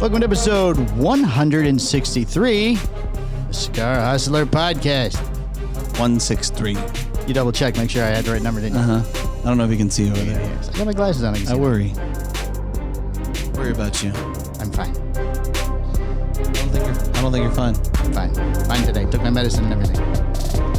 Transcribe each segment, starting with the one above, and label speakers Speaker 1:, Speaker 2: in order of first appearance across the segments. Speaker 1: Welcome to episode 163, the Cigar Hustler Podcast.
Speaker 2: 163.
Speaker 1: You double check, make sure I had the right number, didn't you?
Speaker 2: Uh huh. I don't know if you can see over there.
Speaker 1: Yes. I got my glasses on. I can see
Speaker 2: Uh-huh. I worry. Worry about you.
Speaker 1: it. I'm fine.
Speaker 2: I don't think you're. I don't think you're fine.
Speaker 1: I'm fine. Fine today. Took my medicine and everything.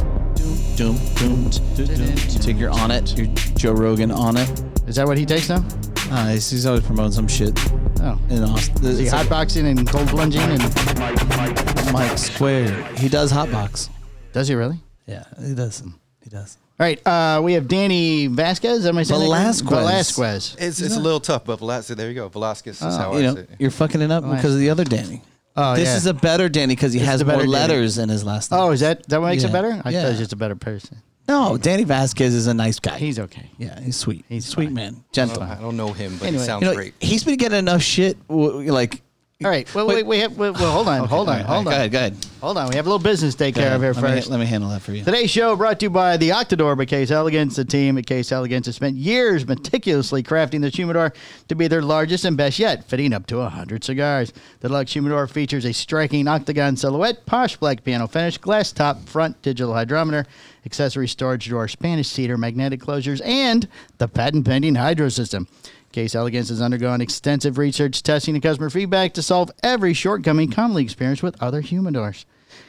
Speaker 2: Doom, doom, doom, doom. Take your on it. Your Joe Rogan on it.
Speaker 1: Is that what he takes now?
Speaker 2: Ah, he's, he's always promoting some shit
Speaker 1: Oh.
Speaker 2: in Austin.
Speaker 1: Is he
Speaker 2: It's like
Speaker 1: hotboxing and cold plunging? And
Speaker 2: Mike Square. He does hotbox.
Speaker 1: Does he really?
Speaker 2: Yeah, he does. He does.
Speaker 1: All right. Uh, we have Danny Vasquez. Am I saying that correctly?
Speaker 2: Velasquez.
Speaker 1: Velasquez.
Speaker 3: It's, it's a little tough, but Velasquez, there you go. Velasquez is
Speaker 1: Uh,
Speaker 3: how
Speaker 2: Uh, You
Speaker 3: I
Speaker 2: know,
Speaker 3: say it.
Speaker 2: you're fucking it up because of the other Danny.
Speaker 1: Oh,
Speaker 2: this
Speaker 1: yeah.
Speaker 2: is a better Danny because he has
Speaker 1: the
Speaker 2: more
Speaker 1: better Danny.
Speaker 2: letters in his last name.
Speaker 1: Oh, is that that what makes it
Speaker 2: Yeah.
Speaker 1: better? I thought
Speaker 2: Yeah.
Speaker 1: he's just a better person.
Speaker 2: no, Danny Vasquez is a nice guy.
Speaker 1: He's okay.
Speaker 2: yeah, he's sweet.
Speaker 1: He's
Speaker 2: sweet
Speaker 1: fine.
Speaker 2: man, gentle.
Speaker 3: I don't know him, but
Speaker 1: Anyway.
Speaker 3: he sounds
Speaker 2: you know,
Speaker 3: great.
Speaker 2: he's been getting enough shit. w- Like,
Speaker 1: All right. Well, wait.
Speaker 2: Wait.
Speaker 1: We have. Well, well, hold on. hold on.
Speaker 2: All right,
Speaker 1: hold
Speaker 2: Go
Speaker 1: on.
Speaker 2: ahead. Go ahead.
Speaker 1: Hold on. We have a little business to take care of here
Speaker 2: let
Speaker 1: first.
Speaker 2: Me, let me handle that for you.
Speaker 1: Today's show brought to you by the Octador by Case Elegance. The team at Case Elegance has spent years meticulously crafting the humidor to be their largest and best yet, fitting up to 100 cigars. The deluxe humidor features a striking octagon silhouette, posh black piano finish, glass top, front digital hydrometer, accessory storage drawer, Spanish cedar, magnetic closures, and the patent pending hydro system. Case Elegance has undergone extensive research, testing, and customer feedback to solve every shortcoming commonly experienced with other humidors.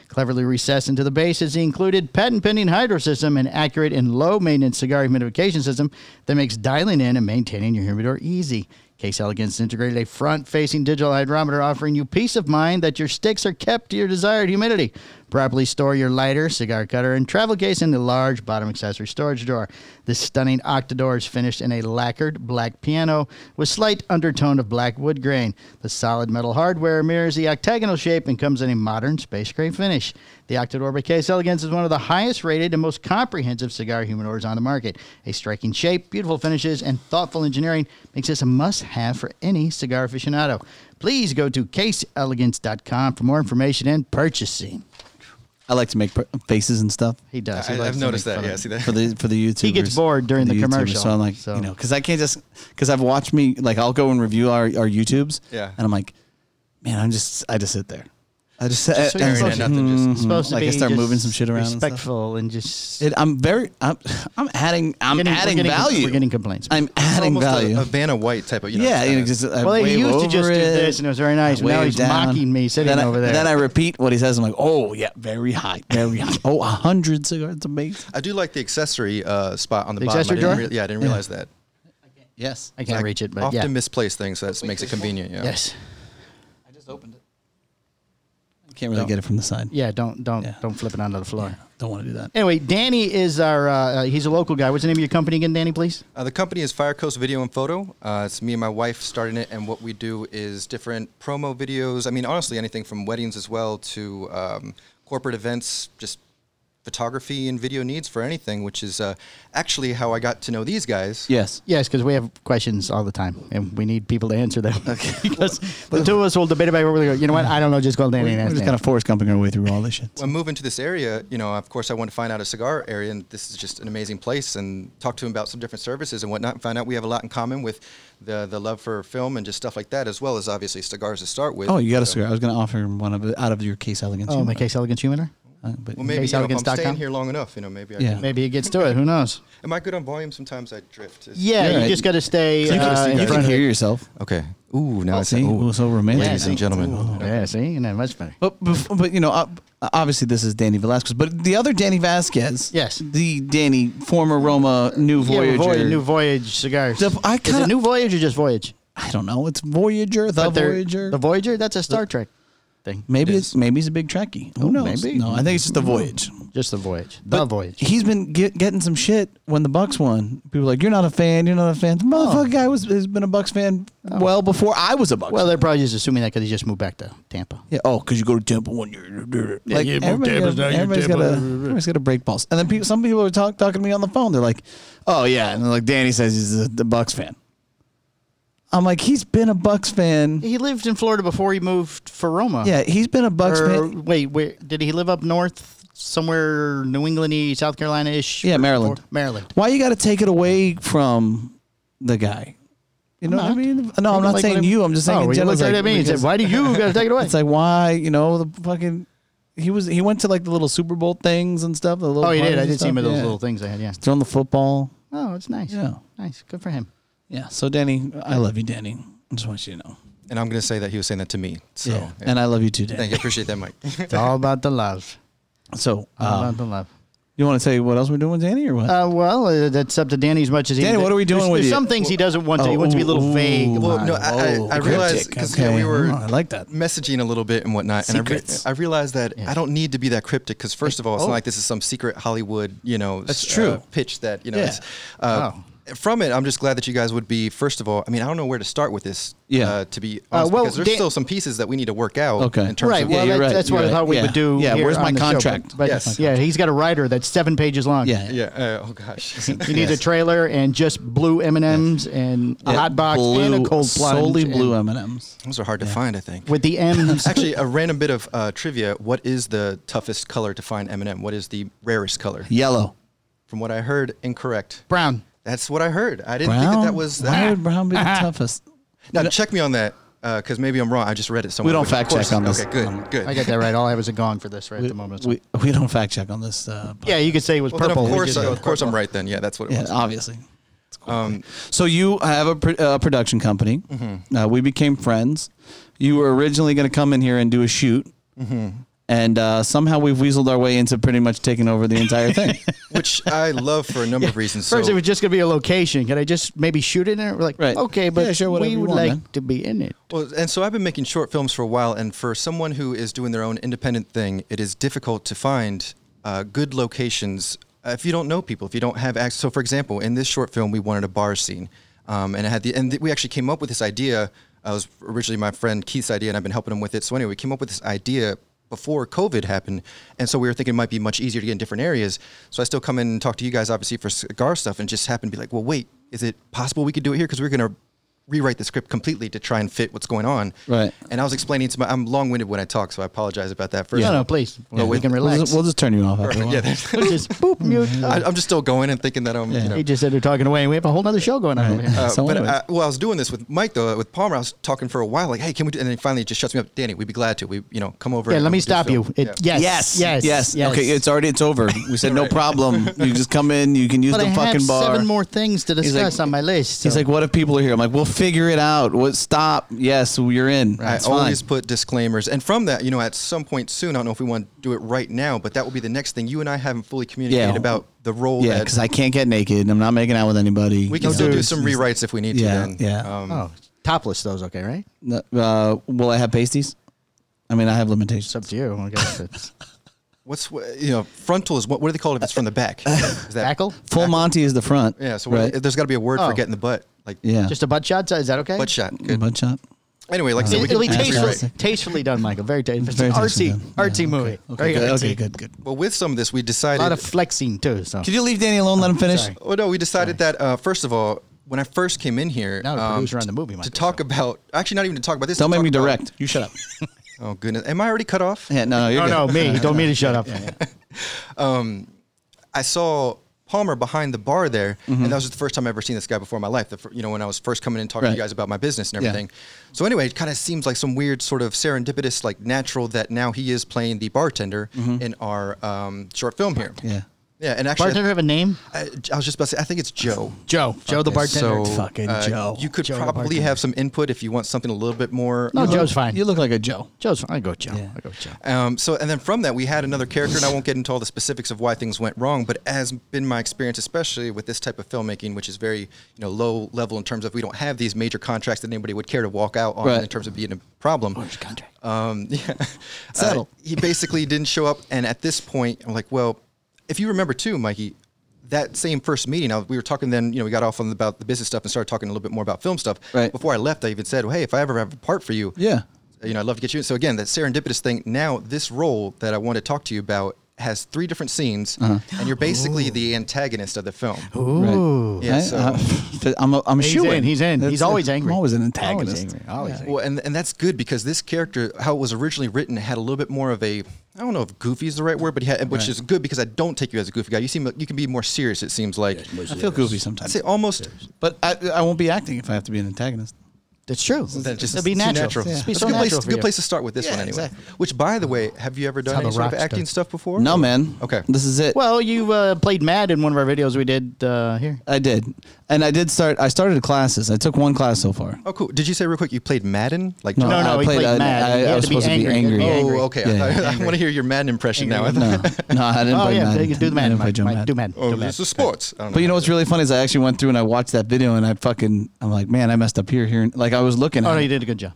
Speaker 1: Cleverly recessed into the base is the included patent pending hydro system, an accurate and low maintenance cigar humidification system that makes dialing in and maintaining your humidor easy. Case Elegance has integrated a front facing digital hydrometer offering you peace of mind that your sticks are kept to your desired humidity. Properly store your lighter, cigar cutter, and travel case in the large bottom accessory storage drawer. This stunning Octador is finished in a lacquered black piano with slight undertone of black wood grain. The solid metal hardware mirrors the octagonal shape and comes in a modern space gray finish. The Octador by Case Elegance is one of the highest rated and most comprehensive cigar humidors on the market. A striking shape, beautiful finishes, and thoughtful engineering makes this a must have for any cigar aficionado. Please go to caseelegance.com for more information and purchasing.
Speaker 2: I like to make per- faces and stuff
Speaker 1: He does. He
Speaker 3: I,
Speaker 1: likes
Speaker 3: I've
Speaker 1: to
Speaker 3: noticed
Speaker 1: make
Speaker 3: that.
Speaker 1: fun of
Speaker 3: Yeah,
Speaker 1: it.
Speaker 3: see that.
Speaker 2: for the for the YouTubers.
Speaker 1: gets bored during
Speaker 2: for
Speaker 1: the
Speaker 2: YouTubers.
Speaker 1: commercial,
Speaker 2: so I'm like,
Speaker 1: so-
Speaker 2: you know, because I can't just because I've watched me like I'll go and review our our YouTubes.
Speaker 3: Yeah.
Speaker 2: and I'm like, man, I'm just I just sit there. I just, sit
Speaker 1: so you're supposed
Speaker 2: and-
Speaker 3: Staring at nothing, just-
Speaker 2: Mhm.
Speaker 1: supposed to
Speaker 2: like I
Speaker 1: be
Speaker 2: start
Speaker 1: just
Speaker 2: moving some shit around. And stuff.
Speaker 1: respectful and, just
Speaker 2: It, I'm very I'm, I'm adding I'm
Speaker 1: We're getting- we're
Speaker 2: adding
Speaker 1: getting-
Speaker 2: value.
Speaker 1: we're getting complaints.
Speaker 2: I'm adding
Speaker 3: Almost
Speaker 2: value.
Speaker 3: A, a Vanna White type of, you know.
Speaker 2: yeah, you know,
Speaker 3: kinda-
Speaker 2: just I
Speaker 1: Well, he
Speaker 2: wave
Speaker 1: used to just
Speaker 2: over
Speaker 1: do
Speaker 2: it,
Speaker 1: this, and it was very nice,
Speaker 2: I
Speaker 1: but now
Speaker 2: wave
Speaker 1: he's mocking me sitting
Speaker 2: then I,
Speaker 1: over there.
Speaker 2: Then I repeat what he says. I'm like, oh yeah, very high, very high. Oh, a hundred cigars, it's amazing.
Speaker 3: I do like the accessory uh, spot on the,
Speaker 1: The
Speaker 3: bottom. I
Speaker 1: accessory
Speaker 3: didn't
Speaker 1: drawer?
Speaker 3: yeah, I didn't realize that.
Speaker 2: Yes,
Speaker 1: I can't
Speaker 3: I
Speaker 1: reach it, but
Speaker 3: often
Speaker 1: yeah.
Speaker 3: misplace things, so that makes it convenient. Yeah.
Speaker 1: yes,
Speaker 2: I just opened it. I can't really get it from the side.
Speaker 1: yeah. Don't don't
Speaker 2: Yeah.
Speaker 1: don't flip it onto the floor.
Speaker 2: Don't want to do that.
Speaker 1: Anyway, Danny is our. Uh, uh, he's a local guy. What's the name of your company again, Danny? Please.
Speaker 3: Uh, the company is Fire Coast Video and Photo. Uh, it's me and my wife starting it, and what we do is different promo videos. I mean, honestly, anything from weddings as well to um, corporate events, just photography and video needs for anything, which is uh, actually how I got to know these guys.
Speaker 2: Yes.
Speaker 1: Yes, because we have questions all the time, and we need people to answer them. because the two of us will debate about where we go. You know what? I don't know. Just call Danny. and
Speaker 2: We're
Speaker 1: ask
Speaker 2: just
Speaker 1: Danny.
Speaker 2: kind of force comping our way through all this shit.
Speaker 3: When moving to this area, you know, of course, I want to find out a cigar area, and this is just an amazing place. And talk to him about some different services and whatnot, and find out we have a lot in common with the the love for film and just stuff like that, as well as obviously cigars to start with.
Speaker 2: Oh, you got a
Speaker 3: So-
Speaker 2: cigar. I was going to offer him one of out of your case elegance.
Speaker 1: oh, my case elegance humidor.
Speaker 2: Uh, but
Speaker 3: Well, maybe you know, if I'm
Speaker 1: caseelegance.com?
Speaker 3: staying here long enough, you know, maybe I
Speaker 2: Yeah.
Speaker 3: can.
Speaker 1: Maybe it gets to it. Who knows?
Speaker 3: Am I good on volume? Sometimes I drift. It's-
Speaker 1: Yeah,
Speaker 2: Yeah,
Speaker 1: you
Speaker 2: right.
Speaker 1: just got to stay.
Speaker 2: you can,
Speaker 1: Uh,
Speaker 2: you
Speaker 1: in
Speaker 2: can
Speaker 1: front of
Speaker 2: hear yourself.
Speaker 3: Okay. Ooh, now Oh, it's
Speaker 2: See, it was so romantic.
Speaker 1: Yeah, see?
Speaker 3: gentlemen.
Speaker 1: Yeah, see, and that's much better.
Speaker 2: But, bef- but you know, ob- obviously this is Danny Velasquez, but the other Danny Vasquez,
Speaker 1: Yes.
Speaker 2: the Danny former Roma, new Voyager,
Speaker 1: Yeah, Voy- new Voyage cigars.
Speaker 2: The- I
Speaker 1: Is it
Speaker 2: kinda-
Speaker 1: new Voyage or just Voyage?
Speaker 2: I don't know, it's Voyager, the
Speaker 1: But they're-
Speaker 2: Voyager,
Speaker 1: The Voyager. That's a Star Trek thing.
Speaker 2: maybe
Speaker 3: It
Speaker 2: it's maybe it's a big Trekkie. Who
Speaker 1: Oh,
Speaker 2: knows?
Speaker 1: maybe.
Speaker 2: No, I think it's just the Voyage.
Speaker 1: Just the Voyage. The
Speaker 2: But
Speaker 1: Voyage.
Speaker 2: He's been get, getting some shit when the Bucks won. People were like, "You're not a fan. You're not a fan." The
Speaker 1: Oh.
Speaker 2: motherfucker guy was has been a Bucks fan well before I was a Bucks.
Speaker 1: Well,
Speaker 2: fan.
Speaker 1: they're probably just assuming that because he just moved back to Tampa.
Speaker 2: Yeah. Oh, because you go to Temple when you're like
Speaker 1: you move
Speaker 2: everybody
Speaker 1: tables,
Speaker 2: got,
Speaker 1: now you're
Speaker 2: everybody's got
Speaker 1: Temple.
Speaker 2: to everybody's got to break balls. And then people, some people are talk, talking to me on the phone. They're like, "Oh yeah," and they're like Danny says he's a, the Bucks fan. I'm like, he's been a Bucks fan.
Speaker 1: He lived in Florida before he moved for Roma.
Speaker 2: Yeah, he's been a Bucks
Speaker 1: Or,
Speaker 2: fan.
Speaker 1: wait, where did he live up north? Somewhere New England-y, South Carolina-ish.
Speaker 2: Yeah, Maryland.
Speaker 1: Maryland.
Speaker 2: Why you got to take it away from the guy? You know
Speaker 1: I'm
Speaker 2: what I
Speaker 1: not.
Speaker 2: mean? No, I'm not
Speaker 1: Like,
Speaker 2: saying
Speaker 1: what-
Speaker 2: you. I'm just saying.
Speaker 1: Oh,
Speaker 2: in
Speaker 1: you
Speaker 2: general,
Speaker 1: looked
Speaker 2: it's
Speaker 1: right
Speaker 2: like,
Speaker 1: at me and said,
Speaker 2: because
Speaker 1: "Why do you got to take it away?"
Speaker 2: It's like why you know the fucking. He was he went to like the little Super Bowl things and stuff. The little
Speaker 1: oh, he did.
Speaker 2: parties
Speaker 1: I
Speaker 2: and
Speaker 1: did see him
Speaker 2: stuff,
Speaker 1: at those
Speaker 2: yeah.
Speaker 1: little things I had. Yeah.
Speaker 2: throwing the football.
Speaker 1: Oh, it's nice.
Speaker 2: Yeah.
Speaker 1: Nice. Good for him.
Speaker 2: Yeah. So Danny, I love you, Danny. I just want you to know.
Speaker 3: And I'm going to say that he was saying that to me. So,
Speaker 2: yeah.
Speaker 3: yeah.
Speaker 2: And I love you too, Danny.
Speaker 3: thank you. I Appreciate that, Mike.
Speaker 1: It's all about the love.
Speaker 2: So
Speaker 1: All
Speaker 2: uh,
Speaker 1: about the love.
Speaker 2: you want to say what else we're doing with Danny or what?
Speaker 1: Uh-huh. Uh, well, uh, that's up to Danny as much as he.
Speaker 2: Danny, what are we doing
Speaker 1: there's,
Speaker 2: with
Speaker 1: there's
Speaker 2: you? oh,
Speaker 1: some things he doesn't want to. He wants to be a little
Speaker 2: Ooh,
Speaker 1: vague.
Speaker 2: ooh,
Speaker 3: Well,
Speaker 2: my-
Speaker 3: no, I- I-
Speaker 2: whoa,
Speaker 3: I realized-
Speaker 2: cryptic.
Speaker 3: 'cause, yeah, we were-
Speaker 2: Oh, I like that.
Speaker 3: Messaging a little bit and whatnot.
Speaker 2: Secrets. Oh.
Speaker 3: And I, re- I realized that I don't need to be that cryptic because, first of all, it's not like this is some secret Hollywood, you know,
Speaker 2: That's
Speaker 3: s-
Speaker 2: true.
Speaker 3: Uh, pitch that, you know,
Speaker 2: Yeah.
Speaker 3: it's, uh, from it, I'm just glad that you guys would be, first of all, I mean, I don't know where to start with this,
Speaker 2: Yeah.
Speaker 3: uh, to be honest,
Speaker 1: well,
Speaker 3: because there's
Speaker 1: Dan-
Speaker 3: still some pieces that we need to work out
Speaker 2: Okay.
Speaker 3: in terms
Speaker 1: right.
Speaker 3: of
Speaker 2: Yeah,
Speaker 1: well,
Speaker 2: you're
Speaker 1: that,
Speaker 2: right,
Speaker 1: that's what
Speaker 2: you're
Speaker 1: I thought
Speaker 2: right.
Speaker 1: we
Speaker 2: Yeah.
Speaker 1: would do.
Speaker 2: Yeah,
Speaker 1: here
Speaker 2: where's
Speaker 1: on
Speaker 2: my
Speaker 1: the show.
Speaker 2: contract?
Speaker 1: But
Speaker 3: Yes.
Speaker 1: Yeah, he's got a writer that's seven pages long.
Speaker 2: Yeah.
Speaker 3: Yeah. Uh, oh gosh.
Speaker 1: He needs a trailer and just blue M and M's and a hot box and a cold plunge.
Speaker 2: solely
Speaker 1: and-
Speaker 2: blue M and M's.
Speaker 3: Those are hard to find, I think.
Speaker 1: with the M's.
Speaker 3: Actually, a random bit of uh, trivia: What is the toughest color to find M&M? What is the rarest color?
Speaker 2: Yellow.
Speaker 3: From what I heard, incorrect.
Speaker 1: brown.
Speaker 3: That's what I heard. I didn't
Speaker 2: Brown.
Speaker 3: think that that was.
Speaker 2: Why
Speaker 3: That. Ah.
Speaker 2: would brown be the toughest?
Speaker 3: Now check me on that, because maybe I'm wrong. I just read it somewhere.
Speaker 2: don't
Speaker 3: Of
Speaker 2: fact check
Speaker 3: course.
Speaker 2: on this.
Speaker 3: Okay, good, good.
Speaker 1: I got that right. All I have is a gong for this right at the moment.
Speaker 2: We, we don't fact check on this. Uh, podcast.
Speaker 1: yeah, you could say it was
Speaker 3: Then
Speaker 1: purple.
Speaker 3: Of
Speaker 1: We
Speaker 3: course,
Speaker 1: just
Speaker 3: uh,
Speaker 1: go
Speaker 3: of course, I'm right. Then, yeah, Um, that's what it
Speaker 2: Yeah,
Speaker 3: was.
Speaker 2: obviously. It's cool. so you have a pr- uh, production company.
Speaker 3: Mm-hmm.
Speaker 2: Uh, we became friends. You were originally going to come in here and do a shoot,
Speaker 3: Mm-hmm.
Speaker 2: and uh, somehow we've weaseled our way into pretty much taking over the entire thing.
Speaker 3: Which I love for a number of reasons.
Speaker 1: First,
Speaker 3: so,
Speaker 1: it was just going to be a location. Can I just maybe shoot in it? We're like,
Speaker 2: Right.
Speaker 1: okay, but
Speaker 2: Yeah, sure, whatever
Speaker 1: we
Speaker 2: you
Speaker 1: would
Speaker 2: want,
Speaker 1: like
Speaker 2: man.
Speaker 1: to be in it.
Speaker 3: Well, and so I've been making short films for a while, and for someone who is doing their own independent thing, it is difficult to find uh, good locations uh, if you don't know people, if you don't have access. So, for example, in this short film, we wanted a bar scene, um, and it had the and th- we actually came up with this idea. Uh, it was originally my friend Keith's idea, and I've been helping him with it. So anyway, we came up with this idea before COVID happened, and so we were thinking it might be much easier to get in different areas. So I still come in and talk to you guys, obviously for cigar stuff, and just happen to be like, well, wait, is it possible we could do it here? Because we're gonna rewrite the script completely to try and fit what's going on.
Speaker 2: Right.
Speaker 3: And I was explaining to my, I'm long winded when I talk, so I apologize about that first.
Speaker 1: No, no, please. we can
Speaker 2: We'll
Speaker 1: relax.
Speaker 2: just, we'll just turn you off. After a while.
Speaker 3: Yeah, that's-
Speaker 1: just boop, mute.
Speaker 3: I, I'm just still going and thinking that I'm, you know.
Speaker 1: he just said they're talking away. We have a whole other show going on over here.
Speaker 3: Uh,
Speaker 2: So
Speaker 3: but
Speaker 2: anyways.
Speaker 3: I, well, I was doing this with Mike though, with Palmer. I was talking for a while, like, "Hey, can we?" Do, and then he finally just shuts me up. Danny, we'd be glad to. We, you know, come over.
Speaker 1: yeah,
Speaker 3: and
Speaker 1: let me
Speaker 3: we'll do
Speaker 1: stop you.
Speaker 3: film."
Speaker 1: It,
Speaker 3: Yeah.
Speaker 1: yes,
Speaker 2: Yes.
Speaker 1: yes.
Speaker 2: Yes. Okay. It's already. It's over. We said no problem. You just come in. You can use
Speaker 1: but
Speaker 2: the
Speaker 1: I
Speaker 2: fucking
Speaker 1: have
Speaker 2: bar.
Speaker 1: seven more things to
Speaker 2: like-
Speaker 1: discuss on my list.
Speaker 2: He's
Speaker 1: so-
Speaker 2: like, "What if people are here?" I'm like, "We'll figure it out. What? Stop. Yes, you're in.
Speaker 3: I
Speaker 2: That's fine.
Speaker 3: always put disclaimers, and from that, you know, at some point soon, I don't know if we want to do it right now, but that will be the next thing. You and I haven't fully communicated about the role.
Speaker 2: yeah,
Speaker 3: that-
Speaker 2: because I can't get naked. I'm not making out with anybody.
Speaker 3: we can
Speaker 2: you
Speaker 3: still
Speaker 2: know.
Speaker 3: do some rewrites if we need
Speaker 2: Yeah,
Speaker 3: to. Then.
Speaker 2: yeah.
Speaker 3: Um,
Speaker 1: oh, topless those, okay, right?
Speaker 2: No, Uh, will I have pasties? I mean, I have limitations.
Speaker 1: It's up to you. I guess it's
Speaker 3: What's wh- you know, frontal is what? What do they call it if it's from the back? Is that
Speaker 1: tackle.
Speaker 2: Full Monty is the front.
Speaker 3: Yeah. So
Speaker 2: right.
Speaker 3: what, there's got to be a word
Speaker 1: Oh.
Speaker 3: for getting the butt, like
Speaker 2: yeah,
Speaker 1: Just a butt shot. Is that okay?
Speaker 3: butt shot. Good.
Speaker 2: butt shot.
Speaker 3: Anyway, like I said, we
Speaker 1: It, will
Speaker 3: can
Speaker 1: be
Speaker 2: Fantastic.
Speaker 1: tastefully, tastefully done, Michael. Very tasteful. It's
Speaker 2: Very
Speaker 1: an artsy,
Speaker 2: tasty. Yeah,
Speaker 1: artsy movie.
Speaker 2: Okay,
Speaker 1: Very
Speaker 2: good,
Speaker 1: artsy.
Speaker 2: okay, good, good.
Speaker 3: Well, with some of this,
Speaker 1: A
Speaker 3: we
Speaker 1: lot
Speaker 3: decided.
Speaker 1: of flexing too. So
Speaker 2: Could you leave Danny alone? Let him finish.
Speaker 1: sorry.
Speaker 3: well, no, we decided that uh, first of all, when I first came in here,
Speaker 1: now the
Speaker 3: um,
Speaker 1: producer on the movie.
Speaker 3: to
Speaker 1: Michael,
Speaker 3: talk about actually not even to talk about this.
Speaker 2: Don't
Speaker 3: to
Speaker 2: make
Speaker 3: talk
Speaker 2: me
Speaker 3: about-
Speaker 2: direct. You shut up.
Speaker 3: oh goodness, am I already cut off?
Speaker 2: Yeah, no, no, you're
Speaker 1: So.
Speaker 2: good.
Speaker 1: No, no, me. Don't mean to shut up.
Speaker 3: I saw Palmer behind the bar there,
Speaker 1: Mm-hmm.
Speaker 3: and that was the first time I ever seen this guy before in my life. The, fir- you know, when I was first coming in talking to
Speaker 2: Right.
Speaker 3: you guys about my business and
Speaker 2: Yeah.
Speaker 3: everything. So anyway, it kind of seems like some weird sort of serendipitous, like natural that now he is playing the bartender
Speaker 1: Mm-hmm.
Speaker 3: in our um, short film here.
Speaker 2: Yeah.
Speaker 3: yeah, and actually,
Speaker 1: Bartender have a name?
Speaker 3: I, I was just about to say, I think it's Joe.
Speaker 1: Joe. Joe the bartender.
Speaker 3: So, uh,
Speaker 2: Fucking Joe.
Speaker 3: You could
Speaker 1: Joe the
Speaker 3: probably
Speaker 1: bartender.
Speaker 3: have some input if you want something a little bit more. uh,
Speaker 1: no, Joe's fine.
Speaker 2: You look like a Joe.
Speaker 1: Joe's fine. I go with Joe.
Speaker 2: Yeah.
Speaker 1: I go with Joe.
Speaker 3: Um, so, and then from that, we had another character, and I won't get into all the specifics of why things went wrong, but as been my experience, especially with this type of filmmaking, which is very you know low level in terms of we don't have these major contracts that anybody would care to walk out on
Speaker 2: Right.
Speaker 3: in terms of being a problem.
Speaker 1: Contract.
Speaker 3: Um, yeah.
Speaker 2: Settle.
Speaker 3: Uh, he basically didn't show up, and at this point, I'm like, well, if you remember too, Mikey, that same first meeting, I, we were talking. Then you know, we got off on about the business stuff and started talking a little bit more about film stuff.
Speaker 2: Right.
Speaker 3: Before I left, I even said, well, hey, if I ever have a part for you,
Speaker 2: Yeah.
Speaker 3: you know, I'd love to get you. in. So again, that serendipitous thing. Now, this role that I want to talk to you about has three different scenes, and you're basically the antagonist of the film.
Speaker 1: Ooh.
Speaker 3: Yeah,
Speaker 2: I,
Speaker 3: so-
Speaker 2: am a, Uh, I'm a
Speaker 1: He's
Speaker 2: shoo-in.
Speaker 1: in, he's in.
Speaker 2: That's-
Speaker 1: He's always
Speaker 2: I'm
Speaker 1: angry.
Speaker 2: always an
Speaker 1: Always
Speaker 2: antagonist.
Speaker 1: angry, always angry.
Speaker 3: Well, and and that's good because this character, how it was originally written, had a little bit more of a I don't know if goofy is the right word, but he had, which is good because I don't take you as a goofy guy. You seem you can be more serious. It seems like
Speaker 2: I feel goofy sometimes.
Speaker 3: I'd say almost.
Speaker 2: But I, I won't be acting if I have to be an antagonist.
Speaker 1: That's true. That
Speaker 3: just
Speaker 1: It'll be
Speaker 3: it's too
Speaker 1: natural.
Speaker 3: natural.
Speaker 1: It'll be
Speaker 3: That's
Speaker 1: so
Speaker 3: a good, place,
Speaker 1: natural for
Speaker 3: good
Speaker 1: you.
Speaker 3: place to start with this
Speaker 2: Yeah,
Speaker 3: one anyway.
Speaker 2: exactly.
Speaker 3: Which, by the way, have you ever done
Speaker 4: how
Speaker 3: any
Speaker 4: The
Speaker 3: sort of
Speaker 4: Rock's
Speaker 3: acting
Speaker 4: done.
Speaker 3: stuff before?
Speaker 2: No, man.
Speaker 3: Okay.
Speaker 2: This is it.
Speaker 1: Well, you uh, played Mad in one of our videos we did uh, here.
Speaker 2: I did. And I did start, I started classes. I took one class so far.
Speaker 3: Oh, cool. Did you say real quick you played Madden? Like
Speaker 2: No,
Speaker 1: No,
Speaker 2: I
Speaker 1: no, he
Speaker 2: played-
Speaker 1: played,
Speaker 2: I-
Speaker 1: Mad.
Speaker 2: I-
Speaker 1: He
Speaker 2: I
Speaker 1: had
Speaker 2: was
Speaker 1: to be
Speaker 2: supposed to be
Speaker 1: angry.
Speaker 2: angry.
Speaker 1: He had to be
Speaker 3: Oh,
Speaker 1: angry.
Speaker 3: okay.
Speaker 2: Yeah,
Speaker 3: I,
Speaker 2: yeah,
Speaker 3: thought- I want to hear your Madden impression now.
Speaker 2: No, no, I didn't
Speaker 1: Oh
Speaker 2: play
Speaker 1: yeah,
Speaker 2: Madden.
Speaker 1: you do the
Speaker 2: I
Speaker 1: Madden.
Speaker 2: didn't play
Speaker 1: Mike,
Speaker 2: Joe
Speaker 1: Mike, do
Speaker 2: Madden.
Speaker 1: Madden.
Speaker 3: Oh,
Speaker 1: do Madden.
Speaker 3: this is sports. I don't
Speaker 2: But you know what's
Speaker 3: really
Speaker 2: really funny is I actually went through and I watched that video and I fucking I'm like, man, I messed up here, here, and like I was looking at.
Speaker 1: Oh no,
Speaker 2: it.
Speaker 1: you did a good job.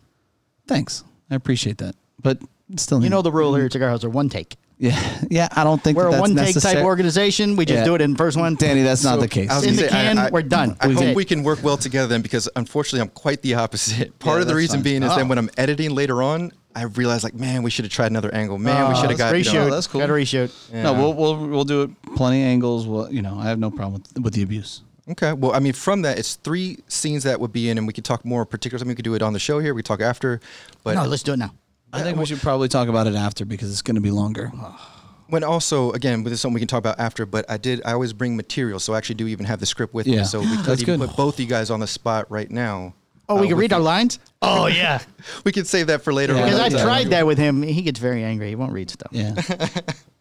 Speaker 2: Thanks, I appreciate that. But still,
Speaker 1: You know the rule here at Cigar House are one take.
Speaker 2: yeah, yeah. I don't think
Speaker 1: We're
Speaker 2: that
Speaker 1: a
Speaker 2: that's
Speaker 1: one take
Speaker 2: necessary.
Speaker 1: type organization. We just
Speaker 2: Yeah.
Speaker 1: do it in first one.
Speaker 2: Danny, that's not the case.
Speaker 3: I was
Speaker 1: in
Speaker 3: gonna
Speaker 1: the
Speaker 3: say, I-
Speaker 1: can,
Speaker 3: I-
Speaker 1: we're done.
Speaker 3: I
Speaker 1: We
Speaker 3: hope
Speaker 1: did.
Speaker 3: we can work well together then because unfortunately I'm quite the opposite. Part
Speaker 2: Yeah,
Speaker 3: of the
Speaker 2: that's
Speaker 3: reason
Speaker 2: fine.
Speaker 3: being is
Speaker 1: Oh.
Speaker 3: then when I'm editing later on, I realize like, man, we should have tried another angle. Man, we
Speaker 1: Uh,
Speaker 3: should have got you
Speaker 1: reshoot.
Speaker 3: know,
Speaker 2: Oh, that's cool.
Speaker 1: Got to reshoot.
Speaker 2: No, we'll we'll we'll do it. Plenty of angles. We'll, you know, I have no problem with, with the abuse.
Speaker 3: Okay. Well, I mean, from that, it's three scenes that would be in, and we could talk more particulars. I mean, we could do it on the show here. We could talk after, but
Speaker 1: No, let's do it now.
Speaker 2: I think we should probably talk about it after because it's going to be longer.
Speaker 1: Oh.
Speaker 3: when also again, this is something we can talk about after. But I did. I always bring material, so I actually do even have the script with
Speaker 2: Yeah.
Speaker 3: me, so we could
Speaker 2: That's
Speaker 3: even
Speaker 2: good.
Speaker 3: put both you guys on the spot right now.
Speaker 1: Oh,
Speaker 3: Uh,
Speaker 1: we can read
Speaker 3: with-
Speaker 1: our lines
Speaker 4: Oh yeah.
Speaker 3: We could save that for later.
Speaker 2: Yeah,
Speaker 3: on.
Speaker 1: because I
Speaker 2: that's
Speaker 3: Yeah.
Speaker 2: right.
Speaker 1: tried that with him. He gets very angry. He won't read stuff.
Speaker 2: Yeah,
Speaker 1: 'Cause-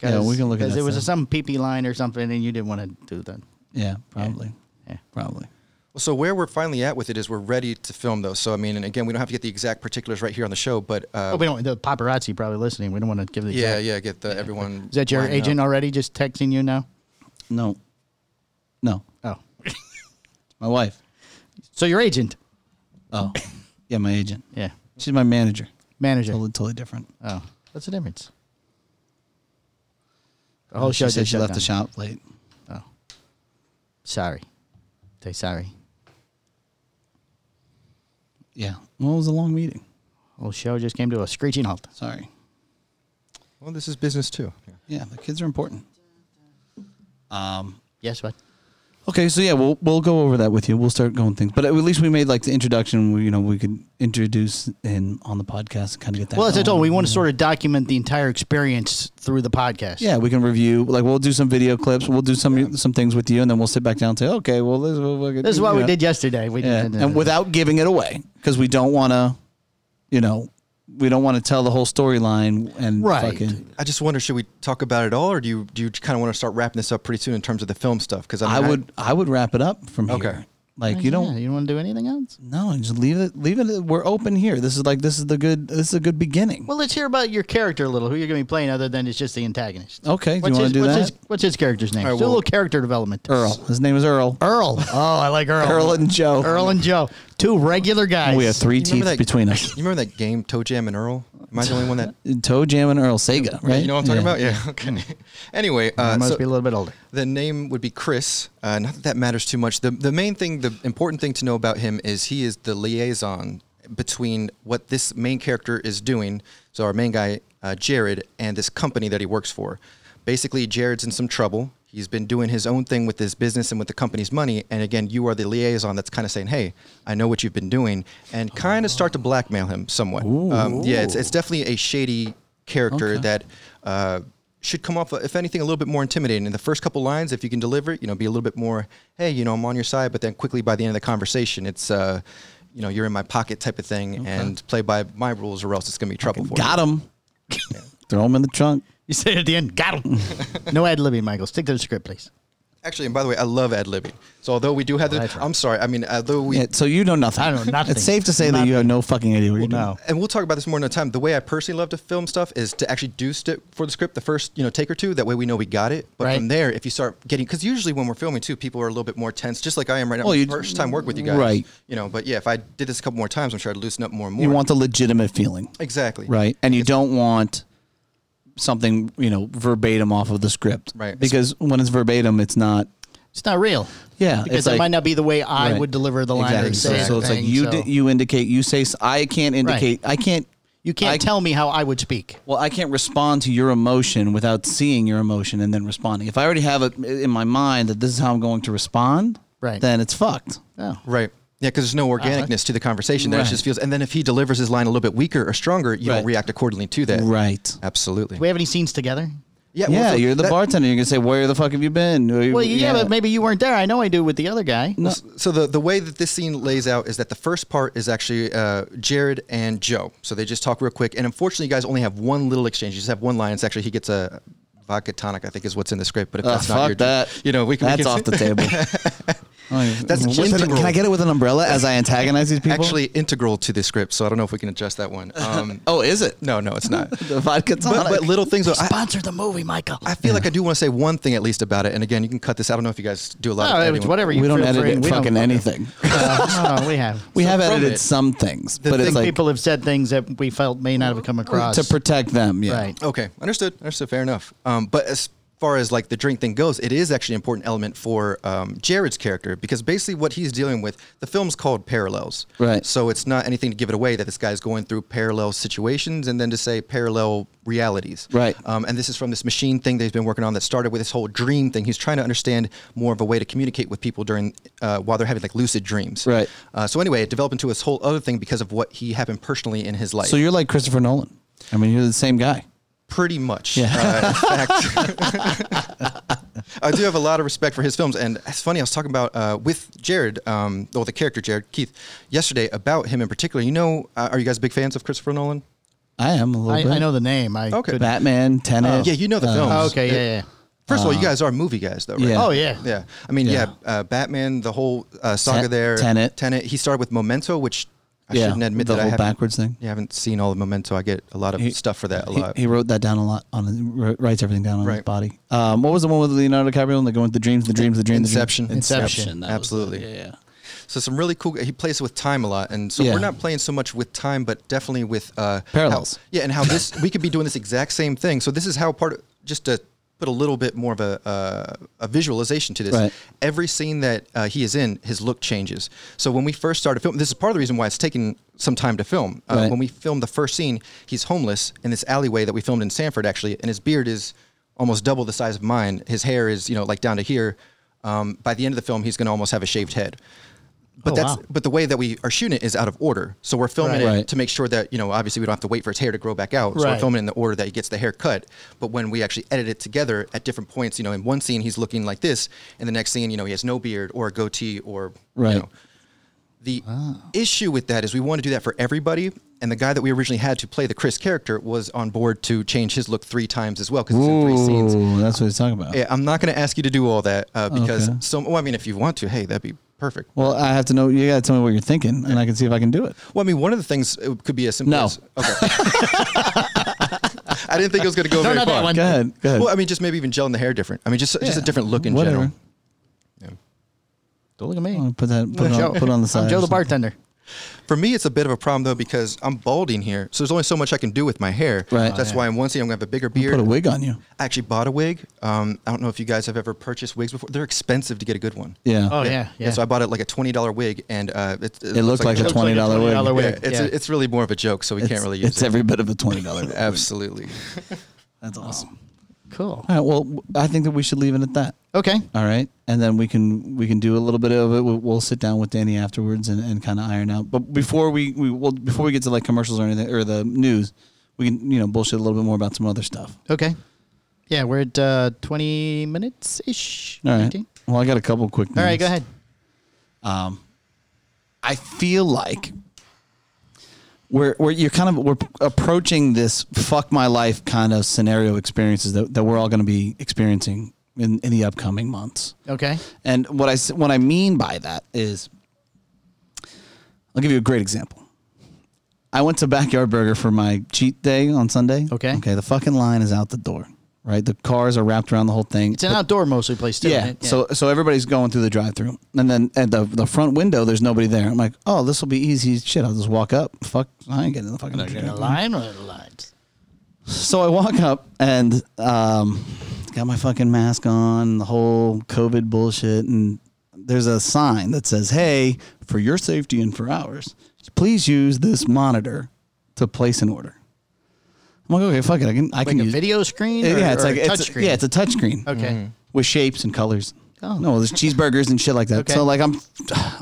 Speaker 2: yeah. We can look at
Speaker 1: 'cause
Speaker 2: that.
Speaker 1: It was
Speaker 2: stuff.
Speaker 1: some pee pee line or something, and you didn't want to do that.
Speaker 2: yeah, probably.
Speaker 1: Yeah.
Speaker 2: probably.
Speaker 3: Well, So where we're finally at with it is we're ready to film though. So I mean, and again, we don't have to get the exact particulars right here on the show, but uh,
Speaker 1: Oh, we don't. The paparazzi probably listening. We don't want to give the.
Speaker 3: yeah,
Speaker 1: exact-
Speaker 3: yeah, get the everyone.
Speaker 1: Is that your
Speaker 3: lined
Speaker 1: agent
Speaker 3: up.
Speaker 1: already just texting you now?
Speaker 2: No, no.
Speaker 1: Oh,
Speaker 2: My wife.
Speaker 1: so your agent?
Speaker 2: Oh, yeah, my agent.
Speaker 1: Yeah,
Speaker 2: She's my manager.
Speaker 1: manager.
Speaker 2: Totally, totally different.
Speaker 1: Oh, what's the difference? The whole
Speaker 2: uh, she
Speaker 1: show
Speaker 2: said
Speaker 1: just
Speaker 2: she
Speaker 1: shut
Speaker 2: left
Speaker 1: down.
Speaker 2: the shop late.
Speaker 1: Sorry, say sorry.
Speaker 2: Yeah. Well, it was a long meeting.
Speaker 1: Whole show just came to a screeching halt.
Speaker 2: Sorry.
Speaker 3: Well, this is business too.
Speaker 2: Yeah, the kids are important.
Speaker 1: Yes, but
Speaker 2: Okay, so yeah, we'll we'll go over that with you. We'll start going things, but at least we made like the introduction. We, you know, we could introduce in on the podcast and kind of get that.
Speaker 1: well, as I
Speaker 2: going.
Speaker 1: told, we want to sort of document the entire experience through the podcast.
Speaker 2: Yeah, we can review. Like, we'll do some video clips. We'll do some some things with you, and then we'll sit back down and say, okay, well, this is what, we're gonna
Speaker 1: this is
Speaker 2: do,"
Speaker 1: what
Speaker 2: you
Speaker 1: we
Speaker 2: know.
Speaker 1: did yesterday. We uh,
Speaker 2: Yeah,
Speaker 1: did,
Speaker 2: and without giving it away because we don't want to, you know, we don't want to tell the whole storyline and
Speaker 1: Right.
Speaker 2: fucking.
Speaker 3: I just wonder, should we talk about it all, or do you do you kind of want to start wrapping this up pretty soon in terms of the film stuff? Because I,
Speaker 2: I
Speaker 3: mean,
Speaker 2: would I would wrap it up from
Speaker 3: Okay.
Speaker 2: here. Like
Speaker 1: Yeah,
Speaker 2: you don't
Speaker 1: you don't want to do anything else.
Speaker 2: no, just leave it leave it. We're open here. This is like this is the good this is a good beginning.
Speaker 1: Well, let's hear about your character a little. Who you're going to be playing, other than it's just the antagonist.
Speaker 2: Okay, do Oh, you
Speaker 1: What's
Speaker 2: wanna
Speaker 1: his-
Speaker 2: do
Speaker 1: what's
Speaker 2: that?
Speaker 1: His, what's his character's name?
Speaker 3: All right,
Speaker 1: do a
Speaker 3: well-
Speaker 1: little character development.
Speaker 2: Earl, his name is Earl.
Speaker 1: Earl. Oh, I like Earl.
Speaker 2: Earl and Joe.
Speaker 1: Earl and Joe, two regular guys.
Speaker 2: we have three
Speaker 3: You remember
Speaker 2: teeth
Speaker 3: that-
Speaker 2: between us.
Speaker 3: You remember that game Toe Jam and Earl? Am I the only one that?
Speaker 2: Toe Jam and Earl Sega, right?
Speaker 3: You know what I'm talking about? Yeah. Okay. anyway, uh,
Speaker 1: I must
Speaker 3: so-
Speaker 1: be a little bit older.
Speaker 3: The name would be Chris. Uh, not that that matters too much. The the main thing, the important thing to know about him is he is the liaison between what this main character is doing, so our main guy uh, Jared, and this company that he works for. Basically, Jared's in some trouble. He's been doing his own thing with his business and with the company's money. And again, you are the liaison that's kind of saying, "Hey, I know what you've been doing," and kind of start to blackmail him somewhat. Um, yeah, it's it's definitely a shady character that uh, should come off, if anything, a little bit more intimidating. In the first couple lines, if you can deliver it, you know, be a little bit more, hey, you know, I'm on your side. But then quickly by the end of the conversation, it's, uh, you know, you're in my pocket type of thing and play by my rules or else it's going to be trouble for
Speaker 2: Got him. Throw him in the trunk.
Speaker 1: You say it at the end, got him. no ad libbing, Michael. Stick to the script, please.
Speaker 3: you. Actually, and by the way, I love ad libbing. So although we do have the,
Speaker 1: that's right.
Speaker 3: I'm sorry, I mean, although we,
Speaker 2: Yeah, so you know nothing.
Speaker 1: I know nothing.
Speaker 2: It's safe to say that you have no fucking idea what you're doing.
Speaker 1: No.
Speaker 3: and we'll talk about this more in a time. The way I personally love to film stuff is to actually do st- for the script the first you know take or two. That way we know we got it. But
Speaker 1: Right.
Speaker 3: from there, if you start getting because usually when we're filming too, people are a little bit more tense, just like I am right now.
Speaker 2: Well, you-
Speaker 3: first time work with you guys,
Speaker 2: right.
Speaker 3: You know, but yeah, if I did this a couple more times, I'm sure I'd loosen up more and more.
Speaker 2: You want the legitimate feeling.
Speaker 3: exactly
Speaker 2: right? And you don't want something you know verbatim off of the script,
Speaker 3: Right.
Speaker 2: Because when it's verbatim, it's not.
Speaker 1: It's not real.
Speaker 2: Yeah,
Speaker 1: because
Speaker 2: it's
Speaker 1: it
Speaker 2: like-
Speaker 1: might not be the way I
Speaker 2: Right.
Speaker 1: would deliver the line. or
Speaker 2: Exactly.
Speaker 1: say
Speaker 2: So, so
Speaker 1: the
Speaker 2: it's like
Speaker 1: thing,
Speaker 2: you
Speaker 1: so-
Speaker 2: di- you indicate you say s- I can't indicate I can't
Speaker 1: You can't
Speaker 2: I-
Speaker 1: tell me how I would speak.
Speaker 2: Well, I can't respond to your emotion without seeing your emotion and then responding. If I already have it in my mind that this is how I'm going to respond,
Speaker 1: Right.
Speaker 2: then it's fucked.
Speaker 1: Oh.
Speaker 3: Right. Yeah, because there's no organicness to the conversation. That
Speaker 2: Uh-huh. Right.
Speaker 3: it just feels. And then if he delivers his line a little bit weaker or stronger, you
Speaker 2: Right.
Speaker 3: don't react accordingly to that.
Speaker 2: Right.
Speaker 3: Absolutely.
Speaker 1: Do we have any scenes together?
Speaker 3: well,
Speaker 2: yeah,
Speaker 3: so
Speaker 2: you're the
Speaker 3: that-
Speaker 2: bartender. You're gonna say, "Where the fuck have you been?"
Speaker 1: Well, yeah, but maybe you weren't there. I know I do with the other guy.
Speaker 2: Uh,
Speaker 3: So the, the way that this scene lays out is that the first part is actually uh, Jared and Joe. So they just talk real quick, and unfortunately, you guys only have one little exchange. You just have one line. It's actually he gets a vodka tonic, I think, is what's in the script. But if
Speaker 2: Uh,
Speaker 3: that's not
Speaker 2: fuck
Speaker 3: your,
Speaker 2: that.
Speaker 3: you know, we can. we
Speaker 2: That's
Speaker 3: can-
Speaker 2: off the table.
Speaker 3: That's
Speaker 2: With
Speaker 3: just
Speaker 2: an-
Speaker 3: integral.
Speaker 2: can I get it with an umbrella as I antagonize these people?
Speaker 3: actually integral to the script. So I don't know if we can adjust that one. Um,
Speaker 2: oh, is it?
Speaker 3: no, no, it's not.
Speaker 2: The vodka
Speaker 3: But,
Speaker 2: tonic.
Speaker 3: but little things. though, I,
Speaker 1: Sponsor the movie, Michael.
Speaker 3: I feel like I do want to say one thing at least about it. And again, you can cut this. I don't know if you guys do a lot
Speaker 1: No,
Speaker 3: of
Speaker 1: it was
Speaker 3: editing.
Speaker 1: Oh, whatever you
Speaker 2: we don't
Speaker 1: feel
Speaker 2: edit
Speaker 1: free-
Speaker 2: it
Speaker 1: we don't-
Speaker 2: fucking anything.
Speaker 1: Uh, no, we have.
Speaker 2: We have
Speaker 3: from
Speaker 2: edited
Speaker 3: it,
Speaker 2: some things, but
Speaker 1: I
Speaker 2: it's
Speaker 1: think
Speaker 2: like
Speaker 1: people have said things that we felt may not have come across.
Speaker 2: to protect Oh, them. Yeah.
Speaker 1: right.
Speaker 3: Okay, understood. Understood. Fair enough. Um, but as far as like the drink thing goes, it is actually an important element for um, Jared's character because basically what he's dealing with, the film's called Parallels.
Speaker 2: Right.
Speaker 3: So it's not anything to give it away that this guy's going through parallel situations and then to say parallel realities.
Speaker 2: Right.
Speaker 3: Um, and this is from this machine thing that he's been working on that started with this whole dream thing. He's trying to understand more of a way to communicate with people during uh, while they're having like lucid dreams.
Speaker 2: Right.
Speaker 3: Uh, so anyway, it developed into this whole other thing because of what he happened personally in his life.
Speaker 2: So you're like Christopher Nolan. I mean, you're the same guy.
Speaker 3: pretty much. Uh, in fact, I do have a lot of respect for his films, and it's funny. I was talking about uh, with Jared, um, or the character Jared Keith, yesterday about him in particular. You know, uh, are you guys big fans of Christopher Nolan?
Speaker 2: I am a little
Speaker 1: I,
Speaker 2: bit.
Speaker 1: I know the name. I
Speaker 3: Okay.
Speaker 1: could-
Speaker 2: Batman, uh, Tenet.
Speaker 3: yeah, you know the films.
Speaker 1: oh, okay. Yeah. Yeah.
Speaker 3: First of all, you guys are movie guys, though, right?
Speaker 2: Uh, Yeah.
Speaker 1: Oh yeah.
Speaker 3: Yeah, I mean, yeah, uh, Batman, the whole uh, saga
Speaker 2: Ten-
Speaker 3: there.
Speaker 2: Tenet.
Speaker 3: Tenet. He started with Memento, which I
Speaker 2: Yeah,
Speaker 3: shouldn't admit
Speaker 2: the
Speaker 3: that I
Speaker 2: whole
Speaker 3: haven't,
Speaker 2: backwards thing.
Speaker 3: Yeah, I haven't seen all of Memento. I get a lot of stuff for that. A
Speaker 2: He,
Speaker 3: lot.
Speaker 2: he wrote that down a lot on his, wr- writes everything down on his
Speaker 3: Right.
Speaker 2: body. Um, what was the one with Leonardo DiCaprio and they go with the dreams, the dreams, the dreams,
Speaker 3: Inception.
Speaker 2: the dreams?
Speaker 1: Inception.
Speaker 2: Inception. that was the-
Speaker 3: Absolutely.
Speaker 2: yeah, yeah.
Speaker 3: So some really cool. He plays with time a lot, and so
Speaker 2: Yeah.
Speaker 3: we're not playing so much with time, but definitely with uh,
Speaker 2: Parallels.
Speaker 3: how- yeah, and how this we could be doing this exact same thing. So this is how part of, just to put a little bit more of a uh, a visualization to this.
Speaker 2: Right.
Speaker 3: Every scene that uh, he is in, his look changes. So when we first started filming, this is part of the reason why it's taken some time to film. Uh,
Speaker 2: Right.
Speaker 3: When we filmed the first scene, he's homeless in this alleyway that we filmed in Sanford actually, and his beard is almost double the size of mine. His hair is you know like down to here. Um, by the end of the film, he's going to almost have a shaved head but
Speaker 1: Oh,
Speaker 3: that's
Speaker 1: wow.
Speaker 3: but the way that we are shooting it is out of order. So we're filming
Speaker 1: Right.
Speaker 3: it
Speaker 2: Right.
Speaker 3: to make sure that you know obviously we don't have to wait for his hair to grow back out. So
Speaker 1: Right.
Speaker 3: we're filming in the order that he gets the hair cut. But when we actually edit it together at different points, you know, in one scene he's looking like this, and the next scene you know he has no beard or a goatee or
Speaker 2: Right. Ah.
Speaker 3: You know, the issue with that is we want to do that for everybody, and the guy that we originally had to play the Chris character was on board to change his look three times as well because it's in three scenes.
Speaker 2: Ooh, that's what he's talking about.
Speaker 3: Yeah, I'm not going to ask you to do all that uh, because
Speaker 2: Okay.
Speaker 3: so. Well, I mean, if you want to, hey, that'd be perfect.
Speaker 2: Well, I have to know. You gotta tell me what you're thinking, and I can see if I can do it.
Speaker 3: Well, I mean, one of the things it could be as simple
Speaker 2: No.
Speaker 3: as okay. I didn't think it was going to go
Speaker 1: No,
Speaker 3: very
Speaker 1: not that
Speaker 3: far.
Speaker 1: one.
Speaker 2: Go ahead. Go ahead.
Speaker 3: Well, I mean, just maybe even gelling the hair different. I mean, just just a
Speaker 2: Yeah.
Speaker 3: different look in
Speaker 2: Whatever.
Speaker 3: general.
Speaker 1: Don't look at me.
Speaker 2: I'll Put that. Oh, Put it on, put it on the side.
Speaker 1: I'm
Speaker 2: or
Speaker 1: Joe the
Speaker 2: something.
Speaker 1: bartender.
Speaker 3: For me, it's a bit of a problem though because I'm balding here, so there's only so much I can do with my hair.
Speaker 2: Right.
Speaker 3: That's why in one scene I'm going to have a bigger beard.
Speaker 2: Put a wig on you.
Speaker 3: I actually bought a wig. Um, I don't know if you guys have ever purchased wigs before. They're expensive to get a good one.
Speaker 2: Yeah.
Speaker 1: Oh yeah. Yeah.
Speaker 3: so I bought it like a twenty dollar wig, and uh, it, it,
Speaker 2: it looks like, a
Speaker 1: looks like
Speaker 2: twenty
Speaker 1: a
Speaker 2: dollar
Speaker 1: $20
Speaker 2: wig.
Speaker 1: wig.
Speaker 3: Yeah, it's
Speaker 1: Yeah.
Speaker 3: it's really more of a joke, so we can't really use
Speaker 2: it's
Speaker 3: it.
Speaker 2: every bit of a twenty dollar wig.
Speaker 3: Absolutely.
Speaker 2: That's
Speaker 3: Oh.
Speaker 2: awesome.
Speaker 1: cool.
Speaker 2: All right. Well, w- I think that we should leave it at that.
Speaker 1: Okay.
Speaker 2: All right, and then we can we can do a little bit of it. We'll, we'll sit down with Danny afterwards and, and kind of iron out. But before we we will before we get to like commercials or anything or the news, we can you know bullshit a little bit more about some other stuff.
Speaker 1: Okay. Yeah, we're at uh, 20 minutes ish.
Speaker 2: All right. Well, I got a couple quick.
Speaker 1: All right,
Speaker 2: news.
Speaker 1: go ahead.
Speaker 2: I feel like we're, we're you're kind of we're approaching this fuck my life kind of scenario experiences that, that we're all going to be experiencing in, in the upcoming months.
Speaker 1: Okay.
Speaker 2: And what I s- what I mean by that is, I'll give you a great example. I went to Backyard Burger for my cheat day on Sunday.
Speaker 1: Okay.
Speaker 2: Okay. The fucking line is out the door. Right. The cars are wrapped around the whole thing.
Speaker 1: It's an outdoor mostly place, too.
Speaker 2: Yeah.
Speaker 1: isn't it?
Speaker 2: So so everybody's going through the drive through. And then at the the front window there's nobody there. I'm like, oh, this will be easy as shit. I'll just walk up. Fuck I ain't getting in the fucking
Speaker 1: In a line or in a lines?
Speaker 2: So I walk up and um got my fucking mask on, the whole COVID bullshit, and there's a sign that says, Hey, for your safety and for ours, please use this monitor to place an order. I'm like, okay, fuck it. I can, I
Speaker 1: Like
Speaker 2: can
Speaker 1: a
Speaker 2: use
Speaker 1: video screen?
Speaker 2: It-
Speaker 1: or-
Speaker 2: Mm. yeah, it's
Speaker 1: or
Speaker 2: like
Speaker 1: a
Speaker 2: it's,
Speaker 1: touch screen.
Speaker 2: Yeah, it's a touch screen.
Speaker 1: Okay.
Speaker 2: With shapes and colors.
Speaker 1: Oh.
Speaker 2: No, there's cheeseburgers and shit like that.
Speaker 1: Okay.
Speaker 2: So like I'm,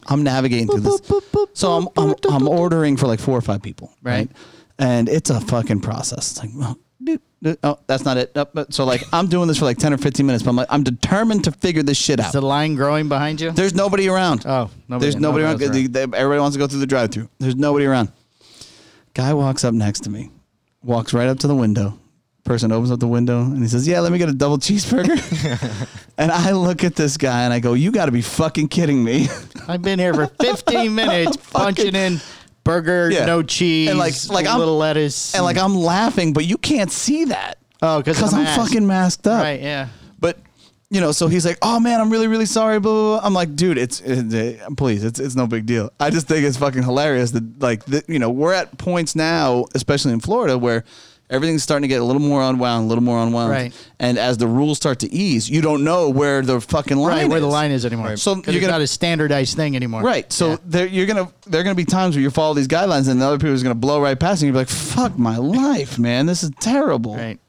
Speaker 2: I'm navigating through this.
Speaker 1: boop, boop,
Speaker 2: So I'm, I'm
Speaker 1: boop, boop,
Speaker 2: I'm ordering for like four or five people,
Speaker 1: Right.
Speaker 2: right? And it's a fucking process. It's like, oh, doot, doot. oh that's not it. Oh, but- so like I'm doing this for like ten or fifteen minutes, but I'm like I'm determined to figure this shit out.
Speaker 1: Is the line growing behind you?
Speaker 2: There's nobody around.
Speaker 1: Oh, nobody-
Speaker 2: there's nobody,
Speaker 1: nobody
Speaker 2: around.
Speaker 1: else around.
Speaker 2: They- they- everybody wants to go through the drive-through. There's nobody around. Guy walks up next to me, walks right up to the window. Person opens up the window and he says, "Yeah, let me get a double cheeseburger." and I look at this guy and I go, "You got to be fucking kidding me!"
Speaker 1: I've been here for 15 minutes punching in burger,
Speaker 2: Yeah.
Speaker 1: no cheese,
Speaker 2: And like- like
Speaker 1: a
Speaker 2: I'm-
Speaker 1: little lettuce.
Speaker 2: and like I'm laughing, but you can't see that.
Speaker 1: Oh, 'cause
Speaker 2: because
Speaker 1: I'm
Speaker 2: I'm,
Speaker 1: masked.
Speaker 2: fucking masked up.
Speaker 1: Right, yeah.
Speaker 2: But you know, so he's like, "Oh man, I'm really really sorry." Blah, blah, blah. I'm like, "Dude, it's it, it- please, it's it's no big deal." I just think it's fucking hilarious that like the, you know we're at points now, especially in Florida, where everything's starting to get a little more unwound, a little more unwound.
Speaker 1: Right.
Speaker 2: And as the rules start to ease, you don't know where the fucking line
Speaker 1: Right,
Speaker 2: is.
Speaker 1: where the line is anymore.
Speaker 2: So
Speaker 1: 'Cause
Speaker 2: you're
Speaker 1: it's
Speaker 2: gonna-
Speaker 1: not a standardized thing anymore.
Speaker 2: Right. So
Speaker 1: Yeah.
Speaker 2: there, you're gonna there are gonna be times where you follow these guidelines, and the other people is gonna blow right past, you and you're like, "Fuck my life, man! This is terrible.
Speaker 1: Right.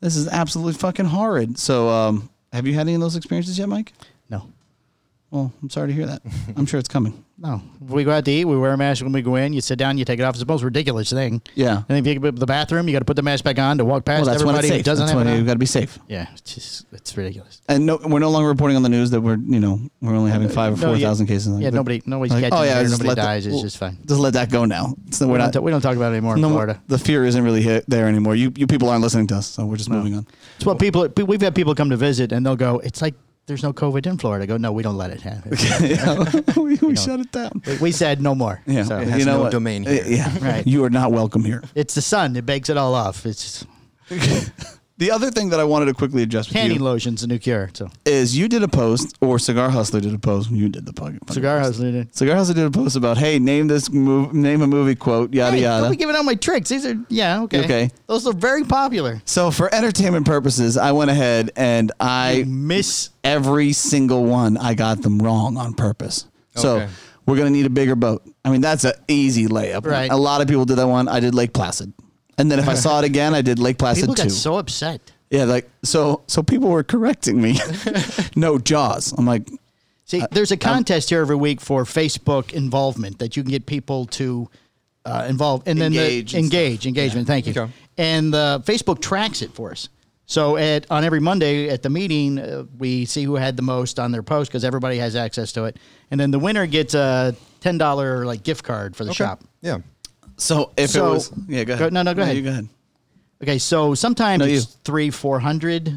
Speaker 2: This is absolutely fucking horrid." So, um, have you had any of those experiences yet, Mike?
Speaker 1: No.
Speaker 2: Well, I'm sorry to hear that. I'm sure it's coming.
Speaker 1: No. If we go out to eat, we wear a mask when we go in. You sit down, you take it off. It's the most ridiculous thing.
Speaker 2: Yeah.
Speaker 1: And if you go to the bathroom, you got to put the mask back on to walk
Speaker 2: Well,
Speaker 1: past
Speaker 2: that's when it's
Speaker 1: everybody who
Speaker 2: safe.
Speaker 1: doesn't
Speaker 2: That's
Speaker 1: have
Speaker 2: when
Speaker 1: it.
Speaker 2: you
Speaker 1: on.
Speaker 2: got to be safe.
Speaker 1: Yeah, it's just it's ridiculous.
Speaker 2: And no, we're no longer reporting on the news that we're you know we're only having five or
Speaker 1: Uh, No,
Speaker 2: four
Speaker 1: yeah.
Speaker 2: thousand cases.
Speaker 1: Yeah,
Speaker 2: But-
Speaker 1: nobody- nobody's
Speaker 2: oh,
Speaker 1: catching it or nobody
Speaker 2: let
Speaker 1: dies. It's just fine.
Speaker 2: Just let that go now. So we're,
Speaker 1: We don't,
Speaker 2: not.
Speaker 1: ta- we don't talk about it anymore
Speaker 2: no
Speaker 1: in
Speaker 2: more-
Speaker 1: Florida.
Speaker 2: the fear isn't really hit there anymore. You you people aren't listening to us, so we're just moving on.
Speaker 1: It's what people pe- we've had people come to visit and they'll go. It's like there's no COVID in Florida. I go no, we don't let it happen.
Speaker 2: Yeah. we we shut it down.
Speaker 1: We- we said no more.
Speaker 2: Yeah,
Speaker 1: So,
Speaker 3: has no domain here.
Speaker 2: Uh, Yeah,
Speaker 1: Right.
Speaker 2: You are not welcome here.
Speaker 1: it's the sun that bakes it all off. It's
Speaker 2: The other thing that I wanted to quickly address with
Speaker 1: tanning
Speaker 2: you
Speaker 1: lotion's the new cure. So
Speaker 2: is you did a post, or Cigar Hustler did a post when you did the fucking fucking
Speaker 1: cigar
Speaker 2: post.
Speaker 1: house. Yada
Speaker 2: Cigar Hustler did a post about, hey, name this move, name a movie quote, yada
Speaker 1: Don't
Speaker 2: yada.
Speaker 1: be giving out my tricks. These are yeah okay.
Speaker 2: Okay.
Speaker 1: Those are very popular.
Speaker 2: so for entertainment purposes, I went ahead and I
Speaker 1: Miss
Speaker 2: every single one I got them wrong on purpose. So
Speaker 3: Okay.
Speaker 2: we're gonna need a bigger boat. I mean, that's an easy layup.
Speaker 1: Right.
Speaker 2: A lot of people did that one. I did Lake Placid, and then if I saw it again, I did Lake Placid
Speaker 1: people
Speaker 2: too.
Speaker 1: got so upset.
Speaker 2: Yeah, like so so people were correcting me. no jaws. I'm like
Speaker 1: See,
Speaker 2: Uh,
Speaker 1: there's
Speaker 2: um,
Speaker 1: a contest here every week for Facebook involvement that you can get people to uh, involve and then
Speaker 2: Engage
Speaker 1: the,
Speaker 2: and
Speaker 1: engage engagement. Thank you.
Speaker 3: Okay.
Speaker 1: And uh, Facebook tracks it for us. So at on every Monday at the meeting, uh, we see who had the most on their post because everybody has access to it, and then the winner gets a ten dollar like gift card for the shop.
Speaker 3: Yeah.
Speaker 2: so if
Speaker 1: So-
Speaker 2: it was Yeah, go
Speaker 1: go-
Speaker 2: ahead.
Speaker 1: no, no, go ahead.
Speaker 2: You go ahead.
Speaker 1: Okay, so sometimes
Speaker 2: No,
Speaker 1: it's
Speaker 2: you.
Speaker 1: three, four hundred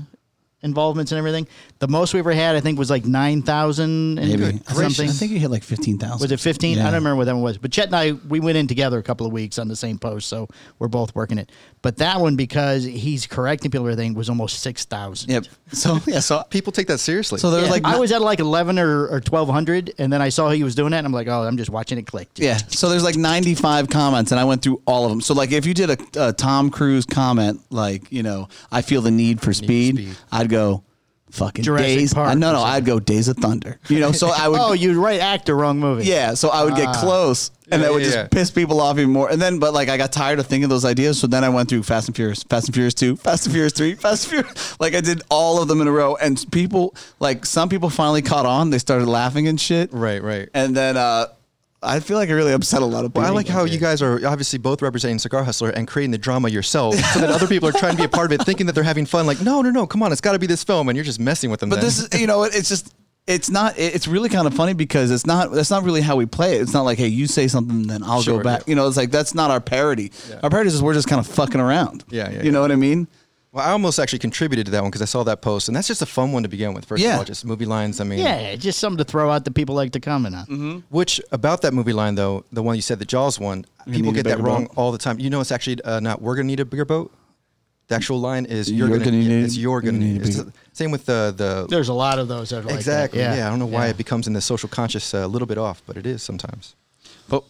Speaker 1: involvements and everything. The most we ever had, I think, was like nine thousand and
Speaker 2: Maybe
Speaker 1: something.
Speaker 2: I think you hit like 15,000.
Speaker 1: Was it 15? I
Speaker 2: Yeah.
Speaker 1: don't remember what that one was. But Chet and I, we went in together a couple of weeks on the same post, so we're both working it. But that one, because he's correcting people, and everything was almost 6,000.
Speaker 2: Yep. So yeah, so
Speaker 3: People take that seriously.
Speaker 2: so there was
Speaker 1: Yeah,
Speaker 2: like
Speaker 1: I was at like 11 or, or 1,200, and then I saw he was doing that, and I'm like, oh, I'm just watching it click.
Speaker 2: Yeah. So there's like 95 comments, and I went through all of them. So like, if you did a, a Tom Cruise comment, like you know, I feel the need for speed,
Speaker 3: speed.
Speaker 2: I'd go, fucking
Speaker 1: Jurassic
Speaker 2: days.
Speaker 1: Park
Speaker 2: I- no,
Speaker 1: or
Speaker 2: no, I'd go Days of Thunder. You know, so I would.
Speaker 1: Oh, you right, actor, wrong movie.
Speaker 2: yeah. So I would get close, and
Speaker 3: Ah. Yeah,
Speaker 2: that would
Speaker 3: yeah,
Speaker 2: just
Speaker 3: yeah.
Speaker 2: piss people off even more. And then, but like, I got tired of thinking those ideas, so then I went through Fast and Furious, Fast and Furious Two, Fast and Furious Three, Fast and Furious. Like I did all of them in a row, and people, like some people, finally caught on. They started laughing and shit.
Speaker 3: Right, right.
Speaker 2: And then. uh I feel like I really upset a lot of people.
Speaker 3: Well, I like how you guys are obviously both representing Cigar Hustler and creating the drama yourself, so that other people are trying to be a part of it, thinking that they're having fun. Like, no, no, no, come on, it's got to be this film, and you're just messing with them.
Speaker 2: But this is, you know, it's just, it's not, it- it's really kind of funny because it's not, that's not really how we play it. It's not like, hey, you say something, then I'll
Speaker 3: Sure,
Speaker 2: go back.
Speaker 3: yeah.
Speaker 2: You know, it's like, that's not our parody. Our parody is we're just kind of fucking around.
Speaker 3: Yeah, yeah,
Speaker 2: You know
Speaker 3: yeah.
Speaker 2: what I mean?
Speaker 3: Well, I almost actually contributed to that one because I saw that post, and that's just a fun one to begin with. First
Speaker 2: Yeah.
Speaker 3: of all, just movie lines. I mean,
Speaker 1: Yeah, just something to throw out that people like to comment on.
Speaker 2: Mm-hmm.
Speaker 3: Which about that movie line though, the one you said, the Jaws one,
Speaker 2: need a
Speaker 3: people get that
Speaker 2: bigger
Speaker 3: wrong
Speaker 2: boat.
Speaker 3: all the time. You know, it's actually uh, not "we're gonna need a bigger boat." The actual line is "you're,
Speaker 2: You're
Speaker 3: gonna,
Speaker 2: gonna
Speaker 3: need,
Speaker 2: need-
Speaker 3: it's "you're gonna need." It's the- same with the the
Speaker 1: There's a lot of those that are like
Speaker 3: exactly.
Speaker 1: that.
Speaker 3: yeah. I don't know why it becomes in the social conscious uh, a little bit off, but it is sometimes.
Speaker 2: But,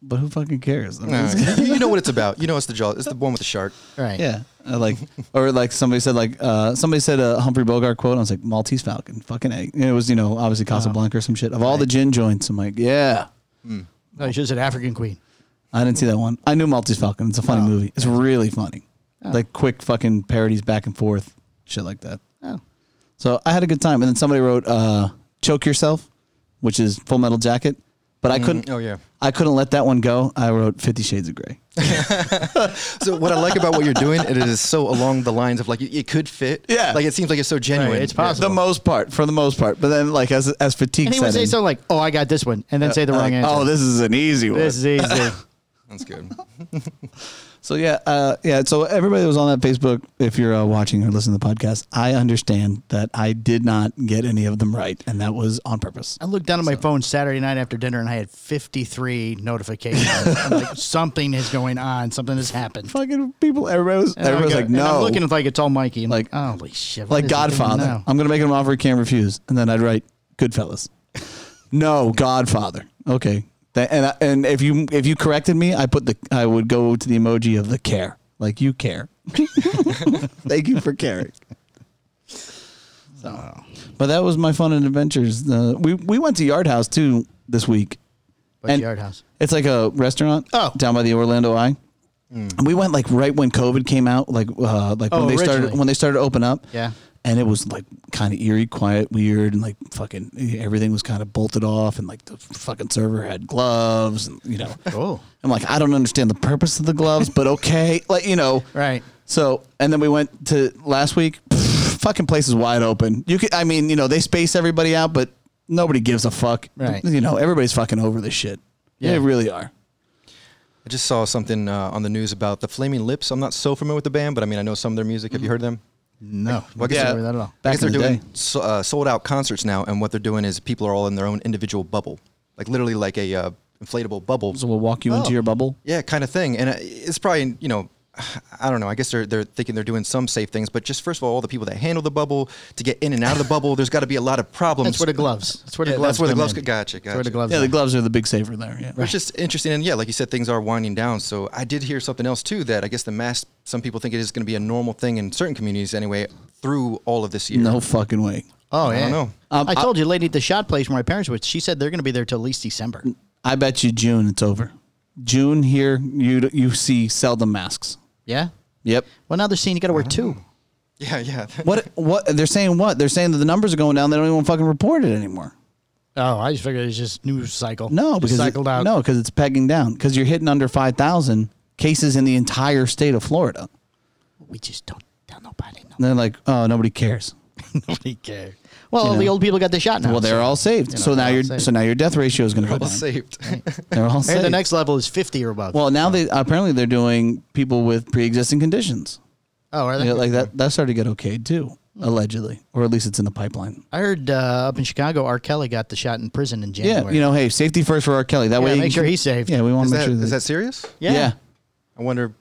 Speaker 2: but who fucking cares? I mean,
Speaker 3: Uh,
Speaker 2: it's-
Speaker 3: you, you know what it's about. You know it's the Jaws. It's the one with the shark.
Speaker 1: Right.
Speaker 2: Yeah. I like, or like somebody said, like, uh, somebody said a Humphrey Bogart quote. And I was like, Maltese Falcon, fucking egg. And it was, you know, obviously Casablanca or some shit. Of all the gin joints, I'm like, yeah.
Speaker 1: No, you should have said African Queen.
Speaker 2: I didn't see that one. I knew Maltese Falcon. It's a funny movie. It's really funny. Like quick fucking parodies back and forth, shit like that.
Speaker 1: Oh.
Speaker 2: So I had a good time. And then somebody wrote uh, "Choke Yourself," which is Full Metal Jacket, but I couldn't.
Speaker 3: oh, yeah.
Speaker 2: I couldn't let that one go. I wrote Fifty Shades of Grey.
Speaker 3: So what I like about what you're doing, it is so along the lines of like it, it could fit.
Speaker 2: Yeah.
Speaker 3: Like it seems like it's so genuine.
Speaker 1: Right, it's possible.
Speaker 2: the most part, for the most part. But then, like as as fatigue
Speaker 1: And he would
Speaker 2: set
Speaker 1: say
Speaker 2: in,
Speaker 1: something like, "Oh, I got this one," and then say the wrong
Speaker 2: like,
Speaker 1: answer.
Speaker 2: oh, this is an easy one.
Speaker 1: this is easy.
Speaker 3: That's good.
Speaker 2: So yeah, uh, yeah. So everybody that was on that Facebook, if you're uh, watching or listening to the podcast, I understand that I did not get any of them right, and that was on purpose.
Speaker 1: I looked down at my phone Saturday night after dinner and I had 53 notifications. I'm like, something is going on. Something has happened.
Speaker 2: Fucking people, everybody was,
Speaker 1: And I'm
Speaker 2: everybody's
Speaker 1: go-
Speaker 2: like,
Speaker 1: and
Speaker 2: no,
Speaker 1: I'm looking at like it's all Mikey. and like,
Speaker 2: Like-
Speaker 1: holy shit. what
Speaker 2: like
Speaker 1: is he doing
Speaker 2: Godfather. Uh-huh.
Speaker 1: now?
Speaker 2: I'm gonna make him an offer he can't refuse, and then I'd write Goodfellas. no, Godfather. Okay, That- and I, and if you if you corrected me, I put the I would go to the emoji of the care, like you care. Thank you for caring.
Speaker 1: So,
Speaker 2: But that was my fun and adventures. Uh, we we went to Yard House too this week.
Speaker 1: but
Speaker 2: And-
Speaker 1: Yard House.
Speaker 2: It's like a restaurant
Speaker 1: Oh.
Speaker 2: down by the Orlando Eye. And we went like right when COVID came out, like uh, like
Speaker 1: Oh,
Speaker 2: when they started
Speaker 1: originally.
Speaker 2: when they started to open up.
Speaker 1: Yeah.
Speaker 2: And it was like kind of eerie, quiet, weird, and like fucking everything was kind of bolted off, and like the fucking server had gloves, and you know,
Speaker 1: Oh,
Speaker 2: I'm like, I don't understand the purpose of the gloves, but okay, like you know,
Speaker 1: right.
Speaker 2: so, and then we went to last week. pff, fucking place is wide open. You could, I mean, you know, they space everybody out, but nobody gives a fuck.
Speaker 1: Right.
Speaker 2: You know, everybody's fucking over this shit.
Speaker 1: Yeah.
Speaker 2: They really are.
Speaker 3: I just saw something uh, on the news about the Flaming Lips. I'm not so familiar with the band, but I mean, I know some of their music. Have you heard of them?
Speaker 1: No.
Speaker 3: Well, I guess
Speaker 1: yeah.
Speaker 3: they're-
Speaker 1: that at all.
Speaker 3: I
Speaker 2: Back
Speaker 3: guess
Speaker 2: in
Speaker 3: they're
Speaker 2: the
Speaker 3: doing
Speaker 2: day.
Speaker 3: so, uh, sold out concerts now, and what they're doing is people are all in their own individual bubble, like literally like a uh, inflatable bubble.
Speaker 2: So we'll walk you
Speaker 1: Oh.
Speaker 2: into your bubble.
Speaker 3: Yeah, kind of thing. And uh, it's probably you know, I don't know. I guess they're they're thinking they're doing some safe things, but just first of all, all the people that handle the bubble to get in and out of the bubble, there's got to be a lot of problems.
Speaker 1: That's where the gloves. That's where the
Speaker 3: Yeah,
Speaker 1: gloves.
Speaker 3: that's where the
Speaker 1: come
Speaker 3: gloves
Speaker 1: in.
Speaker 3: get- gotcha,
Speaker 1: That's where the
Speaker 3: gotcha.
Speaker 1: gloves.
Speaker 2: Yeah,
Speaker 1: are.
Speaker 2: the gloves are the big saver there. Yeah.
Speaker 3: It's just interesting, and yeah, like you said, things are winding down. So I did hear something else too that I guess the mask. Some people think it is going to be a normal thing in certain communities anyway through all of this year.
Speaker 2: No fucking way.
Speaker 1: Oh yeah.
Speaker 3: I don't know.
Speaker 2: Um,
Speaker 1: I told you, lady at the shot place where my parents were. She said they're going to be there till at least December.
Speaker 2: I bet you June it's over. June here, you you see seldom masks.
Speaker 1: Yeah.
Speaker 2: Yep.
Speaker 1: Well, now they're saying you got to wear two.
Speaker 3: Yeah, yeah.
Speaker 2: What what they're saying? What they're saying that the numbers are going down. They don't even fucking report it anymore.
Speaker 1: Oh, I just figured it's just news cycle.
Speaker 2: No,
Speaker 1: Just
Speaker 2: because it-
Speaker 1: cycled out.
Speaker 2: No, because it's pegging down. Because you're hitting under five thousand cases in the entire state of Florida.
Speaker 1: we just don't tell nobody.
Speaker 2: And they're like, oh, nobody cares.
Speaker 1: Nobody cares. Well, the old people got the shot now.
Speaker 2: Well, they're
Speaker 1: so-
Speaker 2: all saved.
Speaker 1: you know,
Speaker 2: so now
Speaker 1: they're all
Speaker 2: your
Speaker 1: saved.
Speaker 2: so now your death ratio is going to go
Speaker 3: All
Speaker 2: down.
Speaker 3: saved.
Speaker 2: They're all
Speaker 1: And
Speaker 2: saved.
Speaker 1: the next level is 50 or above.
Speaker 2: well, now they apparently they're doing people with pre-existing conditions.
Speaker 1: oh, are they?
Speaker 2: You know, like that that started to get okay too, allegedly, or at least it's in the pipeline.
Speaker 1: I heard uh, up in Chicago, R. Kelly got the shot in prison in
Speaker 2: Yeah,
Speaker 1: January.
Speaker 2: you know, hey, safety first for R. Kelly. That
Speaker 1: Yeah,
Speaker 2: way, he
Speaker 1: make
Speaker 2: can-
Speaker 1: sure he's saved.
Speaker 2: Yeah, we want
Speaker 3: Is
Speaker 2: to make
Speaker 3: that,
Speaker 2: sure
Speaker 3: is
Speaker 2: that-
Speaker 3: that serious?
Speaker 1: Yeah.
Speaker 2: yeah.
Speaker 3: I wonder.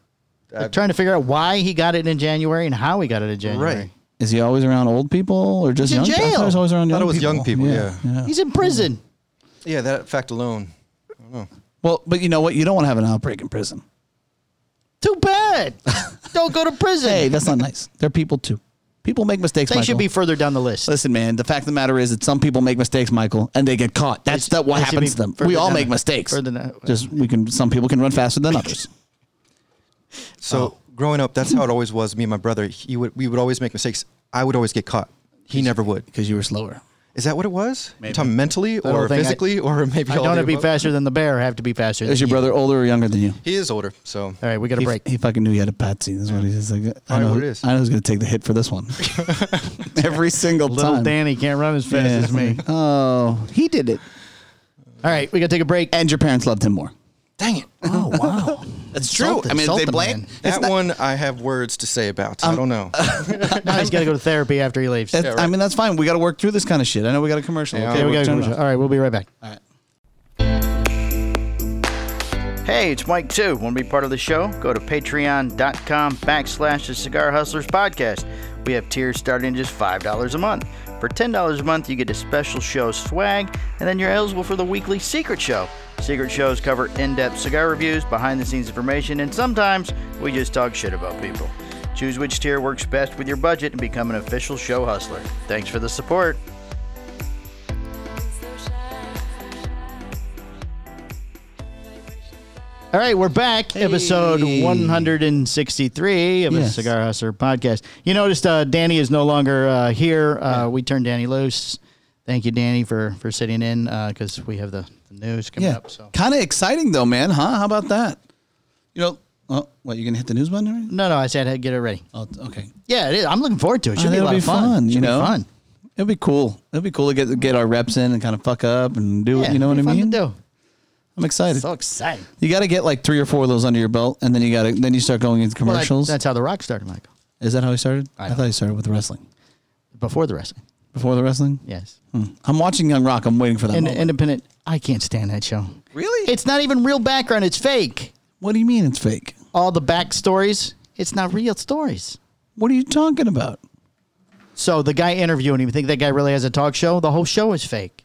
Speaker 1: Like, trying to figure out why he got it in January and how he got it in January.
Speaker 3: Right.
Speaker 2: Is he always around old people or just
Speaker 1: He's in
Speaker 2: young? I thought
Speaker 1: jail.
Speaker 2: he was always around
Speaker 3: Thought
Speaker 2: young
Speaker 3: it was young people, yeah.
Speaker 1: He's in prison.
Speaker 3: Yeah, that fact alone.
Speaker 2: Well, but you know what? You don't want to have an outbreak in prison.
Speaker 1: Too bad. Don't go to prison.
Speaker 2: Hey, that's not nice. They're people too. People make mistakes.
Speaker 1: they should
Speaker 2: Michael.
Speaker 1: be further down the list.
Speaker 2: Listen, man. The fact of the matter is that some people make mistakes, Michael, and they get caught. That's
Speaker 1: They should-
Speaker 2: that what
Speaker 1: they should
Speaker 2: happens
Speaker 1: be
Speaker 2: to them.
Speaker 1: further
Speaker 2: We all
Speaker 1: down
Speaker 2: make
Speaker 1: the-
Speaker 2: mistakes.
Speaker 1: further down-
Speaker 2: Just we can. Some people can run faster than others.
Speaker 3: So
Speaker 1: Oh.
Speaker 3: growing up, that's how it always was. Me and my brother, he would, we would always make mistakes. I would always get caught. He never would.
Speaker 2: because you were slower.
Speaker 3: Is that what it was? You're talking mentally
Speaker 1: don't
Speaker 3: or
Speaker 1: think I-
Speaker 3: physically or maybe
Speaker 1: I
Speaker 3: all
Speaker 1: don't want
Speaker 3: the
Speaker 1: to be
Speaker 3: above?
Speaker 1: faster than the bear. I have to be faster.
Speaker 2: Is
Speaker 1: than
Speaker 2: your
Speaker 1: you.
Speaker 2: brother older or younger than you?
Speaker 3: He is older, so
Speaker 1: All right, we got a
Speaker 2: He,
Speaker 1: break.
Speaker 2: he fucking knew he had a patsy. That's what he's like. I
Speaker 3: Probably
Speaker 2: know.
Speaker 3: what it is.
Speaker 2: I know who's gonna take the hit for this one. Every single
Speaker 1: Little
Speaker 2: time.
Speaker 1: Danny can't run as fast
Speaker 2: Yeah.
Speaker 1: as me.
Speaker 2: Oh, he did it.
Speaker 1: All right, we got to take a break.
Speaker 2: And your parents loved him more.
Speaker 3: dang it.
Speaker 1: Oh wow,
Speaker 2: That's
Speaker 1: Salt- salt the man.
Speaker 3: That one I have words to say about.
Speaker 1: Um,
Speaker 3: I don't know.
Speaker 1: now he's got to go to therapy after he leaves.
Speaker 2: That's- I mean, that's fine. We got to work through this kind of shit. I know we got a commercial.
Speaker 3: Yeah,
Speaker 1: Okay,
Speaker 2: we'll
Speaker 1: we got to
Speaker 2: turn it
Speaker 1: go.
Speaker 2: off.
Speaker 1: All right, we'll be right back.
Speaker 2: All right.
Speaker 1: Hey, it's Mike too. Want to be part of the show? Go to patreon.com backslash the Cigar Hustlers podcast. We have tiers starting at just $5 a month. For $10 a month, you get a special show swag, and then you're eligible for the weekly secret show. Secret shows cover in depth cigar reviews, behind the scenes information, and sometimes we just talk shit about people. Choose which tier works best with your budget and become an official show hustler. Thanks for the support.
Speaker 4: so shy.
Speaker 1: All right, we're back. Episode 163 of the
Speaker 2: Yes.
Speaker 1: Cigar Hustler podcast. You noticed uh, Danny is no longer uh, here. Uh, we turned Danny loose. Thank you, Danny, for, for sitting in because we have the, the news coming
Speaker 2: Yeah.
Speaker 1: up. So
Speaker 2: Kind of exciting though, man. Huh? How about that? You know, oh, what you gonna hit the news button? Already?
Speaker 1: No, no, I said hey, get it ready.
Speaker 2: Oh, okay.
Speaker 1: Yeah, it is. I'm looking forward to it. Should
Speaker 2: Oh,
Speaker 1: be a
Speaker 2: that'll
Speaker 1: lot of fun.
Speaker 2: You
Speaker 1: Should be
Speaker 2: know,
Speaker 1: fun.
Speaker 2: It'll be cool. It'll be cool to get get our reps in and kind of fuck up and do
Speaker 1: Yeah,
Speaker 2: it. You know what I
Speaker 1: it'll be
Speaker 2: mean?
Speaker 1: Fun to
Speaker 2: I'm
Speaker 1: do.
Speaker 2: excited.
Speaker 1: So exciting.
Speaker 2: You got to get like three or four of those under your belt, and then you got to then you start going into
Speaker 1: Well, that-
Speaker 2: commercials.
Speaker 1: that's how The Rock started, Michael.
Speaker 2: Is that how he started?
Speaker 1: I
Speaker 2: I,
Speaker 1: know.
Speaker 2: thought he started with wrestling.
Speaker 1: Before the wrestling.
Speaker 2: Before the wrestling,
Speaker 1: Yes.
Speaker 2: Hmm. I'm watching Young Rock. I'm waiting for that.
Speaker 1: In-
Speaker 2: moment.
Speaker 1: independent. I can't stand that show.
Speaker 2: Really?
Speaker 1: It's not even real background. It's fake.
Speaker 2: what do you mean it's fake?
Speaker 1: All the backstories. It's not real stories.
Speaker 2: What are you talking about?
Speaker 1: So the guy interviewing him, you think that guy really has a talk show? The whole show is fake.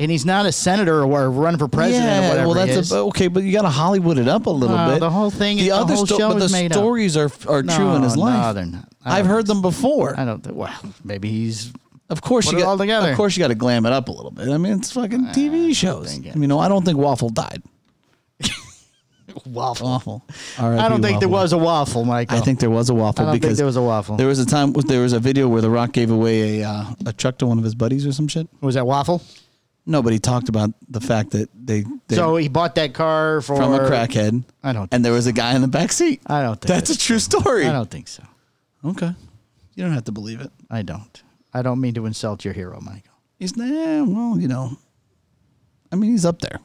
Speaker 1: And he's not a senator or running for president or whatever.
Speaker 2: well,
Speaker 1: he
Speaker 2: that's
Speaker 1: is.
Speaker 2: A, okay, but you got to Hollywood it up a little
Speaker 1: No,
Speaker 2: bit.
Speaker 1: the whole thing is- the whole show
Speaker 2: but
Speaker 1: is
Speaker 2: the
Speaker 1: made up.
Speaker 2: stories are are true in his
Speaker 1: No,
Speaker 2: life.
Speaker 1: No, they're not. I
Speaker 2: I've
Speaker 1: don't-
Speaker 2: heard them before.
Speaker 1: I don't. thi- Well, maybe he's.
Speaker 2: Of course,
Speaker 1: Put
Speaker 2: you
Speaker 1: it
Speaker 2: got,
Speaker 1: all together.
Speaker 2: Of course, you got to glam it up a little bit. I mean, it's fucking TV shows.
Speaker 1: think it-
Speaker 2: I mean, no, I don't think Waffle died.
Speaker 1: Waffle.
Speaker 2: Waffle.
Speaker 1: I don't think there was a waffle, Michael.
Speaker 2: I think there was a waffle.
Speaker 1: I don't think
Speaker 2: because
Speaker 1: there was a waffle.
Speaker 2: There was a time. There was a video where The Rock gave away a uh, a truck to one of his buddies or some shit.
Speaker 1: was that waffle.
Speaker 2: Nobody talked about the fact that they, they
Speaker 1: so he bought that car for
Speaker 2: from a crackhead.
Speaker 1: I don't
Speaker 2: And there was a guy in the back seat.
Speaker 1: I don't think
Speaker 2: That's a
Speaker 1: that's
Speaker 2: true story.
Speaker 1: I don't think so.
Speaker 2: Okay. You don't have to believe it.
Speaker 1: I don't. I don't mean to insult your hero, Michael.
Speaker 2: He's nah, well, you know. I mean, he's up there.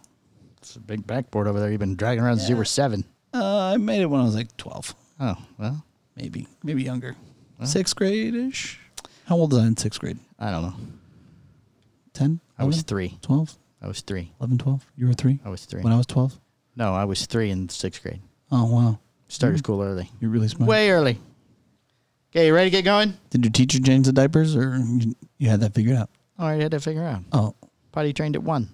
Speaker 1: It's a big backboard over there. You've been dragging around since you were seven.
Speaker 2: Uh, I made it when I was like 12,
Speaker 1: Oh well,
Speaker 2: maybe, maybe younger. Sixth grade ish. How old was I in sixth grade?
Speaker 1: I don't know.
Speaker 2: 10?
Speaker 1: I was three.
Speaker 2: 12?
Speaker 1: I was three.
Speaker 2: 11, 12? You were three?
Speaker 1: I was three.
Speaker 2: When I was 12?
Speaker 1: No, I was three in sixth grade.
Speaker 2: Oh, wow.
Speaker 1: Started school early.
Speaker 2: You're really smart.
Speaker 1: Way early. Okay, you ready to get going?
Speaker 2: Did your teacher change the diapers or you, you had that figured out?
Speaker 1: I already had to figure out.
Speaker 2: Oh.
Speaker 1: Potty trained at one.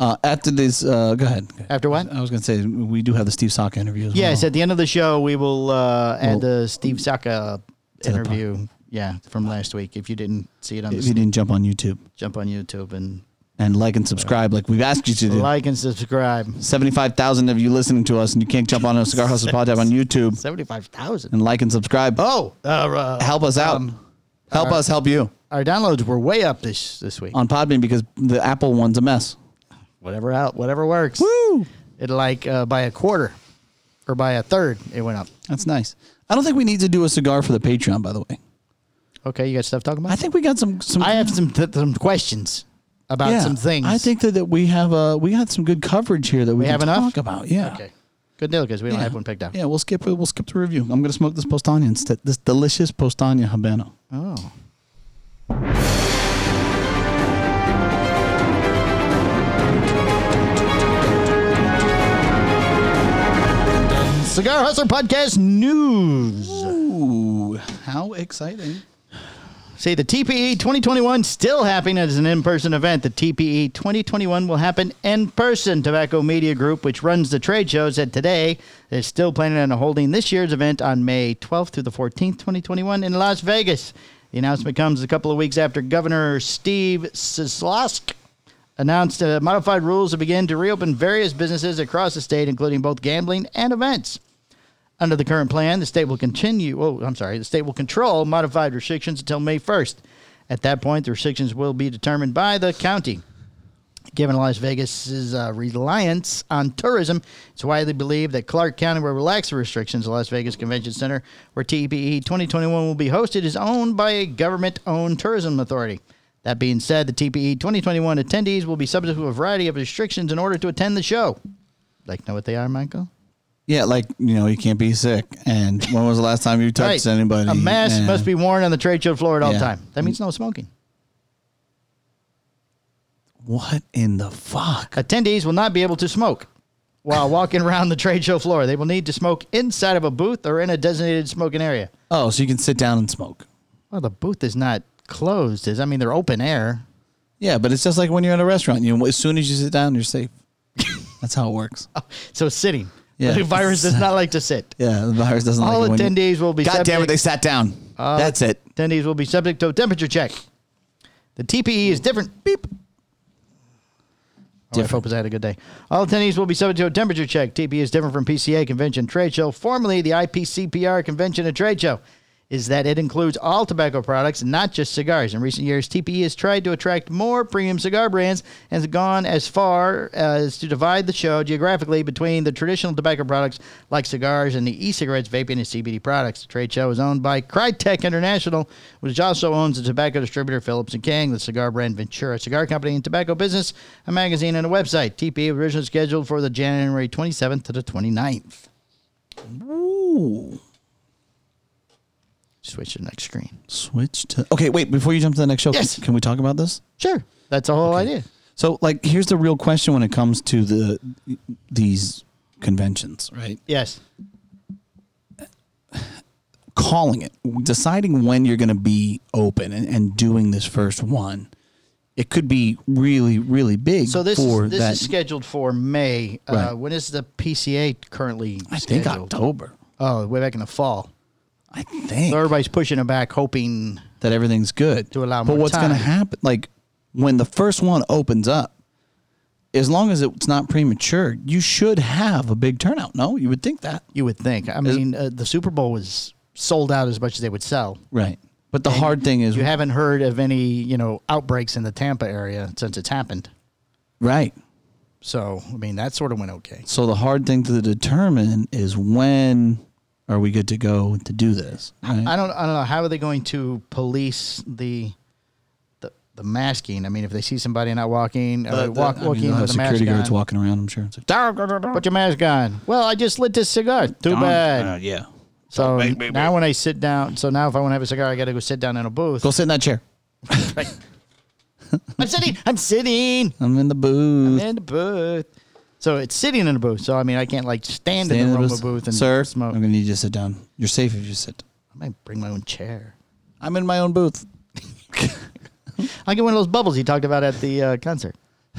Speaker 2: Uh, after this, uh, go ahead.
Speaker 1: After what?
Speaker 2: I was going to say, we do have the Steve Saka interview as
Speaker 1: Yes,
Speaker 2: well.
Speaker 1: at the end of the show, we will uh, add
Speaker 2: Oh. Well,
Speaker 1: the Steve Saka
Speaker 2: to the pod.
Speaker 1: interview. Yeah, from last week. If you didn't see it on
Speaker 2: If you
Speaker 1: the
Speaker 2: didn't jump on YouTube
Speaker 1: jump on YouTube and
Speaker 2: and like and subscribe, like we've asked you to do.
Speaker 1: like and subscribe.
Speaker 2: 75,000 of you listening to us and you can't jump on a Cigar Hustle podcast on YouTube
Speaker 1: Seventy-five thousand.
Speaker 2: and like and subscribe.
Speaker 1: Oh, uh, uh,
Speaker 2: Help us out. help us help you
Speaker 1: our downloads were way up this this week.
Speaker 2: on Podbean because the Apple one's a mess.
Speaker 1: Whatever out, whatever works.
Speaker 2: Woo!
Speaker 1: It like uh, by a quarter or by a third, it went up.
Speaker 2: That's nice. I don't think we need to do a cigar for the Patreon, by the way.
Speaker 1: Okay, you got stuff talking about.
Speaker 2: I think we got some some
Speaker 1: I have some th- some questions about
Speaker 2: yeah.
Speaker 1: some things.
Speaker 2: I think that, that we have uh we got some good coverage here that we,
Speaker 1: We
Speaker 2: can
Speaker 1: have enough?
Speaker 2: talk about. Yeah.
Speaker 1: Okay, good deal because we don't
Speaker 2: Yeah.
Speaker 1: have one picked out.
Speaker 2: Yeah, we'll skip we'll skip the review. I'm gonna smoke this postania instead. This delicious postania habano.
Speaker 1: Oh, Cigar Hustler Podcast News.
Speaker 2: Ooh, how exciting!
Speaker 1: See, the TPE 2021 still happening as an in-person event. The TPE 2021 will happen in person. Tobacco Media Group, which runs the trade show, said today is still planning on holding this year's event on May 12th through the 14th, 2021, in Las Vegas. The announcement comes a couple of weeks after Governor Steve Sisolak announced uh, modified rules to begin to reopen various businesses across the state, including both gambling and events. Under the current plan, the state will continue. Oh, I'm sorry. The state will control modified restrictions until May 1st. At that point, the restrictions will be determined by the county. Given Las Vegas's uh, reliance on tourism, it's widely believed that Clark County will relax the restrictions. The Las Vegas Convention Center, E where TPE 2021 will be hosted, is owned by a government-owned tourism authority. That being said, the E TPE 2021 attendees will be subject to a variety of restrictions in order to attend the show. Like, know what they are, Michael?
Speaker 2: Yeah, like you know, you can't be sick. And when was the last time you touched
Speaker 1: Right.
Speaker 2: anybody?
Speaker 1: A mask
Speaker 2: And-
Speaker 1: must be worn on the trade show floor at all
Speaker 2: Yeah. Mm.
Speaker 1: time. That means no smoking.
Speaker 2: What in the fuck?
Speaker 1: Attendees will not be able to smoke while walking around the trade show floor. They will need to smoke inside of a booth or in a designated smoking area.
Speaker 2: Oh, so you can sit down and smoke.
Speaker 1: Well, the booth is not closed. Is I mean, they're open air.
Speaker 2: Yeah, but it's just like when you're in a restaurant. You know, as soon as you sit down, you're safe. That's how it works.
Speaker 1: So sitting.
Speaker 2: Yeah.
Speaker 1: The virus does not like to sit.
Speaker 2: Yeah, the virus doesn't.
Speaker 1: All
Speaker 2: like it when you-
Speaker 1: attendees will be Uh,
Speaker 2: God damn
Speaker 1: subject-
Speaker 2: it! They sat down. That's it.
Speaker 1: Attendees will be subject E to a temperature check. The TPE is different. Beep. Wife hopes I had a good day. All attendees will be subject to a temperature check. TP is different from PCA convention trade show, formerly the IPCPR convention and trade show. Is that it includes all tobacco products, not just cigars. In recent years, TPE has tried to attract more premium cigar brands and has gone as far as to divide the show geographically between the traditional tobacco products like cigars and the e-cigarettes, vaping, and CBD products. The trade show is owned by Crytek International, which also owns the tobacco distributor Phillips & Kang, the cigar brand Ventura Cigar Company, and Tobacco Business, a magazine and a website. TPE was originally scheduled for the January 27th to the 29th.
Speaker 2: Ooh.
Speaker 1: Switch to the next screen.
Speaker 2: Switch to. Okay, wait. Before you jump to the next show,
Speaker 1: Yes.
Speaker 2: can we talk about this?
Speaker 1: Sure. That's the whole idea.
Speaker 2: So, like, here's the real question when it comes to the these conventions, right?
Speaker 1: Yes.
Speaker 2: Calling it, deciding when you're going to be open, and, and doing this first one, it could be really, really big.
Speaker 1: So this
Speaker 2: for
Speaker 1: is, this
Speaker 2: that,
Speaker 1: is scheduled for May. Uh,
Speaker 2: Right.
Speaker 1: when is the PCA currently?
Speaker 2: I think
Speaker 1: scheduled?
Speaker 2: October.
Speaker 1: Oh, way back in the fall.
Speaker 2: I think
Speaker 1: So everybody's pushing it back, hoping.
Speaker 2: that everything's good.
Speaker 1: To allow
Speaker 2: but
Speaker 1: more
Speaker 2: what's going to
Speaker 1: time.
Speaker 2: happen? Like when the first one opens up, as long as it's not premature, you should have a big turnout. No, you would think that,
Speaker 1: You would think. I mean, uh, the Super Bowl was sold out as much as they would sell.
Speaker 2: right? But the hard thing is
Speaker 1: You haven't heard of any, you know, outbreaks in the Tampa area since it's happened.
Speaker 2: right.
Speaker 1: So I mean, that sort of went okay.
Speaker 2: So the hard thing to determine is when are we good to go to do this? Right?
Speaker 1: I don't. I don't know. How are they going to police the? the The masking. I mean, if they see somebody not walking, or
Speaker 2: Uh, The- the-
Speaker 1: walk,
Speaker 2: I mean,
Speaker 1: walking
Speaker 2: they'll have
Speaker 1: with a mask
Speaker 2: security guards
Speaker 1: on,
Speaker 2: walking around. I'm sure. It's like,
Speaker 1: put your mask on. Well, I just lit this cigar. Too bad.
Speaker 2: Uh, yeah.
Speaker 1: So now when I sit down, so now if I want to have a cigar, I got to go sit down in a booth.
Speaker 2: Go sit in that chair.
Speaker 1: I'm sitting. I'm sitting
Speaker 2: I'm in the booth.
Speaker 1: in the booth. So it's sitting in a booth. So I mean, I can't like stand,
Speaker 2: Stay
Speaker 1: in the
Speaker 2: the
Speaker 1: room of a booth and
Speaker 2: Sir,
Speaker 1: smoke.
Speaker 2: I'm gonna need you to sit down. You're safe if you sit.
Speaker 1: I might bring my own chair.
Speaker 2: I'm in my own booth.
Speaker 1: I get one of those bubbles he talked about at the uh, concert.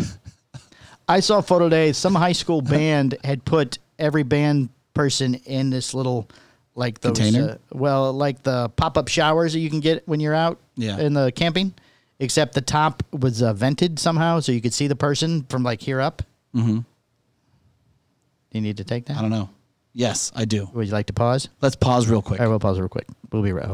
Speaker 1: I saw a photo today. Some high school band had put every band person in this little, like those,
Speaker 2: Container?
Speaker 1: uh, well, like the pop-up showers that you can get when you're out
Speaker 2: Yeah.
Speaker 1: in the camping. Except the top was uh, vented somehow, so you could see the person from like here up. Mm-hmm. Do you need to take
Speaker 2: I
Speaker 1: that?
Speaker 2: don't know. Yes, I do.
Speaker 1: Would you like to pause?
Speaker 2: Let's pause real quick.
Speaker 1: All right, we'll pause real quick. We'll be right.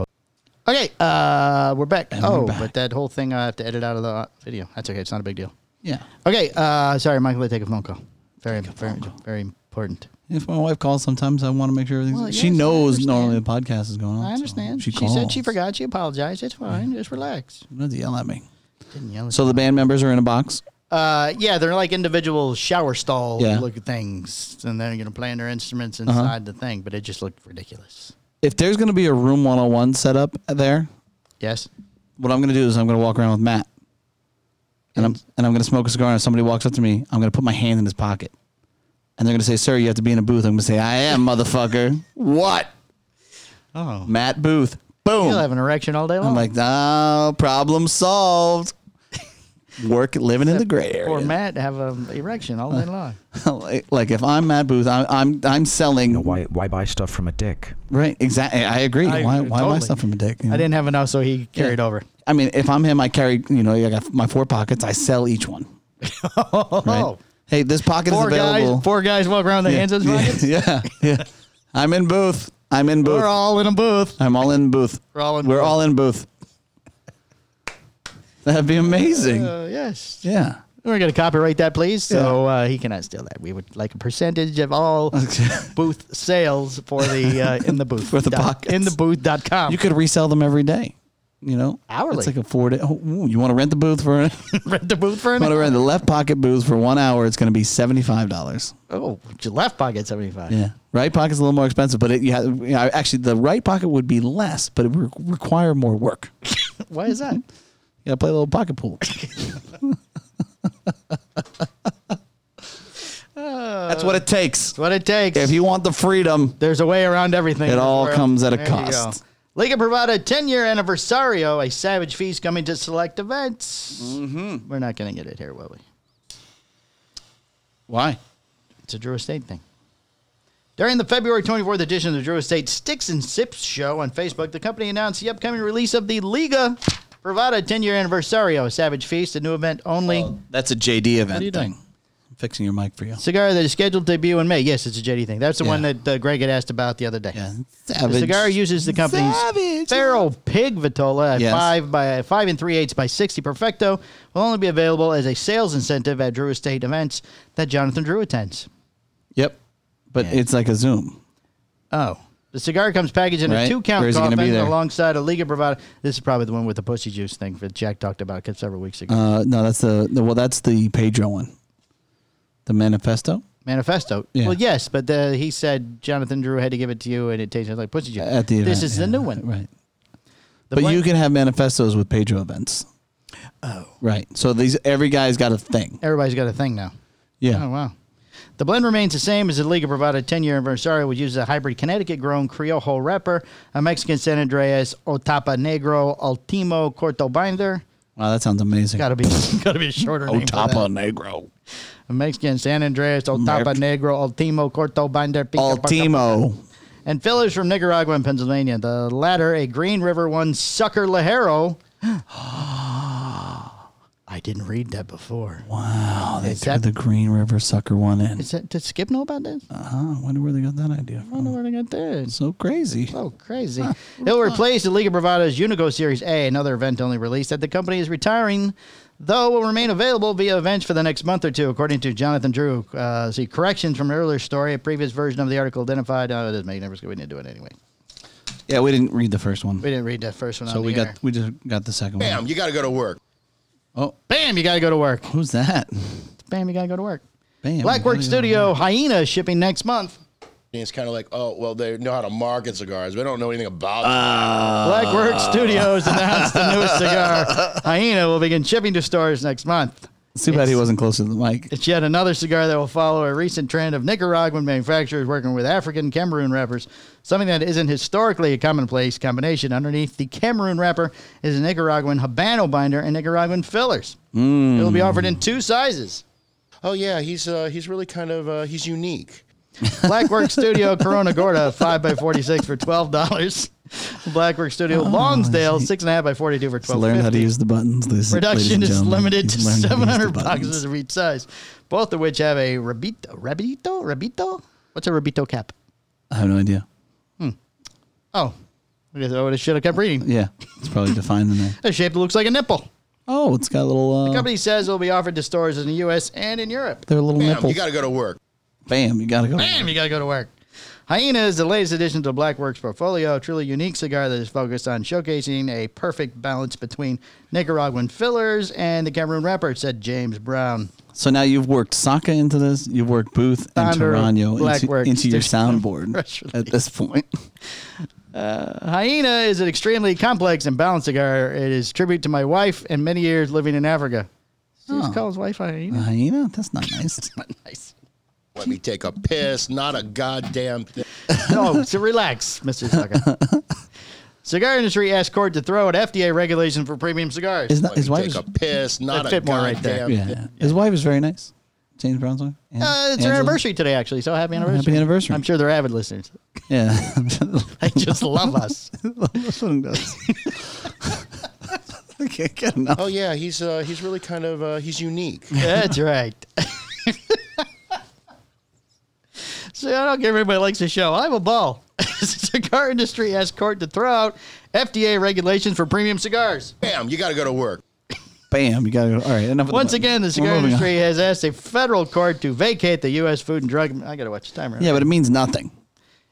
Speaker 1: Okay, uh, we're back.
Speaker 2: And we're
Speaker 1: oh,
Speaker 2: back.
Speaker 1: but that whole thing I have to edit out of the uh, video. That's okay. It's not a big deal.
Speaker 2: Yeah.
Speaker 1: Okay, uh, sorry, Michael. I take a phone call. Very, very,
Speaker 2: phone call.
Speaker 1: very important.
Speaker 2: If my wife calls sometimes, I want to make sure everything's.
Speaker 1: Well,
Speaker 2: she
Speaker 1: yes, I
Speaker 2: knows
Speaker 1: understand.
Speaker 2: normally the podcast is going on.
Speaker 1: I
Speaker 2: so
Speaker 1: understand.
Speaker 2: she
Speaker 1: she said she
Speaker 2: calls.
Speaker 1: forgot. She apologized. It's fine. Just relax.
Speaker 2: She doesn't yell at me.
Speaker 1: Didn't yell. At
Speaker 2: So the band members are in a box.
Speaker 1: Uh, yeah, they're like individual shower stall
Speaker 2: Yeah.
Speaker 1: look things, and they're you know playing their instruments inside the thing. But it just looked ridiculous.
Speaker 2: If there's going to be a room 101 set up there,
Speaker 1: Yes.
Speaker 2: what I'm going to do is I'm going to walk around with Matt, and I'm and I'm going to smoke a cigar. And if somebody walks up to me, I'm going to put my hand in his pocket, and they're going to say, "Sir, you have to be in a booth." I'm going to say, "I am, motherfucker." what?
Speaker 1: Oh.
Speaker 2: Matt Booth. Boom.
Speaker 1: You'll have an erection all day long.
Speaker 2: I'm like, no, problem solved. Work living in the gray area.
Speaker 1: or Matt have an erection all day long.
Speaker 2: like, like if I'm Matt Booth, I'm I'm, I'm selling.
Speaker 4: You know, why why buy stuff from a dick?
Speaker 2: Right, exactly. I agree.
Speaker 1: I
Speaker 2: why
Speaker 1: agree,
Speaker 2: why buy
Speaker 1: totally.
Speaker 2: stuff from a dick? you
Speaker 1: I
Speaker 2: know?
Speaker 1: didn't have enough, so he carried over.
Speaker 2: I mean, if I'm him, I carry. You know, I got my four pockets. I sell each one.
Speaker 1: Oh,
Speaker 2: Right? Hey, this pocket
Speaker 1: four
Speaker 2: is available.
Speaker 1: guys, four guys walk around with their hands in their pockets.
Speaker 2: yeah, yeah. I'm in booth. I'm in booth.
Speaker 1: We're all in a booth.
Speaker 2: I'm all in booth.
Speaker 1: We're all in
Speaker 2: We're
Speaker 1: booth.
Speaker 2: all in booth. That'd be amazing.
Speaker 1: Uh, yes.
Speaker 2: yeah.
Speaker 1: We're going to copyright that, please. So uh, he cannot steal that. We would like a percentage of all booth sales for the uh, in the booth
Speaker 2: For the
Speaker 1: dot,
Speaker 2: pockets.
Speaker 1: in the booth dot com.
Speaker 2: You could resell them every day. You know,
Speaker 1: Hourly.
Speaker 2: It's like a four day. Oh, ooh, you want to rent the booth for? you
Speaker 1: rent the booth for an
Speaker 2: want to rent the left pocket booth for one hour? It's going to be seventy five dollars.
Speaker 1: Oh, your left pocket seventy five.
Speaker 2: Yeah, right pocket's a little more expensive, but it, you have, you know, actually the right pocket would be less, but it would require more work. You
Speaker 1: Why is that?
Speaker 2: got to play a little pocket pool. That's what it takes.
Speaker 1: What it takes.
Speaker 2: If you want the freedom,
Speaker 1: There's a way around everything.
Speaker 2: It
Speaker 1: in this
Speaker 2: all
Speaker 1: world.
Speaker 2: comes at a
Speaker 1: There you go.
Speaker 2: cost.
Speaker 1: Liga Privada 10 year anniversario, a savage feast coming to select events. Mm-hmm. We're not going to get it here, will we?
Speaker 2: why?
Speaker 1: It's a Drew Estate thing. During the February 24th edition of the Drew Estate Sticks and Sips show on Facebook, the company announced the upcoming release of the Liga Privada 10 year anniversario, a savage Oh, feast, a new event only.
Speaker 2: Oh. That's a JD event
Speaker 1: you
Speaker 2: thing.
Speaker 1: doing?
Speaker 2: fixing your mic for you.
Speaker 1: Cigar that is scheduled to debut in May. Yes, it's a Jetty thing. That's the one
Speaker 2: Yeah.
Speaker 1: that uh, Greg had asked about the other day.
Speaker 2: Yeah,
Speaker 1: The
Speaker 2: savage.
Speaker 1: cigar uses the company's
Speaker 2: Savage.
Speaker 1: feral pig vitola at
Speaker 2: Yes.
Speaker 1: five by five and three eighths by sixty perfecto. Will only be available as a sales incentive at Drew Estate events that Jonathan Drew attends.
Speaker 2: Yep, but it's like a Zoom.
Speaker 1: Oh. The cigar comes packaged in a
Speaker 2: Right?
Speaker 1: two count
Speaker 2: Where is it gonna be
Speaker 1: coffin
Speaker 2: there?
Speaker 1: alongside a Liga Bravada. This is probably the one with the pussy juice thing that Jack talked about several weeks ago.
Speaker 2: Uh, no, that's the, the well, that's the Pedro one, the manifesto
Speaker 1: Manifesto.
Speaker 2: yeah.
Speaker 1: Well, yes, but the, he said Jonathan Drew had to give it to you and it tasted like pussy juice.
Speaker 2: at the.
Speaker 1: this
Speaker 2: event,
Speaker 1: is
Speaker 2: yeah,
Speaker 1: the new one.
Speaker 2: right?
Speaker 1: The
Speaker 2: but
Speaker 1: blank-
Speaker 2: you can have manifestos with Pedro events. Oh, right. So these every guy's got a thing.
Speaker 1: Everybody's got a thing now.
Speaker 2: Yeah.
Speaker 1: Oh, wow. The blend remains the same as the Liga Bravada 10 year anniversary, which uses a hybrid Connecticut grown Criollo wrapper, a Mexican San Andreas Otapa Negro Ultimo Corto binder.
Speaker 2: Wow, that sounds amazing.
Speaker 1: Gotta be, gotta be a shorter
Speaker 5: Oh,
Speaker 1: name. for that.
Speaker 2: Otapa Negro.
Speaker 1: A Mexican San Andreas Otapa Negro Ultimo Corto binder. pica, paca,
Speaker 2: Altimo.
Speaker 1: and fillers from Nicaragua and Pennsylvania. The latter, a Green River one, Sucker Lajero. I didn't read that before.
Speaker 2: Wow, they
Speaker 1: Is
Speaker 2: threw
Speaker 1: that-
Speaker 2: the Green River sucker one in.
Speaker 1: Is that, did Skip know about this? I
Speaker 2: Uh-huh. I wonder where they got that idea
Speaker 1: don't know
Speaker 2: from.
Speaker 1: where they got this.
Speaker 2: So crazy.
Speaker 1: Oh, crazy. It'll replace the League of Bravada's Unico Series A, another event only release that the company is retiring, though will remain available via events for the next month or two, according to Jonathan Drew. Uh, see, corrections from an earlier story, a previous version of the article identified. Oh, it doesn't make any difference 'cause we didn't do it anyway.
Speaker 2: Yeah, we didn't read the first one.
Speaker 1: We didn't read that first one.
Speaker 2: So
Speaker 1: on
Speaker 2: we
Speaker 1: the
Speaker 2: got
Speaker 1: air.
Speaker 2: we just got the second
Speaker 5: Bam,
Speaker 2: one.
Speaker 5: you got to go to work.
Speaker 2: Oh,
Speaker 1: Bam, you got to go to work.
Speaker 2: who's that?
Speaker 1: Bam, you got to go to work.
Speaker 2: Bam.
Speaker 1: Blackwork
Speaker 2: Really?
Speaker 1: Studio Hyena shipping next month.
Speaker 5: And it's kind of like, oh, well, they know how to market cigars. We don't know anything about
Speaker 1: Blackwork
Speaker 2: Ah.
Speaker 1: Studios announced the newest cigar. Hyena will begin shipping to stores next month.
Speaker 2: It's too bad he wasn't close to the mic.
Speaker 1: It's yet another cigar that will follow a recent trend of Nicaraguan manufacturers working with African Cameroon wrappers, something that isn't historically a commonplace combination. Underneath the Cameroon wrapper is a Nicaraguan Habano binder and Nicaraguan fillers.
Speaker 2: Hmm.
Speaker 1: It will be offered in two sizes.
Speaker 5: Oh yeah, he's uh, he's really kind of uh, he's unique.
Speaker 1: Blackwork Studio Corona Gorda, 5 by 46 for $12. Blackwork Studio Longsdale, 6.5 by 42 for
Speaker 2: To Oh, learn how to
Speaker 1: $12.50.
Speaker 2: use the buttons. This
Speaker 1: Production is limited to 700 boxes of each size, both of which have a Rabito. Rabito? Rabito? What's a Rabito cap?
Speaker 2: I have no idea.
Speaker 1: Oh, I guess I should have kept reading.
Speaker 2: Yeah, it's probably defined in there.
Speaker 1: A shape that looks like a nipple.
Speaker 2: Oh, it's got a little. Uh,
Speaker 1: The company says it will be offered to stores in the U.S. and in Europe.
Speaker 2: they're little
Speaker 5: Bam,
Speaker 2: nipples.
Speaker 5: you got to go to work.
Speaker 2: Bam, you gotta go.
Speaker 1: Bam, you got to go to work. Hyena is the latest addition to Blackworks' portfolio, a truly unique cigar that is focused on showcasing a perfect balance between Nicaraguan fillers and the Cameroon wrapper, said James Brown.
Speaker 2: So now you've worked Saka into this, you've worked Booth and
Speaker 1: Thunder,
Speaker 2: Tarano into,
Speaker 1: Blackworks,
Speaker 2: into your
Speaker 1: Dish-
Speaker 2: soundboard
Speaker 1: press
Speaker 2: at this point.
Speaker 1: Hyena is an extremely complex and balanced cigar. It is tribute to my wife and many years living in Africa. She just calls wife Hyena.
Speaker 2: Hyena? That's not nice.
Speaker 1: Nice.
Speaker 5: Let me take a piss. Not a goddamn thing.
Speaker 1: No, so relax, Mr. Sucker. Cigar industry asked court to throw out FDA regulation for premium cigars.
Speaker 2: His,
Speaker 5: Let
Speaker 2: his
Speaker 5: me
Speaker 2: wife is,
Speaker 5: take a piss. Not
Speaker 1: That
Speaker 5: a
Speaker 1: fit
Speaker 5: goddamn
Speaker 1: more right there.
Speaker 2: yeah, His wife is very nice. James Brown's wife? An-
Speaker 1: uh, it's their
Speaker 2: Angela?
Speaker 1: anniversary today, actually. So happy anniversary!
Speaker 2: happy anniversary.
Speaker 1: I'm sure they're avid listeners.
Speaker 2: Yeah.
Speaker 1: They just love us.
Speaker 2: That's what he does. I can't get enough.
Speaker 5: Oh yeah, he's uh, he's really kind of uh, he's unique.
Speaker 1: That's right. See, I don't care if anybody likes the show. I have a ball. Cigar industry asked court to throw out FDA regulations for premium cigars.
Speaker 5: Bam, you got to go to work.
Speaker 2: Bam, you gotta go. All right, enough. of
Speaker 1: Once
Speaker 2: button.
Speaker 1: again, the
Speaker 2: We're
Speaker 1: cigar
Speaker 2: moving on.
Speaker 1: industry has asked a federal court to vacate the U.S. Food and Drug. I got to watch the timer.
Speaker 2: Yeah, but it means nothing.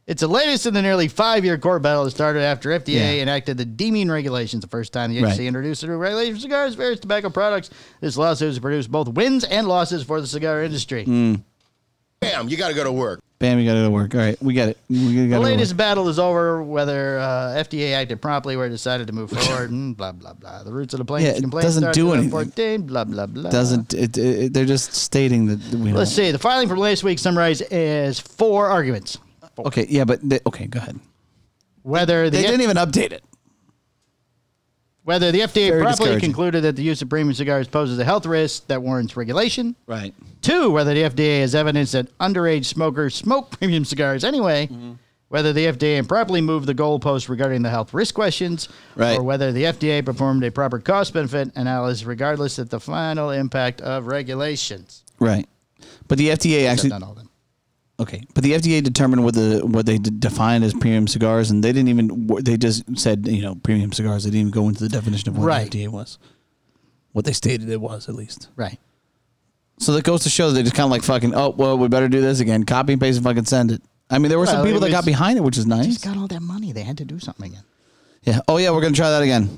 Speaker 1: It's the latest in the nearly five-year court battle that started after FDA
Speaker 2: Yeah.
Speaker 1: enacted the deeming regulations the first time the
Speaker 2: Right.
Speaker 1: agency introduced the new regulation for cigars, various tobacco products. This lawsuit has produced both wins and losses for the cigar industry.
Speaker 2: Mm.
Speaker 5: Bam, you got to go to work.
Speaker 2: Bam, you gotta go to work. All right, we got it. We gotta
Speaker 1: The
Speaker 2: go to
Speaker 1: latest
Speaker 2: work.
Speaker 1: battle is over whether uh, FDA acted promptly where it decided to move forward and blah, blah, blah. The roots of the plaintiff's
Speaker 2: Yeah, it
Speaker 1: complaint
Speaker 2: doesn't
Speaker 1: started
Speaker 2: do
Speaker 1: in
Speaker 2: anything.
Speaker 1: 14, blah, blah, blah.
Speaker 2: doesn't. It, it, it- they're just stating that we.
Speaker 1: Let's
Speaker 2: don't-
Speaker 1: see. The filing from last week summarized as four arguments.
Speaker 2: Okay, yeah, but they, okay, go ahead.
Speaker 1: Whether the
Speaker 2: They
Speaker 1: F-
Speaker 2: didn't even update it.
Speaker 1: Whether the FDA
Speaker 2: Very
Speaker 1: properly
Speaker 2: discouraging.
Speaker 1: concluded that the use of premium cigars poses a health risk that warrants regulation.
Speaker 2: Right.
Speaker 1: Two, whether the FDA has evidence that underage smokers smoke premium cigars anyway. Whether the FDA improperly moved the goalpost regarding the health risk questions,
Speaker 2: Right.
Speaker 1: or whether the FDA performed a proper cost benefit analysis, regardless of the final impact of regulations.
Speaker 2: Right. But the FDA actually
Speaker 1: done all them.
Speaker 2: Okay, but the FDA determined what the what they d- defined as premium cigars, and they didn't even wh- they just said you know premium cigars. They didn't even go into the definition of what
Speaker 1: Right.
Speaker 2: the FDA was, what they stated it was at least.
Speaker 1: Right.
Speaker 2: So that goes to show that they just kind of like fucking oh well we better do this again, copy and paste and fucking send it. I mean there were
Speaker 1: Well,
Speaker 2: some people
Speaker 1: it was-
Speaker 2: that got behind it, which is nice.
Speaker 1: He's got all that money. They had to do something again.
Speaker 2: yeah. Oh yeah, we're gonna try that again.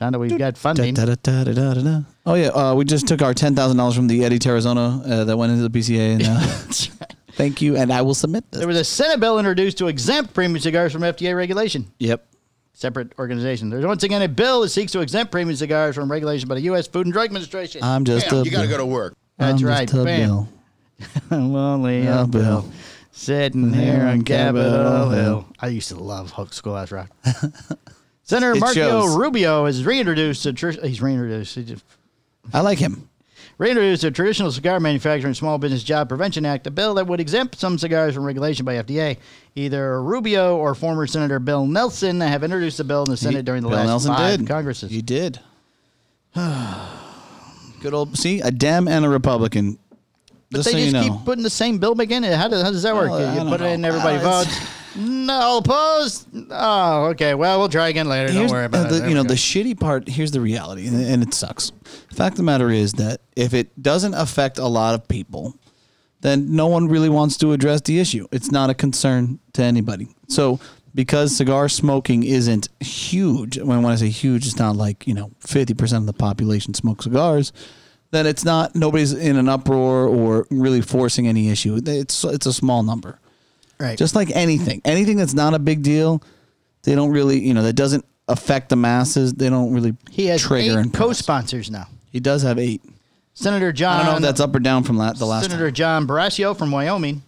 Speaker 1: Now that we've got
Speaker 2: Da,
Speaker 1: funding,
Speaker 2: da, da, da, da, da, da, da. Oh yeah, uh, we just took our ten thousand dollars from the Eddie Terrazona uh, that went into the PCA, and uh, thank you, and I will submit this.
Speaker 1: there was a Senate bill introduced to exempt premium cigars from FDA regulation.
Speaker 2: yep.
Speaker 1: Separate organization. There's once again a bill that seeks to exempt premium cigars from regulation by the U.S. Food and Drug Administration.
Speaker 2: I'm just uh,
Speaker 5: Damn,
Speaker 2: a
Speaker 5: you gotta go to work.
Speaker 1: That's
Speaker 2: I'm
Speaker 1: right.
Speaker 2: Just a
Speaker 1: Bam.
Speaker 2: bill.
Speaker 1: Lonely
Speaker 2: Yeah,
Speaker 1: old
Speaker 2: Bill.
Speaker 1: Bill. Sitting here on Capitol Hill. I used to love Hook Schoolhouse Rock. Senator
Speaker 2: It
Speaker 1: Marco
Speaker 2: shows.
Speaker 1: Rubio is reintroduced to tr- he's reintroduced. He just-
Speaker 2: I like him.
Speaker 1: Reintroduced the Traditional Cigar Manufacturer and Small Business Job Prevention Act, a bill that would exempt some cigars from regulation by FDA. Either Rubio or former Senator Bill Nelson have introduced the bill in the Senate during the
Speaker 2: Bill
Speaker 1: last
Speaker 2: Nelson
Speaker 1: five
Speaker 2: did.
Speaker 1: Congresses.
Speaker 2: He did. Good old see a Dem and a Republican.
Speaker 1: but they
Speaker 2: so you
Speaker 1: just
Speaker 2: know.
Speaker 1: keep putting the same bill back in. it. How does, how does that work?
Speaker 2: Well, I
Speaker 1: you
Speaker 2: don't
Speaker 1: put it in,
Speaker 2: know.
Speaker 1: everybody
Speaker 2: Well, it's-
Speaker 1: votes. No opposed. Oh, okay. Well, we'll try again later.
Speaker 2: Here's-
Speaker 1: Don't worry about
Speaker 2: uh,
Speaker 1: it.
Speaker 2: the,
Speaker 1: There
Speaker 2: You know
Speaker 1: we
Speaker 2: the
Speaker 1: go.
Speaker 2: shitty part. Here's the reality, and, and it sucks. The fact of the matter is that if it doesn't affect a lot of people, then no one really wants to address the issue. It's not a concern to anybody. So because cigar smoking isn't huge, when when I say huge, it's not like you know fifty percent of the population smokes cigars. Then it's not nobody's in an uproar or really forcing any issue. It's it's a small number.
Speaker 1: right.
Speaker 2: Just like anything, anything that's not a big deal, they don't really, you know, that doesn't affect the masses. They don't really
Speaker 1: he has eight
Speaker 2: trigger and press.
Speaker 1: co-sponsors now.
Speaker 2: He does have eight.
Speaker 1: Senator John.
Speaker 2: I don't know if that's up or down from la- the last.
Speaker 1: Um, Senator John
Speaker 2: time.
Speaker 1: Barracio from Wyoming.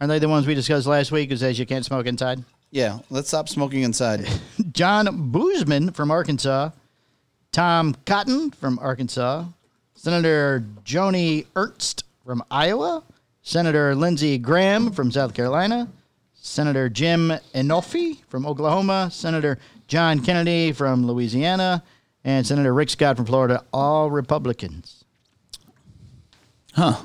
Speaker 1: Aren't they the ones we discussed last week who says you can't smoke inside?
Speaker 2: Yeah, let's stop smoking inside.
Speaker 1: John Boozman from Arkansas. Tom Cotton from Arkansas. Senator Joni Ernst from Iowa. Senator Lindsey Graham from South Carolina. Senator Jim Enofi from Oklahoma. Senator John Kennedy from Louisiana. And Senator Rick Scott from Florida, all Republicans.
Speaker 2: Huh.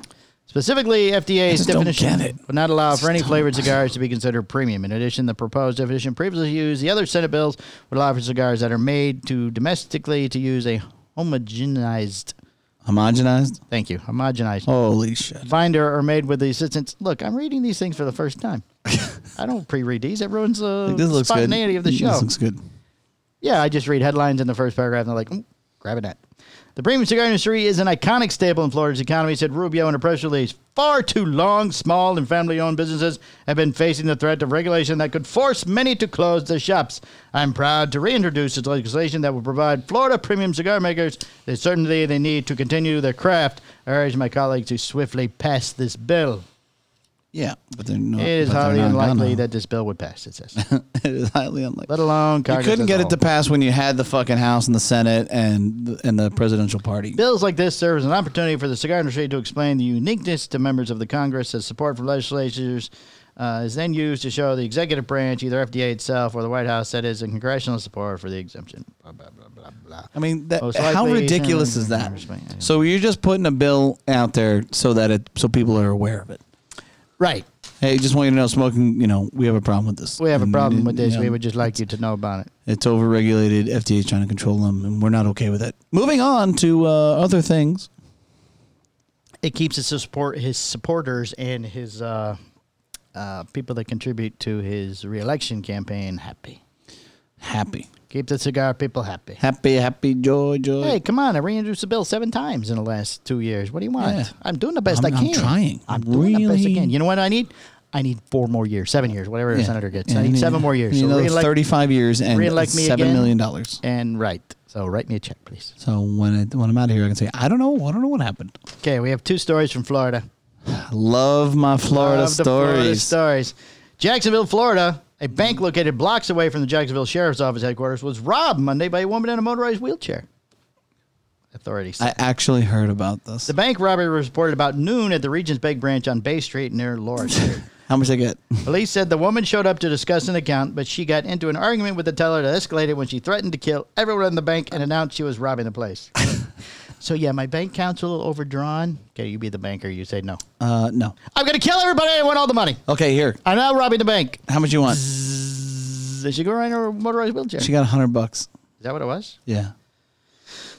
Speaker 1: Specifically, FDA's
Speaker 2: just don't
Speaker 1: definition
Speaker 2: get it.
Speaker 1: would not allow for any flavored cigars to be considered premium. In addition, the proposed definition previously used, the other Senate bills would allow for cigars that are made to domestically to use a homogenized,
Speaker 2: Homogenized?
Speaker 1: thank you, homogenized
Speaker 2: Holy shit.
Speaker 1: binder or made with the assistance. Look, I'm reading these things for the first time. I don't pre-read these. That ruins the
Speaker 2: This looks good.
Speaker 1: spontaneity of the show.
Speaker 2: This looks good.
Speaker 1: Yeah, I just read headlines in the first paragraph and they're like, "Mm, grab a net. The premium cigar industry is an iconic staple in Florida's economy, said Rubio in a press release. Far too long, small and family owned businesses have been facing the threat of regulation that could force many to close their shops. I'm proud to reintroduce this legislation that will provide Florida premium cigar makers the certainty they need to continue their craft. I urge my colleagues to swiftly pass this bill.
Speaker 2: Yeah, but they're not.
Speaker 1: It is
Speaker 2: but they're
Speaker 1: highly
Speaker 2: not
Speaker 1: unlikely
Speaker 2: gonna.
Speaker 1: that this bill would pass, it says.
Speaker 2: it is highly unlikely.
Speaker 1: Let alone
Speaker 2: you
Speaker 1: Congress
Speaker 2: couldn't
Speaker 1: as
Speaker 2: get
Speaker 1: a
Speaker 2: it to
Speaker 1: whole.
Speaker 2: pass when you had the fucking House and the Senate and the, and the presidential party.
Speaker 1: Bills like this serve as an opportunity for the cigar industry to explain the uniqueness to members of the Congress as support from legislatures uh, is then used to show the executive branch, either FDA itself or the White House, that is in congressional support for the exemption. Blah, blah, blah, blah, blah.
Speaker 2: I mean, that,
Speaker 1: Most
Speaker 2: how
Speaker 1: likely,
Speaker 2: ridiculous
Speaker 1: Chairman
Speaker 2: is that?
Speaker 1: Congressman, yeah.
Speaker 2: So you're just putting a bill out there so that it so people are aware of it.
Speaker 1: Right.
Speaker 2: Hey, just want you to know, smoking. You know, we have a problem with this.
Speaker 1: We have a
Speaker 2: And,
Speaker 1: problem with
Speaker 2: you
Speaker 1: this.
Speaker 2: know,
Speaker 1: We would just like you to know about it.
Speaker 2: It's overregulated. FDA is trying to control them, and we're not okay with it. Moving on to uh, other things.
Speaker 1: It keeps his support, his supporters, and his uh, uh, people that contribute to his reelection campaign happy.
Speaker 2: Happy,
Speaker 1: Keep the cigar people happy.
Speaker 2: happy, happy, joy, joy.
Speaker 1: Hey, come on! I reintroduced the bill seven times in the last two years. What do you want?
Speaker 2: Yeah.
Speaker 1: I'm doing the best i
Speaker 2: I'm- I'm
Speaker 1: can.
Speaker 2: trying.
Speaker 1: I'm doing the best I
Speaker 2: Really?
Speaker 1: can. You know what I need? I need four more years, seven years, whatever a
Speaker 2: Yeah.
Speaker 1: senator gets.
Speaker 2: Yeah,
Speaker 1: I
Speaker 2: I
Speaker 1: need
Speaker 2: mean,
Speaker 1: seven more years.
Speaker 2: You
Speaker 1: so
Speaker 2: know,
Speaker 1: reelect-
Speaker 2: thirty-five years and
Speaker 1: reelect me
Speaker 2: seven
Speaker 1: again.
Speaker 2: million dollars.
Speaker 1: and right. So write me a check, please.
Speaker 2: So when it, when I'm out of here, I can say I don't know. I don't know what happened.
Speaker 1: Okay, we have two stories from Florida.
Speaker 2: I love my Florida
Speaker 1: Love the
Speaker 2: stories.
Speaker 1: Florida stories. Jacksonville, Florida. A bank located blocks away from the Jacksonville Sheriff's Office headquarters was robbed Monday by a woman in a motorized wheelchair. Authorities.
Speaker 2: I actually heard about this.
Speaker 1: the bank robbery was reported about noon at the Regents Bank branch on Bay Street near Laura Street.
Speaker 2: How much I get?
Speaker 1: Police said the woman showed up to discuss an account, but she got into an argument with the teller that escalated when she threatened to kill everyone in the bank and announced she was robbing the place. So yeah, my bank account's a little overdrawn. Okay, you be the banker. You say no.
Speaker 2: Uh, no.
Speaker 1: I'm gonna kill everybody. I want all the money.
Speaker 2: Okay, here.
Speaker 1: I'm now robbing the bank.
Speaker 2: How much you want?
Speaker 1: Does she go right in her motorized wheelchair?
Speaker 2: She got a hundred bucks.
Speaker 1: Is that what it was?
Speaker 2: Yeah.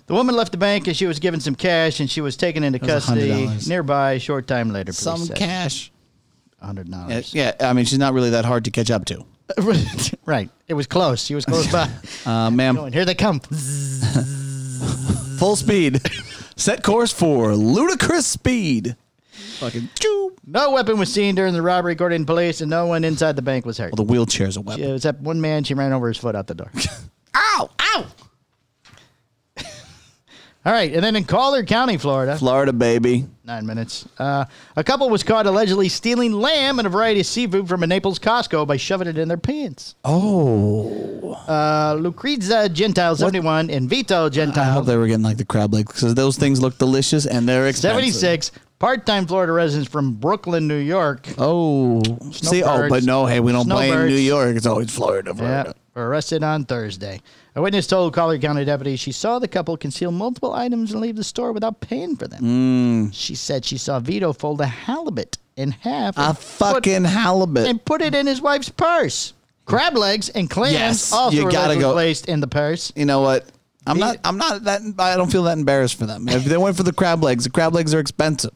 Speaker 1: The woman left the bank and she was given some cash and she was taken into
Speaker 2: was
Speaker 1: custody
Speaker 2: $100.
Speaker 1: nearby. a Short time later, police
Speaker 2: Some
Speaker 1: said.
Speaker 2: cash.
Speaker 1: hundred
Speaker 2: Yeah,
Speaker 1: dollars.
Speaker 2: yeah, I mean, she's not really that hard to catch up to.
Speaker 1: right. It was close. She was close by.
Speaker 2: Uh, ma'am,
Speaker 1: Going, Here they come.
Speaker 2: full speed. Set course for ludicrous speed. Fucking. Well,
Speaker 1: No weapon was seen during the robbery, according to police, and no one inside the bank was hurt.
Speaker 2: the wheelchair's a weapon.
Speaker 1: Except one man, she ran over his foot out the door.
Speaker 2: Ow! Ow!
Speaker 1: All right, and then in Collier County, Florida,
Speaker 2: Florida, baby.
Speaker 1: nine minutes. Uh, a couple was caught allegedly stealing lamb and a variety of seafood from a Naples Costco by shoving it in their pants.
Speaker 2: Oh.
Speaker 1: Uh, Lucrezia Gentile, 71, and Vito
Speaker 2: I hope
Speaker 1: Gentile,
Speaker 2: they were getting like the crab legs because those things look delicious and they're expensive.
Speaker 1: 76, part time Florida residents from Brooklyn, New York,
Speaker 2: Oh, see, oh,
Speaker 1: Snowbirds.
Speaker 2: but no, hey, we don't play in
Speaker 1: Snowbirds.
Speaker 2: New York. It's always Florida.
Speaker 1: yeah,
Speaker 2: Florida.
Speaker 1: were arrested on Thursday. A witness told Collier County deputies she saw the couple conceal multiple items and leave the store without paying for them.
Speaker 2: Mm.
Speaker 1: She said she saw Vito fold a halibut in half.
Speaker 2: A
Speaker 1: and put-
Speaker 2: fucking halibut.
Speaker 1: and put it in his wife's purse. Crab legs and clams
Speaker 2: Yes,
Speaker 1: also
Speaker 2: you
Speaker 1: were
Speaker 2: gotta
Speaker 1: allegedly
Speaker 2: go-
Speaker 1: placed in the purse.
Speaker 2: you know what? I'm
Speaker 1: He-
Speaker 2: not. I'm not that. I don't feel that embarrassed for them. If they went for the crab legs, the crab legs are expensive.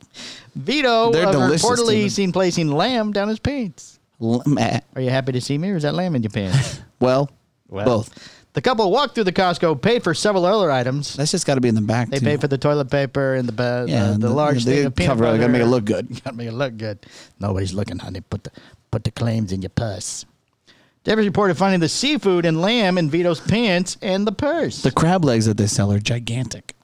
Speaker 1: Vito
Speaker 2: They're
Speaker 1: uh,
Speaker 2: delicious,
Speaker 1: reportedly
Speaker 2: Steven.
Speaker 1: seen placing lamb down his pants.
Speaker 2: L- meh.
Speaker 1: Are you happy to see me, or is that lamb in your pants?
Speaker 2: Well, both.
Speaker 1: The couple walked through the Costco, paid for several other items.
Speaker 2: That's just got to be in the back.
Speaker 1: They
Speaker 2: too.
Speaker 1: paid for the toilet paper and the ba-
Speaker 2: Yeah,
Speaker 1: uh, the,
Speaker 2: and the-
Speaker 1: large
Speaker 2: yeah, they
Speaker 1: thing of peanut
Speaker 2: cover it.
Speaker 1: butter.
Speaker 2: Gotta make it look good.
Speaker 1: Gotta make it look good. Nobody's looking, honey. Put the put the clams in your purse. Devers reported finding the seafood and lamb in Vito's pants and the purse.
Speaker 2: the crab legs that they sell are gigantic.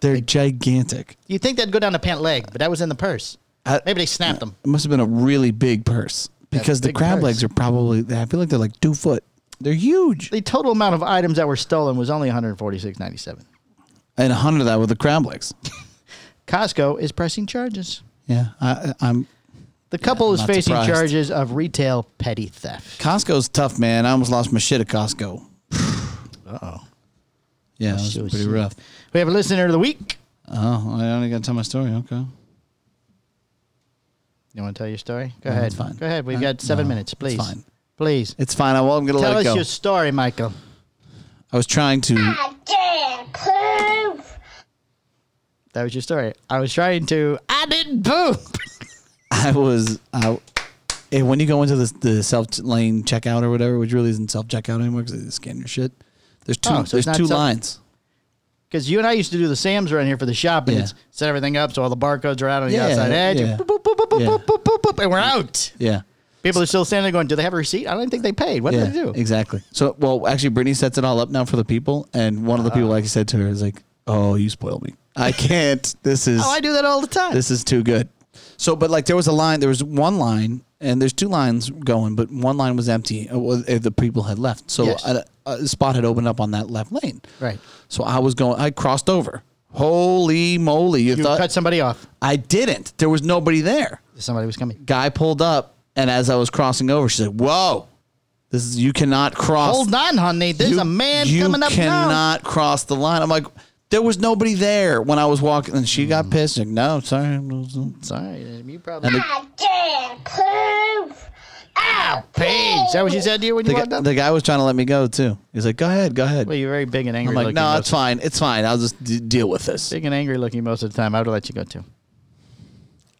Speaker 2: They're gigantic.
Speaker 1: You think that'd go down the pant leg, but that was in the purse.
Speaker 2: I-
Speaker 1: Maybe they snapped them.
Speaker 2: It must have been a really big purse because the
Speaker 1: big
Speaker 2: crab
Speaker 1: purse.
Speaker 2: legs are probably. I feel like they're like two foot. They're huge.
Speaker 1: The total amount of items that were stolen was only 146.97.
Speaker 2: And a hundred of that with the crab legs.
Speaker 1: Costco is pressing charges.
Speaker 2: Yeah, I, I'm.
Speaker 1: The couple
Speaker 2: I'm
Speaker 1: is
Speaker 2: not
Speaker 1: facing
Speaker 2: surprised.
Speaker 1: charges of retail petty theft.
Speaker 2: Costco's tough, man. I almost lost my shit at Costco. Uh oh. Yeah, it was
Speaker 1: So
Speaker 2: pretty
Speaker 1: shit.
Speaker 2: rough.
Speaker 1: We have a listener of the week.
Speaker 2: Oh, I only got to tell my story. Okay.
Speaker 1: You want to tell your story? Go
Speaker 2: No,
Speaker 1: ahead.
Speaker 2: it's fine.
Speaker 1: Go ahead. We've
Speaker 2: Uh,
Speaker 1: got seven
Speaker 2: no,
Speaker 1: minutes,
Speaker 2: it's
Speaker 1: please.
Speaker 2: fine.
Speaker 1: Please
Speaker 2: It's fine. I, well, I'm going to
Speaker 1: tell
Speaker 2: let it
Speaker 1: us
Speaker 2: go.
Speaker 1: your story, Michael.
Speaker 2: I was trying to.
Speaker 6: didn't poop.
Speaker 1: That was your story. I was trying to. I didn't poop.
Speaker 2: I was. I, and when you go into the, the self lane checkout or whatever, which really isn't self checkout anymore because they just scan your shit. There's two.
Speaker 1: Oh, so it's
Speaker 2: there's
Speaker 1: not
Speaker 2: two
Speaker 1: self-
Speaker 2: lines.
Speaker 1: Because you and I used to do the Sam's around here for the shop, and
Speaker 2: Yeah.
Speaker 1: it's set everything up so all the barcodes are out on the
Speaker 2: Yeah,
Speaker 1: outside edge.
Speaker 2: yeah.
Speaker 1: Boop, boop, boop, boop, boop,
Speaker 2: Yeah.
Speaker 1: boop, boop, boop, boop, and we're out.
Speaker 2: Yeah.
Speaker 1: People are still standing there going, "Do they have a receipt? I don't think they paid. What
Speaker 2: yeah.
Speaker 1: did they do?"
Speaker 2: Exactly. So, well, actually, Brittany sets it all up now for the people, and one of the people, like I said to her, is like, "Oh, you spoiled me. I can't. This is.
Speaker 1: Oh, I do that all the time.
Speaker 2: this is too good. So, but like there was a line, there was one line, and there's two lines going, but one line was empty. It was, uh, the people had left, so
Speaker 1: Yes.
Speaker 2: a, a spot had opened up on that left lane.
Speaker 1: Right.
Speaker 2: So I was going, I crossed over. Holy moly! You,
Speaker 1: you
Speaker 2: thought
Speaker 1: cut somebody off.
Speaker 2: I didn't? There was nobody there.
Speaker 1: Somebody was coming.
Speaker 2: Guy pulled up, and as I was crossing over, she said, "Whoa, this is you cannot cross.
Speaker 1: Hold on, honey. There's
Speaker 2: you-
Speaker 1: a man
Speaker 2: you
Speaker 1: coming up now.
Speaker 2: cannot cross the line." I'm like. There was nobody there when I was walking, and she
Speaker 1: Mm.
Speaker 2: got pissed. Like, no, sorry,
Speaker 1: Sorry, you probably.
Speaker 6: I didn't poop. Ow,
Speaker 1: Paige, is that what she said to you when
Speaker 2: The,
Speaker 1: you
Speaker 2: guy,
Speaker 1: walked up?
Speaker 2: the guy was trying to let me go too. He's like, "Go ahead, go ahead."
Speaker 1: well, you're very big and angry.
Speaker 2: I'm like,
Speaker 1: looking
Speaker 2: "No,
Speaker 1: most
Speaker 2: it's
Speaker 1: of-
Speaker 2: fine. It's fine. I'll just d- deal with this."
Speaker 1: Big and angry looking most of the time. I would let you go too.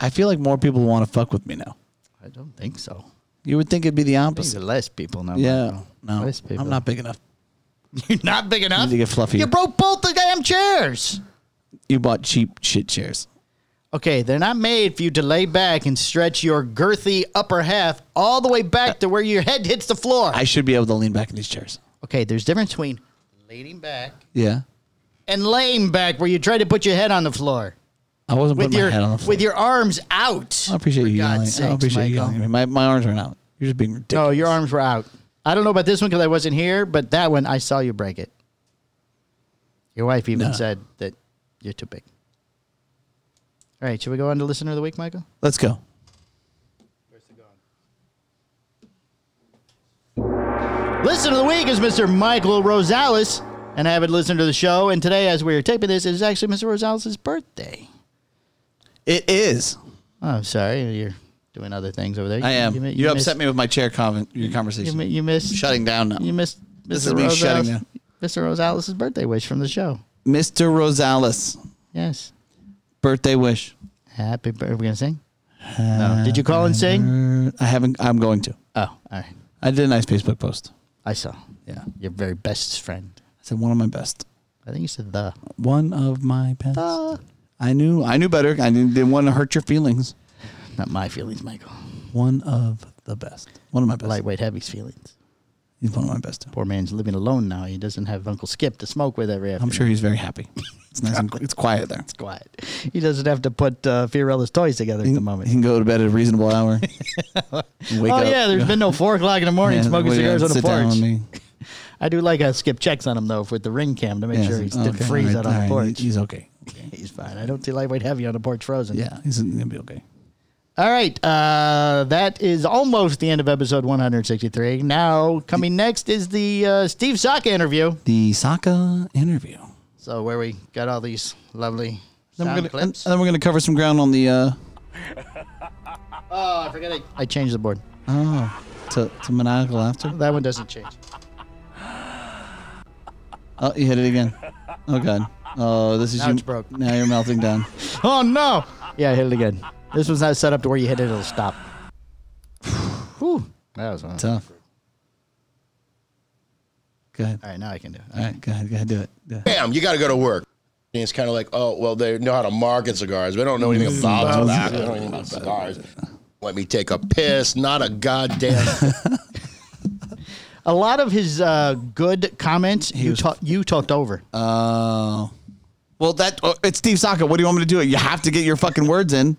Speaker 2: I feel like more people want to fuck with me now.
Speaker 1: I don't think so.
Speaker 2: You would think it'd be the
Speaker 1: These are
Speaker 2: opposite.
Speaker 1: less people now.
Speaker 2: Yeah, no,
Speaker 1: Less people.
Speaker 2: I'm not big enough.
Speaker 1: You're not big enough.
Speaker 2: need to get fluffier.
Speaker 1: You broke both the damn chairs.
Speaker 2: You bought cheap shit chairs.
Speaker 1: Okay, they're not made for you to lay back and stretch your girthy upper half all the way back to where your head hits the floor.
Speaker 2: I should be able to lean back in these chairs.
Speaker 1: okay, there's difference between leaning back
Speaker 2: Yeah,
Speaker 1: and laying back where you try to put your head on the floor
Speaker 2: I wasn't
Speaker 1: with
Speaker 2: putting
Speaker 1: your
Speaker 2: my head on the floor.
Speaker 1: with your arms out.
Speaker 2: I appreciate
Speaker 1: for
Speaker 2: you yelling.
Speaker 1: God's
Speaker 2: I
Speaker 1: sakes,
Speaker 2: appreciate you
Speaker 1: Michael.
Speaker 2: yelling. at me. My my arms are out. You're just being ridiculous.
Speaker 1: No, your arms were out. I don't know about this one because I wasn't here, but that one I saw you break it. Your wife even
Speaker 2: No.
Speaker 1: said that you're too big. All right, should we go on to listener of the week, Michael?
Speaker 2: Let's go.
Speaker 1: Listen of the week is Mr. Michael Rosales an avid listener to the show. And today, as we are taping this, it is actually Mr. Rosales' birthday.
Speaker 2: It is.
Speaker 1: Oh, I'm sorry. You're doing other things over there.
Speaker 2: I am. You,
Speaker 1: mi-
Speaker 2: upset
Speaker 1: missed-
Speaker 2: me with my chair con- your
Speaker 1: You,
Speaker 2: conversation.
Speaker 1: mi- you missed.
Speaker 2: Shutting down now.
Speaker 1: You missed Mr.
Speaker 2: This is me
Speaker 1: Rosales,
Speaker 2: shutting down.
Speaker 1: Mr. Rosales' birthday wish from the show.
Speaker 2: Mr. Rosales,
Speaker 1: Yes.
Speaker 2: birthday wish.
Speaker 1: Happy birthday. Are we going to sing? No. Did you call and sing?
Speaker 2: Er, I haven't. I'm going to.
Speaker 1: Oh, all right.
Speaker 2: I did a nice Facebook post.
Speaker 1: I saw.
Speaker 2: Yeah, I
Speaker 1: Your very best friend.
Speaker 2: said one of my best.
Speaker 1: I think you said the.
Speaker 2: One of my best.
Speaker 1: Ah.
Speaker 2: I knew. I knew better. I didn't, didn't want to hurt your feelings.
Speaker 1: Not my feelings, Michael.
Speaker 2: One of the best. One of my best.
Speaker 1: Lightweight heavy's feelings.
Speaker 2: He's one of my best.
Speaker 1: Poor man's living alone now. He doesn't have Uncle Skip to smoke with every afternoon.
Speaker 2: I'm sure he's very happy. It's nice. and, it's quiet there.
Speaker 1: It's quiet. He doesn't have to put uh, Fiorella's toys together at the moment.
Speaker 2: He can go to bed at a reasonable hour. wake
Speaker 1: oh yeah, there's been no four o'clock in the morning
Speaker 2: Yeah,
Speaker 1: smoking
Speaker 2: wait, yeah,
Speaker 1: cigars on the
Speaker 2: sit down
Speaker 1: porch.
Speaker 2: with me.
Speaker 1: I do like I skip checks on him though with the ring cam to make
Speaker 2: Yeah,
Speaker 1: sure
Speaker 2: so-
Speaker 1: he didn't
Speaker 2: okay,
Speaker 1: freeze
Speaker 2: all
Speaker 1: out
Speaker 2: all
Speaker 1: on the porch.
Speaker 2: He's okay.
Speaker 1: He's fine. I don't see lightweight heavy on the porch frozen.
Speaker 2: Yeah, he's gonna be okay.
Speaker 1: All right. Uh, that is almost the end of episode 163. Now coming next is the uh, Steve Saka interview.
Speaker 2: The Saka interview.
Speaker 1: So where we got all these lovely
Speaker 2: Then
Speaker 1: sound
Speaker 2: we're, gonna, and
Speaker 1: clips.
Speaker 2: then we're gonna cover some ground on the uh,
Speaker 1: oh, I forgot. I, I changed the board.
Speaker 2: to, to maniacal after.
Speaker 1: That one doesn't change.
Speaker 2: Oh, you hit it again. Oh god. Oh, this is
Speaker 1: Now
Speaker 2: you.
Speaker 1: it's broke.
Speaker 2: Now you're melting down.
Speaker 1: Oh no! Yeah, I hit it again. This was not set up to where you hit it, it'll stop. Whew. That was one. All
Speaker 2: Tough. Go ahead.
Speaker 1: right, now I can do it.
Speaker 2: All right, go ahead. Go ahead. Do it. Do it.
Speaker 5: Bam, you got to go to work. And it's kind of like, oh, well, they know how to market cigars. We don't know
Speaker 2: Mm-hmm.
Speaker 5: anything about tobacco. They don't know anything about cigars. Let me take a piss. Not a goddamn.
Speaker 1: A lot of his uh, good comments you, ta- you talked over.
Speaker 2: Oh. well, that oh, it's Steve Saka. What do you want me to do? You have to get your fucking words in.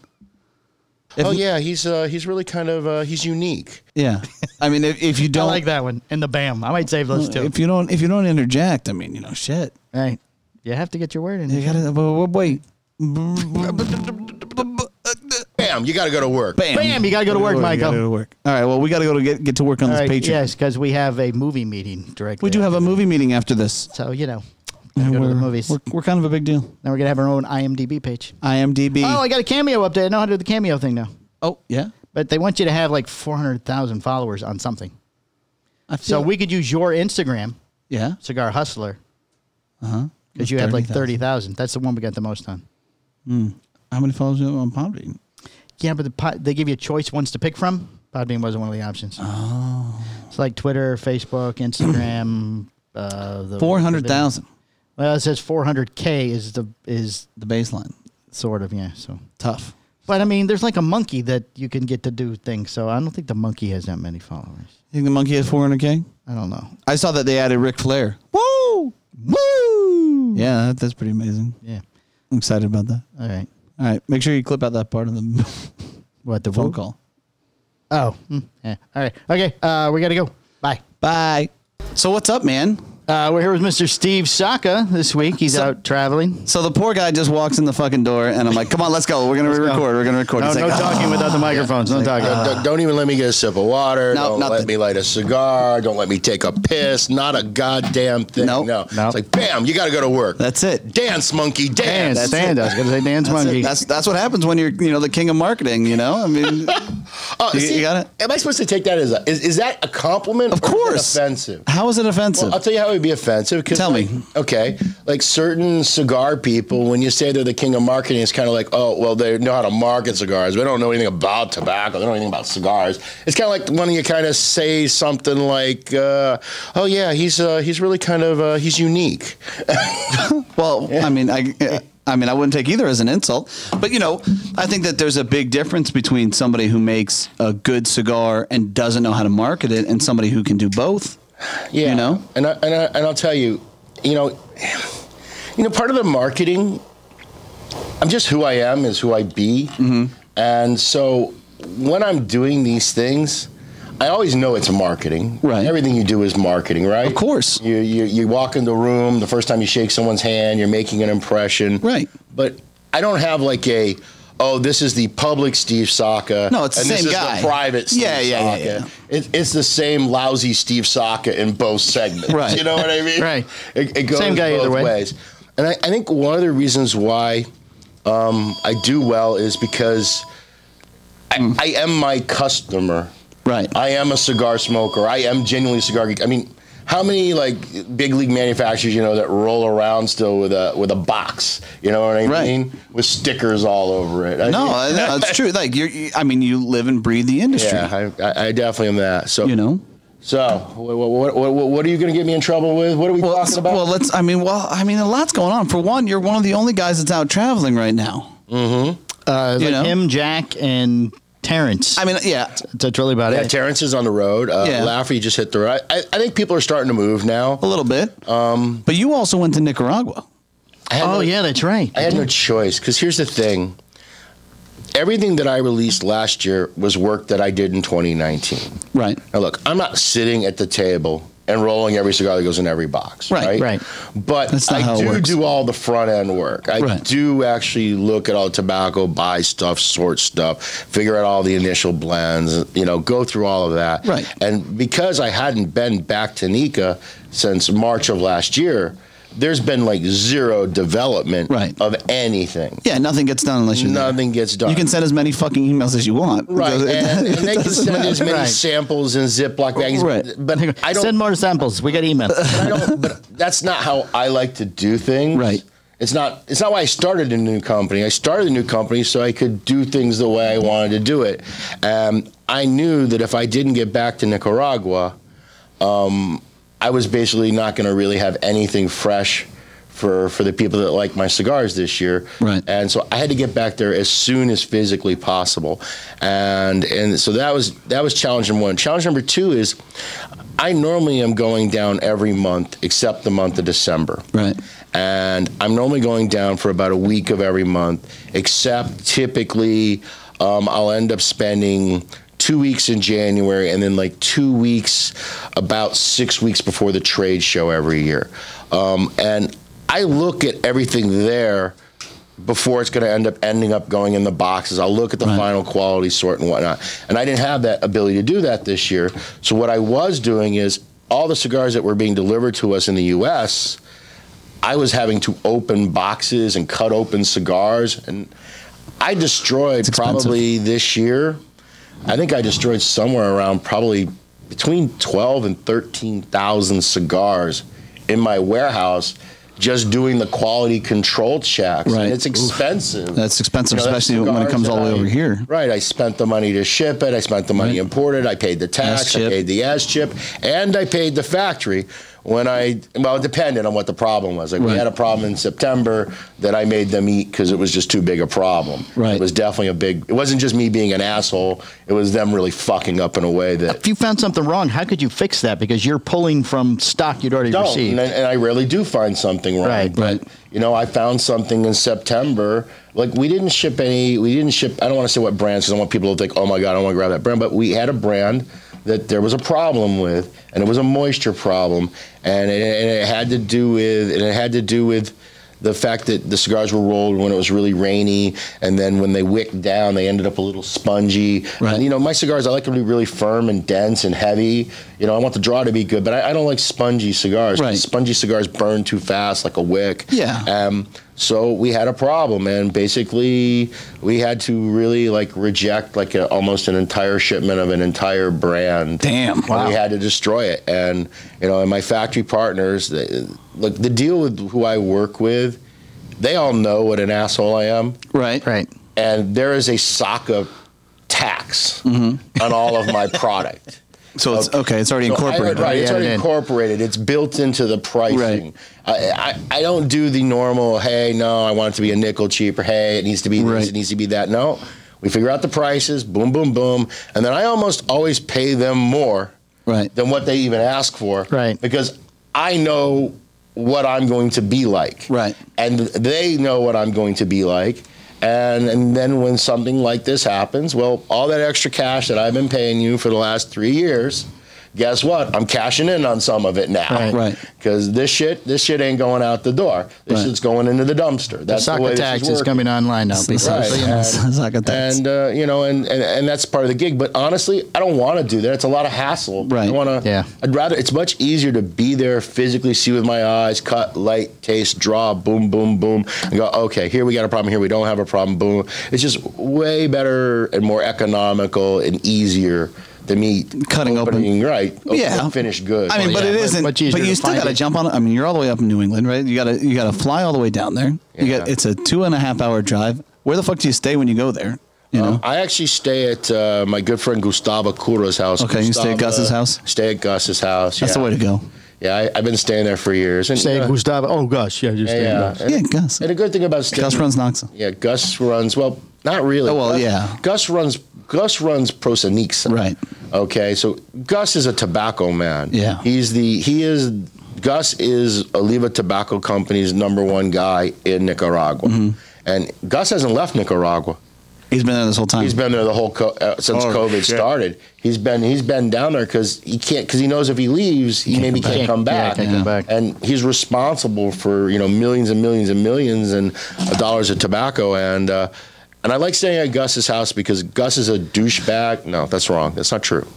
Speaker 2: If-
Speaker 5: oh yeah, he's uh, he's really kind of uh, he's unique.
Speaker 2: Yeah. I mean, if, if you
Speaker 1: I
Speaker 2: don't
Speaker 1: like that one and the bam. I might save those two.
Speaker 2: if you don't if you don't interject, I mean, you know, shit.
Speaker 1: right. You have to get your word in.
Speaker 2: You gotta wait. wait.
Speaker 5: Bam, you got to go to work.
Speaker 2: Bam.
Speaker 1: Bam, you gotta go to work,
Speaker 2: You gotta
Speaker 1: Michael.
Speaker 2: go to work. All right. Well, we gotta go to get get to work on
Speaker 1: All
Speaker 2: this
Speaker 1: right,
Speaker 2: Patreon.
Speaker 1: yes, because we have a movie meeting directly.
Speaker 2: We do have a
Speaker 1: after
Speaker 2: movie meeting after this.
Speaker 1: this. So, you know, gotta go to the
Speaker 2: we're,
Speaker 1: movies.
Speaker 2: We're, we're kind of a big deal.
Speaker 1: Now we're going to have our own IMDb page.
Speaker 2: IMDb.
Speaker 1: Oh, I got a cameo update. I know how to do the cameo thing now.
Speaker 2: Oh, yeah.
Speaker 1: But they want you to have like 400,000 followers on something.
Speaker 2: I
Speaker 1: So
Speaker 2: feel-
Speaker 1: we could use your Instagram,
Speaker 2: yeah.
Speaker 1: Cigar Hustler. Uh huh.
Speaker 2: Uh-huh.
Speaker 1: Because you have like
Speaker 2: 30,000.
Speaker 1: 30,000. That's the one we got the most on.
Speaker 2: How many followers do you have on Podbean?
Speaker 1: Yeah, but the pod, they give you choice ones to pick from. Podbean wasn't one of the options. Oh. It's like Twitter, Facebook, Instagram. uh, the-
Speaker 2: Four hundred thousand.
Speaker 1: Well, it says 400K is the is
Speaker 2: The baseline.
Speaker 1: sort of, yeah. So,
Speaker 2: Tough.
Speaker 1: But I mean, there's like a monkey that you can get to do things. So I don't think the monkey has that many followers.
Speaker 2: You think the monkey has four hundred k?
Speaker 1: I don't know.
Speaker 2: I saw that they added Ric Flair. Woo! Woo! Yeah, that, that's pretty amazing.
Speaker 1: Yeah.
Speaker 2: I'm excited about that.
Speaker 1: All right.
Speaker 2: All right, make sure you clip out that part of the
Speaker 1: What the
Speaker 2: phone
Speaker 1: woo?
Speaker 2: call.
Speaker 1: Oh, mm, yeah. All right. Okay. Uh, we gotta go. Bye.
Speaker 2: Bye. So what's up, man?
Speaker 1: Uh, we're here with Mr. Steve Saka this week. He's
Speaker 2: So-
Speaker 1: out traveling.
Speaker 2: So the poor guy just walks in the fucking door, and I'm like, "Come on, let's go. We're gonna re-record. We're gonna record." He's like, "Ah."
Speaker 1: without the microphones. No talking.
Speaker 2: uh,
Speaker 5: D- don't even let me get a sip of water.
Speaker 2: No,
Speaker 5: don't
Speaker 2: nothing.
Speaker 5: let me light a cigar. Don't let me take a piss. Not a goddamn thing.
Speaker 2: Nope,
Speaker 5: no.
Speaker 1: nope.
Speaker 5: It's like bam, you got to go to work.
Speaker 2: That's it.
Speaker 5: dance, monkey,
Speaker 1: Dan,
Speaker 5: dance.
Speaker 1: Dan. I was gonna say Dan's
Speaker 2: That's,
Speaker 1: monkey.
Speaker 2: it. that's that's what happens when you're you know the king of marketing. You know, I mean,
Speaker 5: Oh,
Speaker 2: You- you got it?
Speaker 5: Am I supposed to take that as a is, is that a compliment?
Speaker 2: of
Speaker 5: or is it
Speaker 2: course.
Speaker 5: offensive.
Speaker 2: How is it offensive?
Speaker 5: Well, I'll tell you how it would be offensive. 'cause,
Speaker 2: Tell me.
Speaker 5: like, Okay, like certain cigar people, when you say they're the king of marketing, it's kind of like, oh, well, they know how to market cigars. They don't know anything about tobacco. They don't know anything about cigars. It's kind of like when you kind of say something like, uh, oh yeah, he's uh, he's really kind of uh, he's unique.
Speaker 2: Well, I mean, I, I mean, I wouldn't take either as an insult, but you know, I think that there's a big difference between somebody who makes a good cigar and doesn't know how to market it, and somebody who can do both.
Speaker 5: Yeah.
Speaker 2: You know?
Speaker 5: And I, and I, and I'll tell you, you know, you know, part of the marketing, I'm just who I am is who I be,
Speaker 2: Mm-hmm.
Speaker 5: and so when I'm doing these things. I always know it's marketing.
Speaker 2: Right.
Speaker 5: Everything you do is marketing, right?
Speaker 2: Of course.
Speaker 5: You, you you walk in the room the first time you shake someone's hand, you're making an impression.
Speaker 2: Right.
Speaker 5: But I don't have like a oh, this is the public Steve Saka.
Speaker 2: No, it's the
Speaker 5: and
Speaker 2: same
Speaker 5: this
Speaker 2: guy.
Speaker 5: Is the private Steve
Speaker 2: Yeah, yeah, yeah,
Speaker 5: Saka.
Speaker 2: yeah.
Speaker 5: It, it's the same lousy Steve Saka in both segments.
Speaker 2: Right.
Speaker 5: You know what I mean?
Speaker 1: Right.
Speaker 5: It, it goes
Speaker 1: Same guy
Speaker 5: both
Speaker 1: either way.
Speaker 5: ways. And I, I think one of the reasons why um, I do well is because
Speaker 2: Hmm.
Speaker 5: I, I am my customer.
Speaker 2: Right.
Speaker 5: I am a cigar smoker. I am genuinely a cigar geek. I mean, how many like big league manufacturers you know that roll around still with a with a box? You know what I
Speaker 2: Right.
Speaker 5: mean? With stickers all over it. I
Speaker 2: no,
Speaker 5: mean,
Speaker 2: I- no, it's true. Like you're, you, I mean, you live and breathe the industry.
Speaker 5: yeah, I, I, I definitely am that. So
Speaker 2: you know.
Speaker 5: so what what, what, what are you going to get me in trouble with? What are we
Speaker 2: Well,
Speaker 5: talking about?
Speaker 2: well, let's. I mean, well, I mean, a lot's going on. For one, you're one of the only guys that's out traveling right now.
Speaker 1: Uh,
Speaker 2: You
Speaker 1: like
Speaker 2: know?
Speaker 1: him, Jack, and Terrence.
Speaker 2: I mean, yeah,
Speaker 1: that's really about
Speaker 5: yeah,
Speaker 1: it.
Speaker 5: Terrence is on the road. Uh,
Speaker 2: Yeah. Oh,
Speaker 5: Lafferty just hit the road. I, I think people are starting to move now.
Speaker 2: a little bit. Um, but you also went to Nicaragua.
Speaker 5: I had
Speaker 1: oh
Speaker 5: no-
Speaker 1: yeah, that's right.
Speaker 5: I had no choice because here's the thing. Everything that I released last year was work that I did in 2019.
Speaker 2: Right.
Speaker 5: Now, look, I'm not sitting at the table and rolling every cigar that goes in every box.
Speaker 2: Right,
Speaker 5: Right,
Speaker 1: right.
Speaker 5: But
Speaker 2: That's not how
Speaker 5: I
Speaker 2: it
Speaker 5: do
Speaker 2: works.
Speaker 5: do all the front end work. I
Speaker 2: Right.
Speaker 5: do actually look at all the tobacco, buy stuff, sort stuff, figure out all the initial blends, you know, go through all of that.
Speaker 2: Right.
Speaker 5: And because I hadn't been back to Nika since March of last year, there's been like zero development
Speaker 2: Right.
Speaker 5: of anything.
Speaker 2: Yeah, nothing gets done unless you.
Speaker 5: Nothing gets done.
Speaker 2: You can send as many fucking emails as you want. It
Speaker 5: Right,
Speaker 2: doesn't-
Speaker 5: and,
Speaker 2: it
Speaker 5: and they can
Speaker 2: doesn't
Speaker 5: send
Speaker 2: matter.
Speaker 5: as many
Speaker 1: Right.
Speaker 5: samples in Ziploc bags,
Speaker 2: Right.
Speaker 5: but I don't
Speaker 1: Send more samples. We got email.
Speaker 5: I don't, but that's not how I like to do things.
Speaker 2: Right.
Speaker 5: It's not. It's not why I started a new company. I started a new company so I could do things the way I wanted to do it. Um, I knew that if I didn't get back to Nicaragua, um, I was basically not going to really have anything fresh for for the people that like my cigars this year.
Speaker 2: Right.
Speaker 5: And so I had to get back there as soon as physically possible. And and so that was that was challenge number one. Challenge number two is I normally am going down every month except the month of December.
Speaker 2: Right.
Speaker 5: And I'm normally going down for about a week of every month, except typically um, I'll end up spending two weeks in January and then like two weeks, about six weeks before the trade show every year. Um, and I look at everything there before it's going to end up ending up going in the boxes. I'll look at the final quality sort and whatnot. And I didn't have that ability to do that this year. So what I was doing is all the cigars that were being delivered to us in the U.S. I was having to open boxes and cut open cigars, and I destroyed
Speaker 2: expensive.
Speaker 5: probably this year. I think I destroyed somewhere around probably between twelve and thirteen thousand cigars in my warehouse, just doing the quality control checks.
Speaker 2: Right.
Speaker 5: And it's expensive.
Speaker 2: That's expensive,
Speaker 5: You know, that's
Speaker 2: especially when it
Speaker 5: cigars
Speaker 2: comes all the way
Speaker 5: that I-
Speaker 2: over here.
Speaker 5: Right. I spent the money to ship it. I spent the money
Speaker 2: Right.
Speaker 5: to import it. I paid the tax. I
Speaker 2: S-chip.
Speaker 5: paid the S chip, and I paid the factory. When I well, it depended on what the problem was. Like we
Speaker 2: Right.
Speaker 5: had a problem in September that I made them eat because it was just too big a problem.
Speaker 2: Right.
Speaker 5: It was definitely a big. It wasn't just me being an asshole. It was them really fucking up in a way that
Speaker 1: if you found something wrong, how could you fix that? Because you're pulling from stock you'd already
Speaker 5: don't.
Speaker 1: received.
Speaker 5: And I, and I rarely do find something wrong.
Speaker 1: Right.
Speaker 2: Right.
Speaker 5: You know, I found something in September. Like we didn't ship any. We didn't ship. I don't want to say what brands because I want people to think, oh my god, I want to grab that brand. But we had a brand that there was a problem with, and it was a moisture problem, and it, and it had to do with, and it had to do with. The fact that the cigars were rolled when it was really rainy, and then when they wicked down, they ended up a little spongy.
Speaker 2: Right.
Speaker 5: And, you know, my cigars, I like them to be really firm and dense and heavy. You know, I want the draw to be good, but I, I don't like spongy cigars.
Speaker 2: Right.
Speaker 5: Spongy cigars burn too fast, like a wick.
Speaker 2: Yeah.
Speaker 5: Um, so we had a problem, and basically we had to really like reject like a, almost an entire shipment of an entire brand.
Speaker 2: Damn.
Speaker 5: And We had to destroy it, and you know, and my factory partners, they, like the deal with who I work with, they all know what an asshole I am
Speaker 2: Right.
Speaker 1: right.
Speaker 5: and there is a Saka tax
Speaker 2: Mm-hmm.
Speaker 5: on all of my product.
Speaker 2: So it's okay. It's already
Speaker 5: So I-
Speaker 2: incorporated.
Speaker 5: right, it's
Speaker 1: Yeah,
Speaker 5: already
Speaker 1: it is.
Speaker 5: incorporated. It's built into the pricing.
Speaker 2: Right.
Speaker 5: I, I, I don't do the normal, hey, no, I want it to be a nickel cheaper. Hey, it needs to be this,
Speaker 2: Right.
Speaker 5: it needs to be that. No, we figure out the prices, boom, boom, boom. And then I almost always pay them more
Speaker 2: Right.
Speaker 5: than what they even ask for.
Speaker 1: Right.
Speaker 5: Because I know what I'm going to be like.
Speaker 2: Right.
Speaker 5: And they know what I'm going to be like. And, and then when something like this happens, well, all that extra cash that I've been paying you for the last three years guess what? I'm cashing in on some of it now.
Speaker 1: Right.
Speaker 2: Right.
Speaker 5: Because this shit, this shit ain't going out the door. This
Speaker 2: Right.
Speaker 5: shit's going into the dumpster. That's the, way
Speaker 1: Soccer
Speaker 5: this
Speaker 1: tax is
Speaker 5: working.
Speaker 1: coming online now. People.
Speaker 5: Right.
Speaker 1: So, you know,
Speaker 2: It's like a tax.
Speaker 5: And uh, you know, and, and and that's part of the gig. But honestly, I don't want to do that. It's a lot of hassle. I
Speaker 2: Right.
Speaker 5: want to.
Speaker 1: Yeah.
Speaker 5: I'd rather. It's much easier to be there physically, see with my eyes, cut, light, taste, draw, boom, boom, boom, and go. Okay, here we got a problem. Here we don't have a problem. Boom. It's just way better and more economical and easier than me
Speaker 2: Cutting open.
Speaker 5: opening right. opening
Speaker 2: Yeah.
Speaker 5: finished good.
Speaker 2: I mean, but
Speaker 1: yeah,
Speaker 2: it
Speaker 1: but-
Speaker 2: isn't.
Speaker 1: much
Speaker 2: But,
Speaker 1: easier to
Speaker 2: you still
Speaker 1: find
Speaker 2: got to
Speaker 1: it.
Speaker 2: jump on. I mean, you're all the way up in New England, right? You got to you got to fly all the way down there. You got
Speaker 5: Yeah.
Speaker 2: it's a two and a half hour drive. Where the fuck do you stay when you go there? You know,
Speaker 5: Um, I actually stay at uh, my good friend Gustavo Cura's house.
Speaker 2: Okay, you stay at
Speaker 5: Gustavo-
Speaker 2: Gus's house?
Speaker 5: Stay at Gus's house.
Speaker 2: that's the
Speaker 5: yeah.
Speaker 2: way to go.
Speaker 5: Yeah, I, I've been staying there for years. And,
Speaker 1: say
Speaker 5: uh,
Speaker 1: Gustavo. Oh gosh, yeah, just
Speaker 5: yeah,
Speaker 1: saying
Speaker 5: yeah.
Speaker 1: that.
Speaker 5: And,
Speaker 2: Yeah, Gus.
Speaker 5: and the good thing about staying,
Speaker 2: Gus runs Knox.
Speaker 5: yeah, Gus runs. Well, not really.
Speaker 2: Oh, well,
Speaker 5: Gus,
Speaker 2: yeah.
Speaker 5: Gus runs. Gus runs Prosenixa.
Speaker 2: Right.
Speaker 5: Okay, so Gus is a tobacco man.
Speaker 2: Yeah.
Speaker 5: He's the he is. Gus is Oliva Tobacco Company's number one guy in Nicaragua,
Speaker 2: Mm-hmm.
Speaker 5: and Gus hasn't left Nicaragua.
Speaker 2: He's been there this whole time.
Speaker 5: He's been there the whole co- uh, since
Speaker 2: Oh,
Speaker 5: COVID
Speaker 2: shit.
Speaker 5: started. He's been he's been down there because he can't because he knows if he leaves he maybe can't, come back.
Speaker 1: Yeah, can't come back.
Speaker 5: And he's responsible for you know millions and millions and millions and uh, dollars of tobacco and uh, and I like staying at Gus's house because Gus is a douchebag. No, that's wrong. That's not true.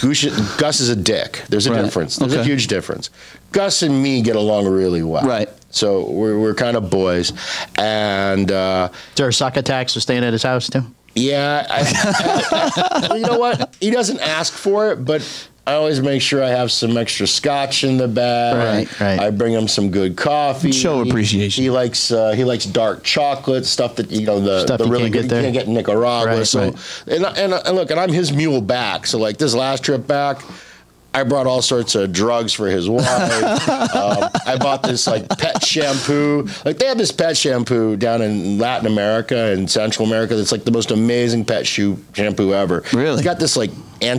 Speaker 5: Gush, Gus is a dick. There's a
Speaker 2: Right.
Speaker 5: difference. There's a
Speaker 2: Okay.
Speaker 5: huge difference. Gus and me get along really well.
Speaker 2: Right.
Speaker 5: So we're, we're kind of boys, and. Uh,
Speaker 1: Is there a soccer tax for staying at his house too?
Speaker 5: yeah, I, you know what? He doesn't ask for it, but I always make sure I have some extra scotch in the bag.
Speaker 1: Right, right.
Speaker 5: I bring him some good coffee.
Speaker 2: Show appreciation.
Speaker 5: He, likes uh, he likes dark chocolate stuff that you know the,
Speaker 1: Stuff
Speaker 5: the
Speaker 1: you
Speaker 5: really
Speaker 1: can't
Speaker 5: good
Speaker 1: get there.
Speaker 5: you can't get in Nicaragua.
Speaker 1: Right,
Speaker 5: so
Speaker 1: right.
Speaker 5: And, and and look, and I'm his mule back. So like this last trip back. I brought all sorts of drugs for his wife. um, I bought this like pet shampoo. Like they have this pet shampoo down in Latin America and Central America that's like the most amazing pet shoe shampoo ever.
Speaker 2: Really?
Speaker 5: It's got this like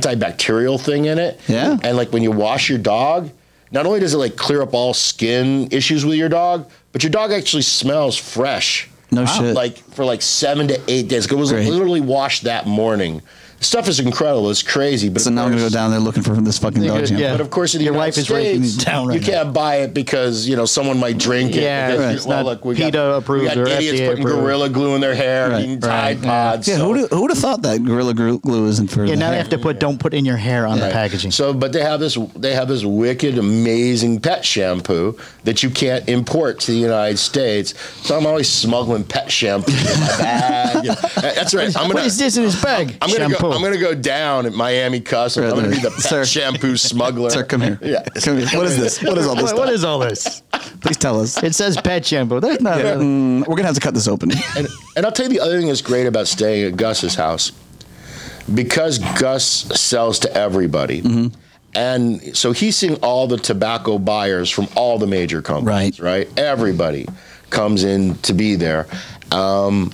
Speaker 5: antibacterial thing in it.
Speaker 2: Yeah.
Speaker 5: And like when you wash your dog, not only does it like clear up all skin issues with your dog, but your dog actually smells fresh
Speaker 2: no shit.
Speaker 5: like for like seven to eight days. It was
Speaker 2: Great.
Speaker 5: literally washed that morning. Stuff is incredible. It's crazy. But
Speaker 2: so
Speaker 5: of
Speaker 2: now I'm gonna go
Speaker 5: course-
Speaker 2: down there looking for this fucking dog
Speaker 1: good,
Speaker 2: shampoo.
Speaker 1: yeah.
Speaker 5: But of course, in the
Speaker 1: Your
Speaker 5: United
Speaker 1: wife is
Speaker 5: States,
Speaker 1: breaking you down right
Speaker 5: you can't buy it because you know someone might drink it.
Speaker 1: Yeah,
Speaker 5: because,
Speaker 1: right. It's not
Speaker 5: got-
Speaker 1: PETA approved
Speaker 5: we got
Speaker 1: or
Speaker 5: idiots
Speaker 1: FDA
Speaker 5: putting
Speaker 1: approved.
Speaker 5: gorilla glue in their hair,
Speaker 2: Right.
Speaker 5: eating
Speaker 1: Right,
Speaker 5: Tide
Speaker 1: yeah.
Speaker 5: Pods.
Speaker 2: Yeah,
Speaker 5: so-
Speaker 2: who'd who'd have thought that Gorilla Glue glue isn't for?
Speaker 1: Yeah,
Speaker 2: the
Speaker 1: now they
Speaker 2: hair?
Speaker 1: have to put "Don't put in your hair" on the packaging.
Speaker 5: So, but they have this they have this wicked, amazing pet shampoo that you can't import to the United States. So I'm always smuggling pet shampoo in my bag. That's right. I'm
Speaker 1: what
Speaker 5: gonna,
Speaker 1: is this in his bag?
Speaker 5: I'm gonna,
Speaker 1: Shampoo.
Speaker 5: go, I'm gonna go down at Miami Cuss. I'm gonna be the pet
Speaker 2: Sir.
Speaker 5: shampoo smuggler.
Speaker 2: Sir, come here.
Speaker 5: Yeah.
Speaker 2: Come here. What is this? What is all this?
Speaker 1: What- what
Speaker 2: stuff?
Speaker 1: is all this?
Speaker 2: Please tell us.
Speaker 1: It says pet shampoo. There's not.
Speaker 2: Yeah,
Speaker 1: really-
Speaker 2: mm, we're gonna have to cut this open.
Speaker 5: And, and I'll tell you the other thing that's great about staying at Gus's house, because Gus sells to everybody,
Speaker 2: Mm-hmm.
Speaker 5: and so he's seeing all the tobacco buyers from all the major companies. Right. Right. Everybody comes in to be there. Um,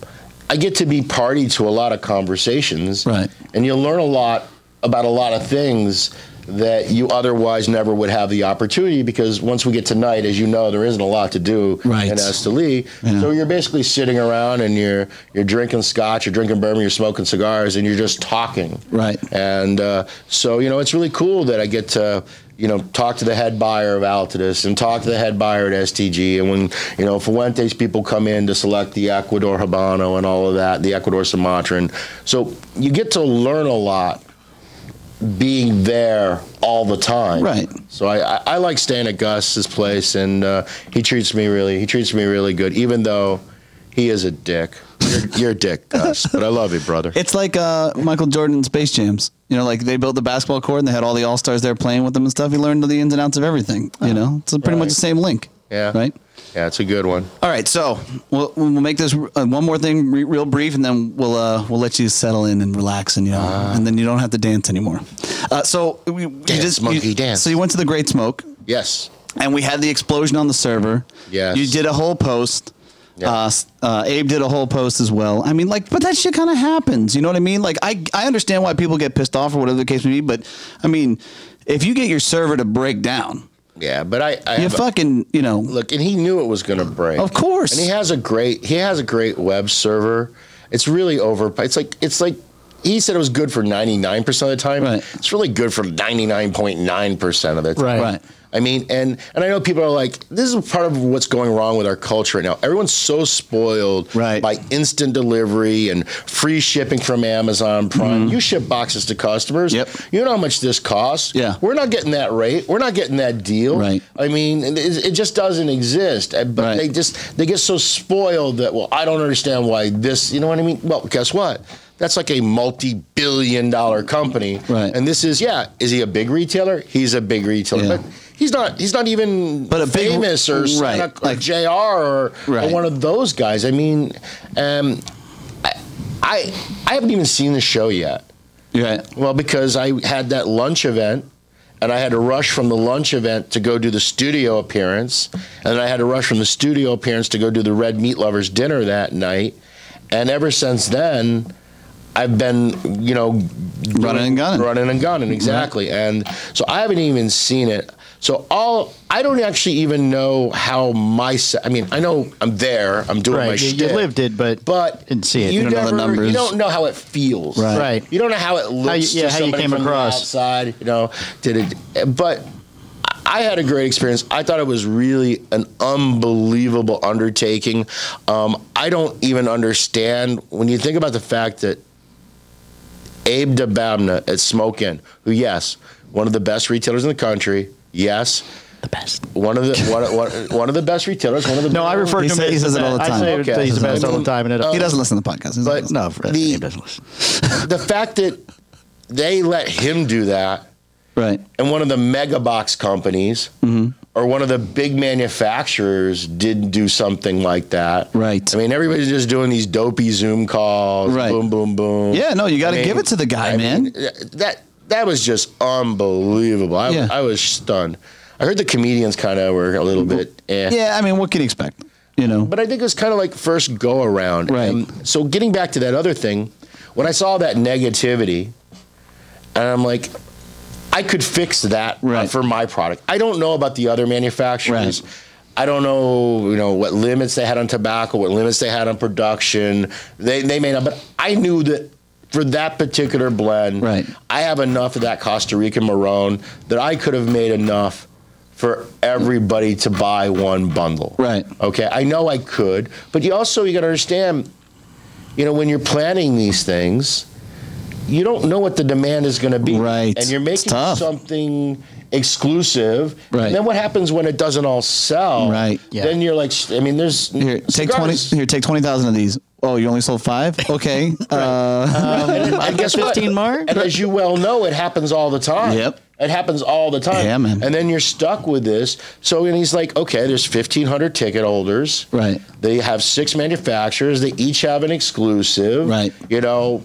Speaker 5: I get to be party to a lot of conversations.
Speaker 2: Right.
Speaker 5: And you learn a lot about a lot of things that you otherwise never would have the opportunity because once we get to night, as you know, there isn't a lot to do
Speaker 2: Right.
Speaker 5: in S to Lee.
Speaker 2: Yeah.
Speaker 5: So you're basically sitting around and you're you're drinking scotch, you're drinking bourbon, you're smoking cigars, and you're just talking.
Speaker 2: Right.
Speaker 5: And uh, so you know it's really cool that I get to you know talk to the head buyer of Altadis and talk to the head buyer at STG, and when you know Fuentes people come in to select the Ecuador Habano and all of that, the Ecuador Sumatran. So you get to learn a lot being there all the time.
Speaker 2: Right.
Speaker 5: So I, I, I like staying at Gus's place, and uh, he treats me really he treats me really good, even though he is a dick. You're, you're a dick, Gus, but I love you, brother.
Speaker 2: It's like uh, Michael Jordan Space Jams. You know, like they built the basketball court and they had all the all stars there playing with them and stuff. He learned the ins and outs of everything. You know, it's pretty much
Speaker 5: Right.
Speaker 2: the same link.
Speaker 5: yeah.
Speaker 2: Right.
Speaker 5: Yeah, it's a good one.
Speaker 2: All right. So we'll, we'll make this uh, one more thing re- real brief, and then we'll uh, we'll let you settle in and relax, and you know, and then you don't have to dance anymore. Uh, so we, you
Speaker 5: Dance,
Speaker 2: just,
Speaker 5: monkey,
Speaker 2: you-
Speaker 5: dance.
Speaker 2: So you went to the Great Smoke.
Speaker 5: Yes.
Speaker 2: and we had the explosion on the server.
Speaker 5: Yes.
Speaker 2: You did a whole post.
Speaker 5: Yeah.
Speaker 2: Uh, s- uh, Abe did a whole post as well. I mean, like, but that shit kind of happens. You know what I mean? Like, I I understand why people get pissed off or whatever the case may be, but I mean, if you get your server to break down,
Speaker 5: Yeah, but I, I
Speaker 2: you
Speaker 5: have a-
Speaker 2: fucking, you know,
Speaker 5: look, and he knew it was going to break.
Speaker 2: Of course.
Speaker 5: And he has a great he has a great web server. It's really over. It's like it's like he said it was good for 99% of the time.
Speaker 2: Right.
Speaker 5: It's really good for 99.9% of the time.
Speaker 1: Right.
Speaker 2: Right.
Speaker 5: I mean, and and I know people are like, this is part of what's going wrong with our culture right now. Everyone's so spoiled
Speaker 2: Right.
Speaker 5: by instant delivery and free shipping from Amazon Prime. You ship boxes to customers.
Speaker 2: Mm-hmm. Yep.
Speaker 5: You know how much this costs.
Speaker 2: Yeah.
Speaker 5: We're not getting that rate. We're not getting that deal.
Speaker 2: Right.
Speaker 5: I mean, it, it just doesn't exist. Uh, But
Speaker 2: Right.
Speaker 5: they just they get so spoiled that well, I don't understand why this. You know what I mean? Well, guess what? That's like a multi-billion-dollar company,
Speaker 2: Right.
Speaker 5: and this is yeah. Is he a big retailer? He's a big retailer,
Speaker 2: Yeah.
Speaker 5: but he's not. He's not even
Speaker 2: But a big-
Speaker 5: famous or,
Speaker 2: right,
Speaker 5: Sonic or
Speaker 2: like-
Speaker 5: Jr. Or,
Speaker 2: Right.
Speaker 5: or one of those guys. I mean, um, I, I I haven't even seen the show yet.
Speaker 2: Yeah.
Speaker 5: Well, because I had that lunch event and I had to rush from the lunch event to go do the studio appearance. And I had to rush from the studio appearance to go do the Red Meat Lovers dinner that night. And ever since then, I've been, you know,
Speaker 2: Running and gunning.
Speaker 5: Running and gunning, exactly. And so I haven't even seen it. So all I don't actually even know how my se- I mean I know I'm there I'm doing my
Speaker 1: Right. You, you
Speaker 5: shtick,
Speaker 1: lived it, but
Speaker 5: but
Speaker 1: didn't see it.
Speaker 5: You,
Speaker 1: You
Speaker 2: don't know the
Speaker 5: never-
Speaker 2: numbers.
Speaker 5: You don't know how it feels.
Speaker 2: Right.
Speaker 1: Right.
Speaker 5: You don't know how it looks.
Speaker 1: yeah,
Speaker 5: to
Speaker 1: how you
Speaker 5: somebody
Speaker 1: came
Speaker 5: from the
Speaker 1: across.
Speaker 5: outside. You know, did it? But I had a great experience. I thought it was really an unbelievable undertaking. Um, I don't even understand when you think about the fact that Abe DeBabna at Smoke Inn, who yes, one of the best retailers in the country, yes.
Speaker 1: the best.
Speaker 5: One of the one, one, one of the best retailers. One of the
Speaker 1: No, I refer
Speaker 2: He
Speaker 1: to him
Speaker 2: say-
Speaker 1: as
Speaker 2: he says
Speaker 1: the
Speaker 2: it all the
Speaker 1: best. I
Speaker 2: time.
Speaker 1: say
Speaker 5: Okay. Uh,
Speaker 1: he's the best
Speaker 5: I
Speaker 1: all the
Speaker 5: mean,
Speaker 1: time, and it,
Speaker 2: He doesn't listen to the podcast. He's
Speaker 5: But-
Speaker 2: like,
Speaker 1: No, Fred,
Speaker 5: The-
Speaker 1: he doesn't listen.
Speaker 5: the fact that they let him do that
Speaker 2: right.
Speaker 5: and one of the mega box companies
Speaker 2: Mm-hmm.
Speaker 5: or one of the big manufacturers didn't do something like that.
Speaker 2: Right.
Speaker 5: I mean, everybody's just doing these dopey Zoom calls.
Speaker 2: Right.
Speaker 5: Boom, boom, boom.
Speaker 2: Yeah, no, you got to
Speaker 5: mean,
Speaker 2: give it to the guy,
Speaker 5: I
Speaker 2: man.
Speaker 5: mean, that that was just unbelievable. I,
Speaker 2: Yeah.
Speaker 5: I was stunned. I heard the comedians kind of were a little bit. Eh.
Speaker 2: yeah, I mean, what can you expect? You know,
Speaker 5: But I think it was kind of like first go around.
Speaker 2: Right.
Speaker 5: And so getting back to that other thing, when I saw that negativity, and I'm like, I could fix that
Speaker 2: Right.
Speaker 5: for my product. I don't know about the other manufacturers.
Speaker 2: Right.
Speaker 5: I don't know, you know, what limits they had on tobacco, what limits they had on production. They they may not, but I knew that for that particular blend,
Speaker 2: Right.
Speaker 5: I have enough of that Costa Rican Marron that I could have made enough for everybody to buy one bundle.
Speaker 2: Right.
Speaker 5: Okay. I know I could, but you also you got to understand, you know, when you're planning these things, you don't know what the demand is going to be,
Speaker 2: Right.
Speaker 5: And you're
Speaker 2: It's
Speaker 5: making
Speaker 2: tough.
Speaker 5: something exclusive,
Speaker 2: Right.
Speaker 5: And then what happens when it doesn't all sell?
Speaker 2: Right.
Speaker 1: Yeah.
Speaker 5: Then you're like, I mean, there's
Speaker 2: here, take twenty.
Speaker 5: cigars.
Speaker 2: Here, take twenty thousand of these. Oh, you only sold five. Okay. uh,
Speaker 5: and guess what?
Speaker 1: 15 more?
Speaker 5: And as you well know, it happens all the time.
Speaker 2: Yep.
Speaker 5: It happens all the time.
Speaker 2: Yeah, man.
Speaker 5: And then you're stuck with this. So and he's like, okay, there's 1,500 ticket holders.
Speaker 2: Right.
Speaker 5: They have six manufacturers. They each have an exclusive.
Speaker 2: Right.
Speaker 5: You know,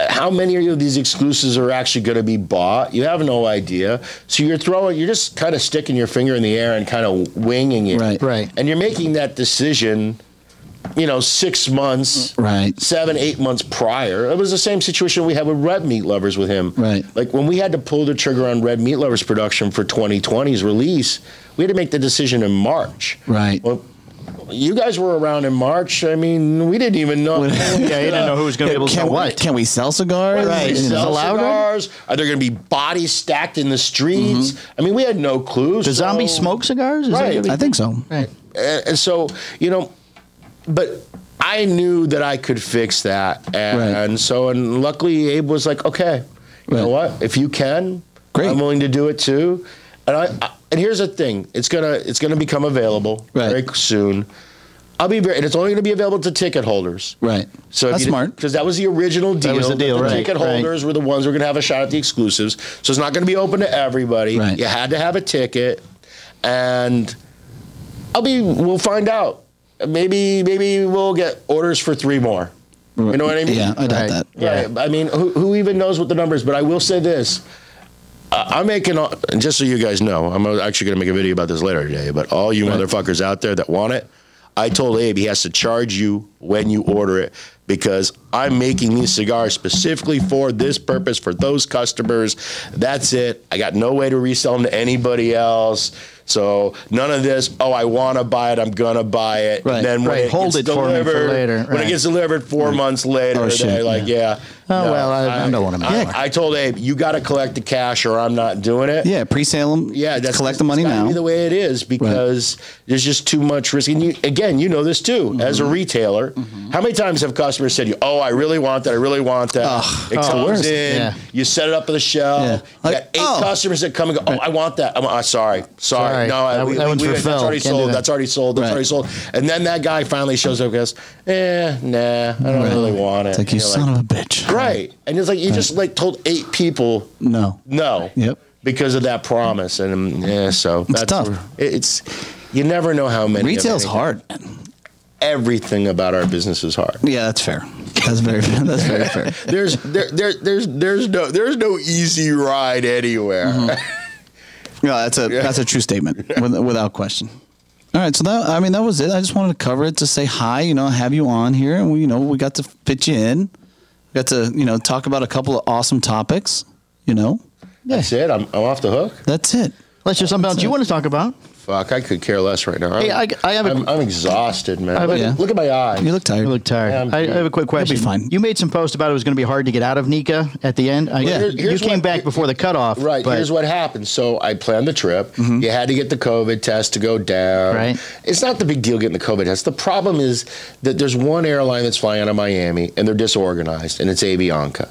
Speaker 5: how many of these exclusives are actually going to be bought? You have no idea. So you're throwing, you're just kind of sticking your finger in the air and kind of winging it.
Speaker 2: Right.
Speaker 1: Right.
Speaker 5: And you're making that decision, you know, six months
Speaker 2: right.
Speaker 5: seven, eight months prior. It was the same situation we had with Red Meat Lovers with him.
Speaker 2: Right.
Speaker 5: Like when we had to pull the trigger on Red Meat Lovers production for 2020's release, we had to make the decision in March.
Speaker 2: Right.
Speaker 5: Well, you guys were around in March. I mean, we didn't even know.
Speaker 1: Yeah, he didn't know who was going to be able to
Speaker 2: Can,
Speaker 1: sell
Speaker 2: we,
Speaker 1: what.
Speaker 2: can we sell cigars?
Speaker 1: Right.
Speaker 2: You know,
Speaker 5: Sell
Speaker 1: allowed them?
Speaker 5: cigars? Are there going to be bodies stacked in the streets?
Speaker 2: Mm-hmm.
Speaker 5: I mean, we had no clues.
Speaker 1: Do zombies
Speaker 5: so-
Speaker 1: smoke cigars? Is that
Speaker 5: Right.
Speaker 1: what you-
Speaker 2: I think so.
Speaker 1: Right.
Speaker 5: and, and so you know but i knew that i could fix that and,
Speaker 2: Right.
Speaker 5: and so and luckily abe was like okay you know
Speaker 2: Right.
Speaker 5: what if you can
Speaker 2: Great.
Speaker 5: i'm willing to do it too and i, I and here's the thing it's gonna it's gonna become available
Speaker 2: Right.
Speaker 5: very soon i'll be very and it's only gonna be available to ticket holders
Speaker 2: Right.
Speaker 5: so
Speaker 2: that's smart.
Speaker 5: because that was the original deal.
Speaker 1: was the deal, right,
Speaker 5: ticket
Speaker 1: right.
Speaker 5: holders were the ones who were going to have a shot at the exclusives. So it's not going to be open to everybody.
Speaker 2: Right.
Speaker 5: You had to have a ticket, and I'll be. We'll find out. Maybe maybe we'll get orders for three more. You know what I mean?
Speaker 2: Yeah, I doubt
Speaker 1: Right.
Speaker 2: that.
Speaker 5: Yeah. I mean, who, who even knows what the numbers? But I will say this. I- I'm making, all- and just so you guys know, I'm actually going to make a video about this later today, but all you motherfuckers out there that want it, I told Abe he has to charge you when you order it because I'm making these cigars specifically for this purpose, for those customers. That's it. I got no way to resell them to anybody else. So none of this, oh, I want to buy it, I'm going to buy it.
Speaker 2: Right,
Speaker 5: and then when
Speaker 1: right.
Speaker 5: it
Speaker 1: Hold
Speaker 5: gets
Speaker 1: it for me for
Speaker 5: delivered,
Speaker 1: later,
Speaker 5: when
Speaker 1: right.
Speaker 5: it gets delivered four months later,
Speaker 2: Oh,
Speaker 5: they're
Speaker 2: shit,
Speaker 5: like, yeah.
Speaker 1: Oh, well, I- I don't wanna make
Speaker 5: I,
Speaker 1: one.
Speaker 5: I told Abe, you got to collect the cash or I'm not doing it.
Speaker 2: Yeah, pre-sale them.
Speaker 5: Yeah, that's
Speaker 2: collect the money
Speaker 5: it's gotta
Speaker 2: now.
Speaker 5: Be the way it is because there's just too much risk. And you, again, you know this too as
Speaker 2: Mm-hmm.
Speaker 5: a retailer. How many times have customers said, to you, "Oh, I really want that. I really want that." it
Speaker 2: it's the
Speaker 5: comes
Speaker 2: Oh, worst.
Speaker 5: in.
Speaker 1: Yeah.
Speaker 5: You set it up on the shelf.
Speaker 2: Yeah.
Speaker 5: You
Speaker 2: Like,
Speaker 5: got eight
Speaker 2: oh.
Speaker 5: customers that come and go. Oh, I want that. I'm uh, sorry, sorry.
Speaker 1: Sorry.
Speaker 5: No, I-
Speaker 1: That- that one's for Phil.
Speaker 5: that's already
Speaker 1: Can't do
Speaker 5: sold.
Speaker 1: that.
Speaker 5: That's already sold. That's
Speaker 2: Right.
Speaker 5: already sold. And then that guy finally shows up and goes, "Eh, nah, I don't really want it."
Speaker 2: It's like
Speaker 5: And
Speaker 2: you
Speaker 5: you're
Speaker 2: son of a bitch.
Speaker 5: right. And it's like you just like told eight people
Speaker 2: No.
Speaker 5: no.
Speaker 2: Yep.
Speaker 5: Because of that promise, and um, yeah, so that's
Speaker 2: tough.
Speaker 5: where- it- It's you never know how many. of
Speaker 2: Retail's
Speaker 5: anything-
Speaker 2: hard.
Speaker 5: Everything about our business is hard.
Speaker 2: Yeah, that's fair. That's very fair. That's very fair.
Speaker 5: There's there, there there's there's no there's no easy ride anywhere.
Speaker 2: No, that's a that's a true statement with, without question. All right, so that I mean that was it. I just wanted to cover it to say hi, you know, have you on here, and we you know we got to pitch you in, we got to you know talk about a couple of awesome topics, you know.
Speaker 5: That's it. I'm, I'm off the hook.
Speaker 2: That's it.
Speaker 1: Let's just something else you want to talk about.
Speaker 5: Fuck, I could care less right now. I'm,
Speaker 1: Hey, I- I have a-
Speaker 5: I'm, I'm exhausted, man. look,
Speaker 2: yeah.
Speaker 5: look at my eye.
Speaker 2: You look tired.
Speaker 1: You look tired.
Speaker 5: Yeah, I'm-
Speaker 1: I, I have a quick question.
Speaker 2: fine.
Speaker 1: You made some post about it was going to be hard to get out of Nika at the end. I,
Speaker 5: Yeah. Here-
Speaker 1: You
Speaker 5: here's
Speaker 1: came
Speaker 5: what-
Speaker 1: back before the cutoff.
Speaker 5: Right.
Speaker 1: but-
Speaker 5: Here's what happened. So I planned the trip. You had to get the COVID test to go down.
Speaker 1: Right.
Speaker 5: It's not the big deal getting the COVID test. The problem is that there's one airline that's flying out of Miami and they're disorganized, and it's Avianca.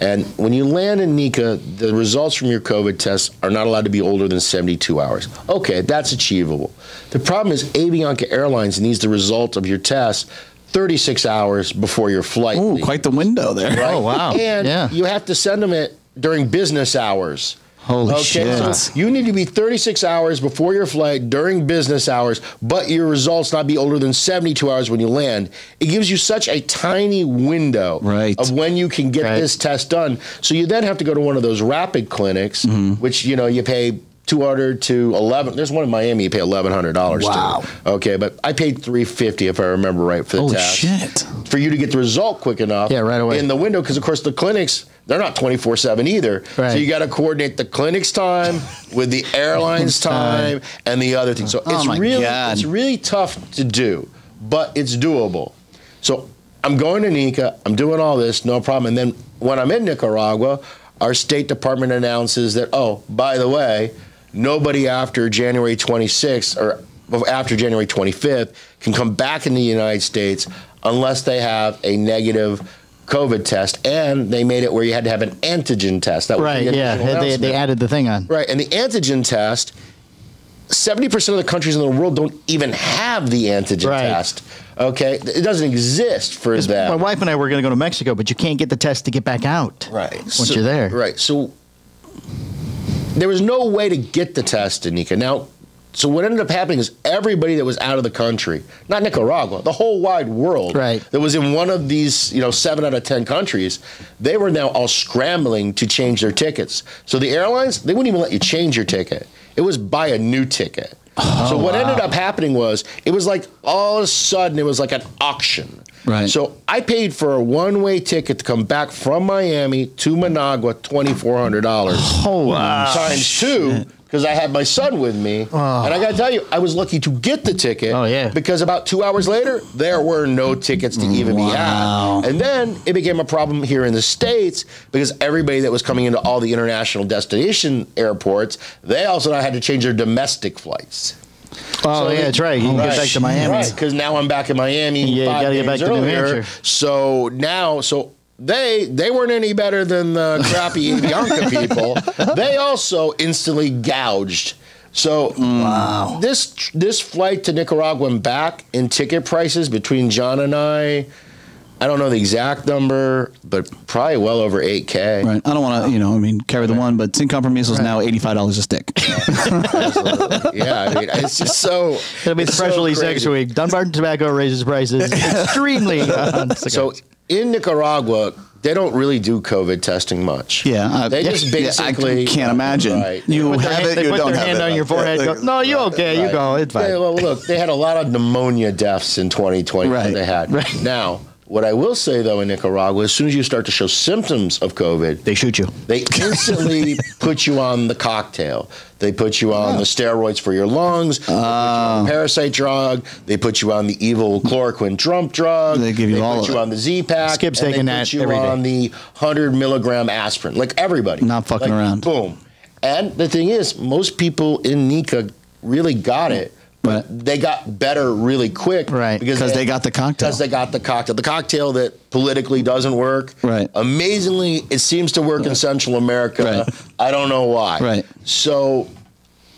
Speaker 5: And when you land in Nika, the results from your COVID test are not allowed to be older than 72 hours. Okay, that's achievable. The problem is Avianca Airlines needs the result of your test 36 hours before your flight.
Speaker 2: Ooh,
Speaker 5: leaves.
Speaker 2: quite the window there.
Speaker 1: Oh wow.
Speaker 5: And
Speaker 1: yeah.
Speaker 5: you have to send them it during business hours.
Speaker 2: Holy shit.
Speaker 5: so you need to be 36 hours before your flight during business hours, but your results not be older than 72 hours when you land. It gives you such a tiny window
Speaker 2: Right.
Speaker 5: of when you can get
Speaker 1: Right.
Speaker 5: this test done. So you then have to go to one of those rapid clinics,
Speaker 2: Mm-hmm.
Speaker 5: which you know you pay 200 to 11. There's one in Miami you pay 1100 dollars
Speaker 2: Wow.
Speaker 5: to. Okay, but I paid 350 if I remember right for the
Speaker 2: Holy
Speaker 5: test
Speaker 2: shit.
Speaker 5: for you to get the result quick enough.
Speaker 1: Yeah, right away.
Speaker 5: In the window, because of course the clinics they're not twenty four seven either. So
Speaker 1: Right.
Speaker 5: you got to coordinate the clinic's time with the airline's time and the other thing. So
Speaker 2: Oh my
Speaker 5: it's really
Speaker 2: God.
Speaker 5: it's really tough to do, but it's doable. So I'm going to Nika. I'm doing all this, no problem. And then when I'm in Nicaragua, our State Department announces that oh, by the way, nobody after January 26th or after January 25th can come back in the United States unless they have a negative COVID test, and they made it where you had to have an antigen test. That was the
Speaker 1: Right. Yeah.
Speaker 5: initial
Speaker 1: They, they
Speaker 5: announcement.
Speaker 1: added the thing on.
Speaker 5: Right, and the antigen test. Seventy percent of the countries in the world don't even have the antigen
Speaker 1: Right.
Speaker 5: test. Okay, it doesn't exist for
Speaker 1: 'Cause
Speaker 5: them.
Speaker 1: My wife and I were going to go to Mexico, but you can't get the test to get back out.
Speaker 5: Right.
Speaker 1: Once
Speaker 5: So-
Speaker 1: you're there.
Speaker 5: Right. So there was no way to get the test in Nika. Now, so what ended up happening is everybody that was out of the country, not Nicaragua, the whole wide world,
Speaker 1: Right.
Speaker 5: that was in one of these, you know, seven out of ten countries, they were now all scrambling to change their tickets. So the airlines, they wouldn't even let you change your ticket. It was buy a new ticket. so what ended up happening was it was like all of a sudden it was like an auction.
Speaker 2: Right.
Speaker 5: So I paid for a one-way ticket to come back from Miami to Managua, twenty-four hundred dollars
Speaker 2: Holy
Speaker 5: times two because I had my son with me. And I got to tell you, I was lucky to get the ticket.
Speaker 1: Oh, yeah.
Speaker 5: Because about two hours later, there were no tickets to even be
Speaker 2: Wow.
Speaker 5: had. And then it became a problem here in the states because everybody that was coming into all the international destination airports, they also now had to change their domestic flights.
Speaker 1: Oh
Speaker 5: So
Speaker 1: yeah,
Speaker 5: they-
Speaker 1: that's right. You can get back to Miami.
Speaker 5: Because now I'm back in Miami.
Speaker 1: Yeah, you
Speaker 5: five
Speaker 1: gotta get back
Speaker 5: days
Speaker 1: to New
Speaker 5: earlier.
Speaker 1: Hampshire.
Speaker 5: So now, so they they weren't any better than the crappy Bianca people. They also instantly gouged. So mm, this this flight to Nicaragua and back in ticket prices between John and I, I don't know the exact number, but probably well over eight k.
Speaker 2: Right. I don't want to, you know, I mean, carry the one, but Sin Compromiso is now $85 a stick.
Speaker 5: Yeah, I mean it's just so.
Speaker 1: It'll be the
Speaker 5: it's
Speaker 1: press
Speaker 5: so
Speaker 1: release next
Speaker 5: crazy.
Speaker 1: week. Dunbar Tobacco raises prices extremely. on
Speaker 5: So
Speaker 1: cigars.
Speaker 5: in Nicaragua, they don't really do COVID testing much.
Speaker 2: Yeah. I-
Speaker 5: they just
Speaker 2: yeah,
Speaker 5: basically
Speaker 2: I can't imagine.
Speaker 5: Right.
Speaker 2: You
Speaker 1: Put their
Speaker 2: have
Speaker 1: hand-
Speaker 2: it,
Speaker 1: they
Speaker 2: you
Speaker 1: put
Speaker 2: don't
Speaker 1: their
Speaker 2: have
Speaker 1: hand
Speaker 2: it.
Speaker 1: on your forehead.
Speaker 2: Yeah,
Speaker 1: go, no, you okay? You
Speaker 5: Right.
Speaker 1: go. It's fine.
Speaker 5: Yeah, well, look, they had a lot of pneumonia deaths in 2020.
Speaker 2: Right.
Speaker 5: They had
Speaker 1: Right.
Speaker 5: now. What I will say though in Nicaragua, as soon as you start to show symptoms of COVID,
Speaker 1: They shoot you.
Speaker 5: they instantly put you on the cocktail. They put you on the
Speaker 2: Oh.
Speaker 5: steroids for your lungs. They put you on the parasite drug. They put you on the evil chloroquine Trump drug.
Speaker 2: They give you
Speaker 5: they
Speaker 2: all of
Speaker 5: put you
Speaker 2: it.
Speaker 5: on the Z pack.
Speaker 1: Skip's
Speaker 5: and they
Speaker 1: taking
Speaker 5: put
Speaker 1: that
Speaker 5: you
Speaker 1: every day.
Speaker 5: on the hundred milligram aspirin. Like everybody,
Speaker 2: Not fucking
Speaker 5: Like,
Speaker 2: around.
Speaker 5: Boom. And the thing is, most people in Nika really got it. But
Speaker 2: Right.
Speaker 5: they got better really quick,
Speaker 1: Right,
Speaker 2: 'cause they got the cocktail.
Speaker 5: Because they got the cocktail, the cocktail that politically doesn't work.
Speaker 2: Right.
Speaker 5: Amazingly, it seems to work in Central America.
Speaker 2: Right.
Speaker 5: I don't know why.
Speaker 2: Right.
Speaker 5: So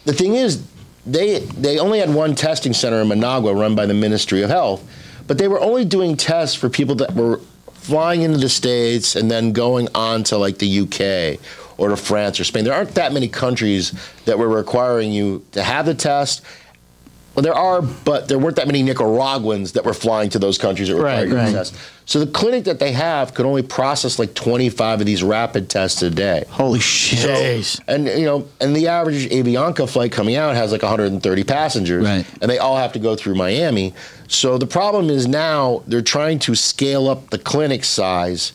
Speaker 5: the thing is, they they only had one testing center in Managua run by the Ministry of Health, but they were only doing tests for people that were flying into the States and then going on to like the UK or to France or Spain. There aren't that many countries that were requiring you to have the test. Well, there are, but there weren't that many Nicaraguans that were flying to those countries that were
Speaker 1: Right,
Speaker 5: required
Speaker 1: right.
Speaker 5: to test. So the clinic that they have could only process like 25 of these rapid tests a day.
Speaker 2: Holy shit.
Speaker 5: So-
Speaker 1: Jeez.
Speaker 5: and you know, and the average Avianca flight coming out has like 130 passengers,
Speaker 2: Right.
Speaker 5: and they all have to go through Miami. So the problem is now they're trying to scale up the clinic size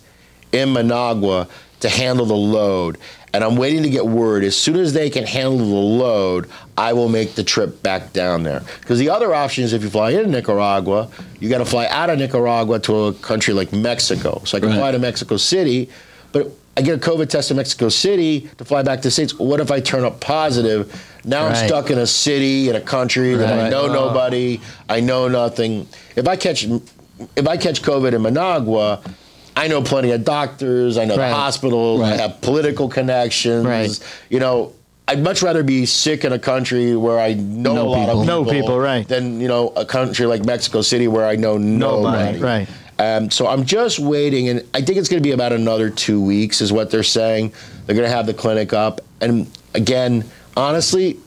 Speaker 5: in Managua to handle the load. And I'm waiting to get word. As soon as they can handle the load, I will make the trip back down there. Because the other option is if you fly into Nicaragua, you got to fly out of Nicaragua to a country like Mexico. So I can
Speaker 2: Right.
Speaker 5: fly to Mexico City, but I get a COVID test in Mexico City to fly back to the States. What if I turn up positive? Now
Speaker 1: Right.
Speaker 5: I'm stuck in a city in a country that I
Speaker 2: Right.
Speaker 5: know nobody. I know nothing. If I catch if I catch COVID in Managua, I know plenty of doctors. I know
Speaker 1: Right.
Speaker 5: the hospitals.
Speaker 2: Right.
Speaker 5: I have political connections.
Speaker 1: Right.
Speaker 5: You know. I'd much rather be sick in a country where I know
Speaker 2: No
Speaker 5: a lot
Speaker 2: people.
Speaker 5: of people,
Speaker 1: No people, right.
Speaker 5: than you know a country like Mexico City where I know
Speaker 1: Nobody,
Speaker 5: nobody.
Speaker 1: right.
Speaker 5: Um, so I'm just waiting, and I think it's going to be about another two weeks, is what they're saying. They're going to have the clinic up, and again, honestly,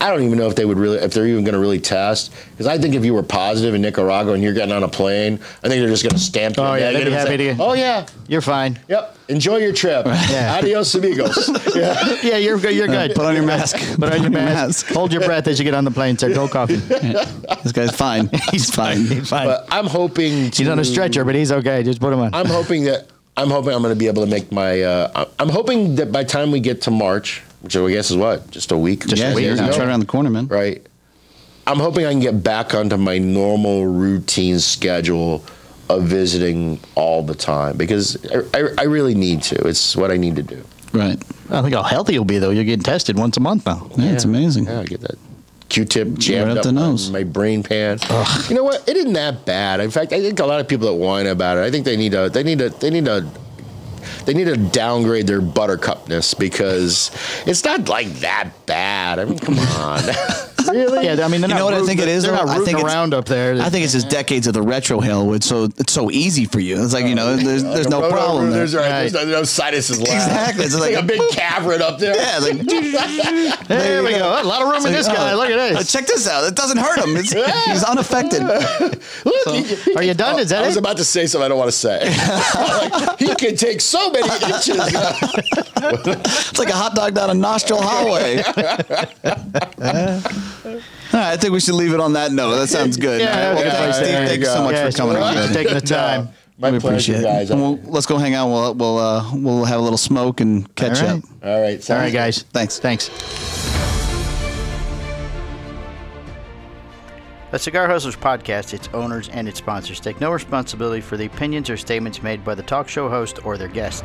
Speaker 5: I don't even know if they would really, if they're even going to really test, because I think if you were positive in Nicaragua and you're getting on a plane, I think they're just going to stamp you.
Speaker 1: Oh, yeah, they'd be
Speaker 5: negative and
Speaker 1: happy
Speaker 5: say,
Speaker 1: to-
Speaker 5: Oh yeah,
Speaker 1: You're fine.
Speaker 5: yep. Enjoy your trip. Adios, amigos. yeah.
Speaker 1: Yeah, you're good. You're good.
Speaker 2: Put on your mask.
Speaker 1: Put on your mask. Hold your breath as you get on the plane, sir. Go coffee.
Speaker 2: This guy's fine. He's fine.
Speaker 1: He's fine.
Speaker 5: But I'm hoping to,
Speaker 1: He's on a stretcher, but he's okay. Just put him on.
Speaker 5: I'm hoping that I'm hoping I'm going to be able to make my. Uh, I- I'm hoping that by the time we get to March, which I guess is what just a week, just
Speaker 2: Yeah,
Speaker 5: you
Speaker 2: you're
Speaker 5: know,
Speaker 2: right around the corner, man.
Speaker 5: right? I'm hoping I can get back onto my normal routine schedule of visiting all the time because I, I, I really need to. It's what I need to do.
Speaker 2: Right.
Speaker 1: I think how healthy you'll be though. You're getting tested once a month now.
Speaker 2: Yeah, it's amazing.
Speaker 5: Yeah, I get that Q-tip jammed
Speaker 2: Right up
Speaker 5: up
Speaker 2: the
Speaker 5: my-
Speaker 2: nose.
Speaker 5: my brain pan. You know what? It isn't that bad. In fact, I think a lot of people that whine about it, I think they need to they need to they need to they need to downgrade their buttercupness because it's not like that bad. I mean, come on. really?
Speaker 1: Yeah, I mean, they're
Speaker 2: You
Speaker 1: not
Speaker 2: know what I
Speaker 1: rooting-
Speaker 2: think it is,
Speaker 1: They're
Speaker 2: though?
Speaker 1: not
Speaker 2: I
Speaker 1: rooting
Speaker 2: think it's-
Speaker 1: around up there.
Speaker 2: I think it's just decades of the retro hell, which so it's so easy for you. It's like you
Speaker 1: Oh,
Speaker 2: know, there's,
Speaker 5: Like
Speaker 2: there's
Speaker 5: a
Speaker 2: no
Speaker 5: roto-
Speaker 2: problem. There.
Speaker 5: There's, right,
Speaker 1: Right.
Speaker 5: there's no, no sinuses left.
Speaker 2: Exactly. It's
Speaker 5: It's like,
Speaker 2: like-
Speaker 5: a big cavern up there.
Speaker 2: Yeah, like
Speaker 1: there, we go. A lot of room in this guy. Look at
Speaker 2: Oh,
Speaker 1: this.
Speaker 2: check this out. It doesn't hurt him. It's, he's unaffected.
Speaker 1: Are you done? Is that
Speaker 5: I was
Speaker 1: it?
Speaker 5: about to say something I don't want to say. Like, he can take so many inches.
Speaker 2: It's like a hot dog down a nostril hallway. All right, I think we should leave it on that note. That sounds good.
Speaker 1: Yeah,
Speaker 2: All right, well,
Speaker 1: okay.
Speaker 2: thanks,
Speaker 1: There
Speaker 2: Steve.
Speaker 1: you
Speaker 2: Thanks
Speaker 5: go.
Speaker 2: so much
Speaker 1: Yeah,
Speaker 2: for coming
Speaker 1: sure.
Speaker 2: on.
Speaker 1: Thanks for
Speaker 2: man.
Speaker 1: taking the time.
Speaker 5: My
Speaker 2: we
Speaker 5: pleasure,
Speaker 2: appreciate it.
Speaker 5: guys.
Speaker 2: And we'll, let's go hang out. We'll we'll uh, we'll have a little smoke and catch
Speaker 1: All right.
Speaker 2: up.
Speaker 5: All right.
Speaker 1: All
Speaker 5: sounds
Speaker 1: right, guys.
Speaker 2: Thanks.
Speaker 1: Thanks. The Cigar Hustlers podcast, its owners, and its sponsors take no responsibility for the opinions or statements made by the talk show host or their guest.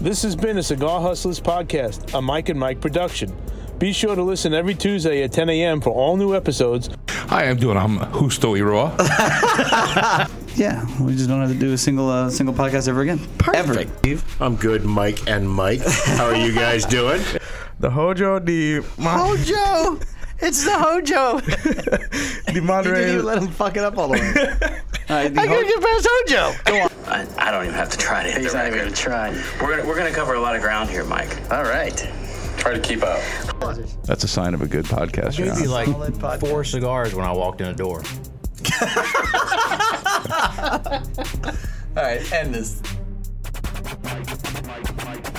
Speaker 7: This has been a Cigar Hustlers podcast, a Mike and Mike production. Be sure to listen every Tuesday at 10 a.m. for all new episodes
Speaker 8: Hi, I'm doing. I'm Husto Iroa.
Speaker 2: Yeah, we just don't have to do a single uh, single podcast ever again. Perfect. Ever.
Speaker 9: I'm good, Mike and Mike. How are you guys doing?
Speaker 7: The Hojo de Mon-
Speaker 2: Hojo! It's the Hojo!
Speaker 7: de
Speaker 2: You didn't
Speaker 7: Monterey.
Speaker 2: even let him fuck it up all the way.
Speaker 1: All right, the
Speaker 2: I
Speaker 1: ho-
Speaker 2: couldn't get past Hojo! Go on.
Speaker 10: I, I don't even have to try to hit the record.
Speaker 2: trying.
Speaker 10: We're gonna, we're gonna cover a lot of ground here, Mike.
Speaker 2: All right.
Speaker 10: Try to keep up.
Speaker 7: That's a sign of a good podcast. John.
Speaker 11: Maybe like
Speaker 2: Solid podcast.
Speaker 11: four cigars when I walked in the door.
Speaker 2: All right, end this.
Speaker 10: Mike, Mike, Mike, Mike.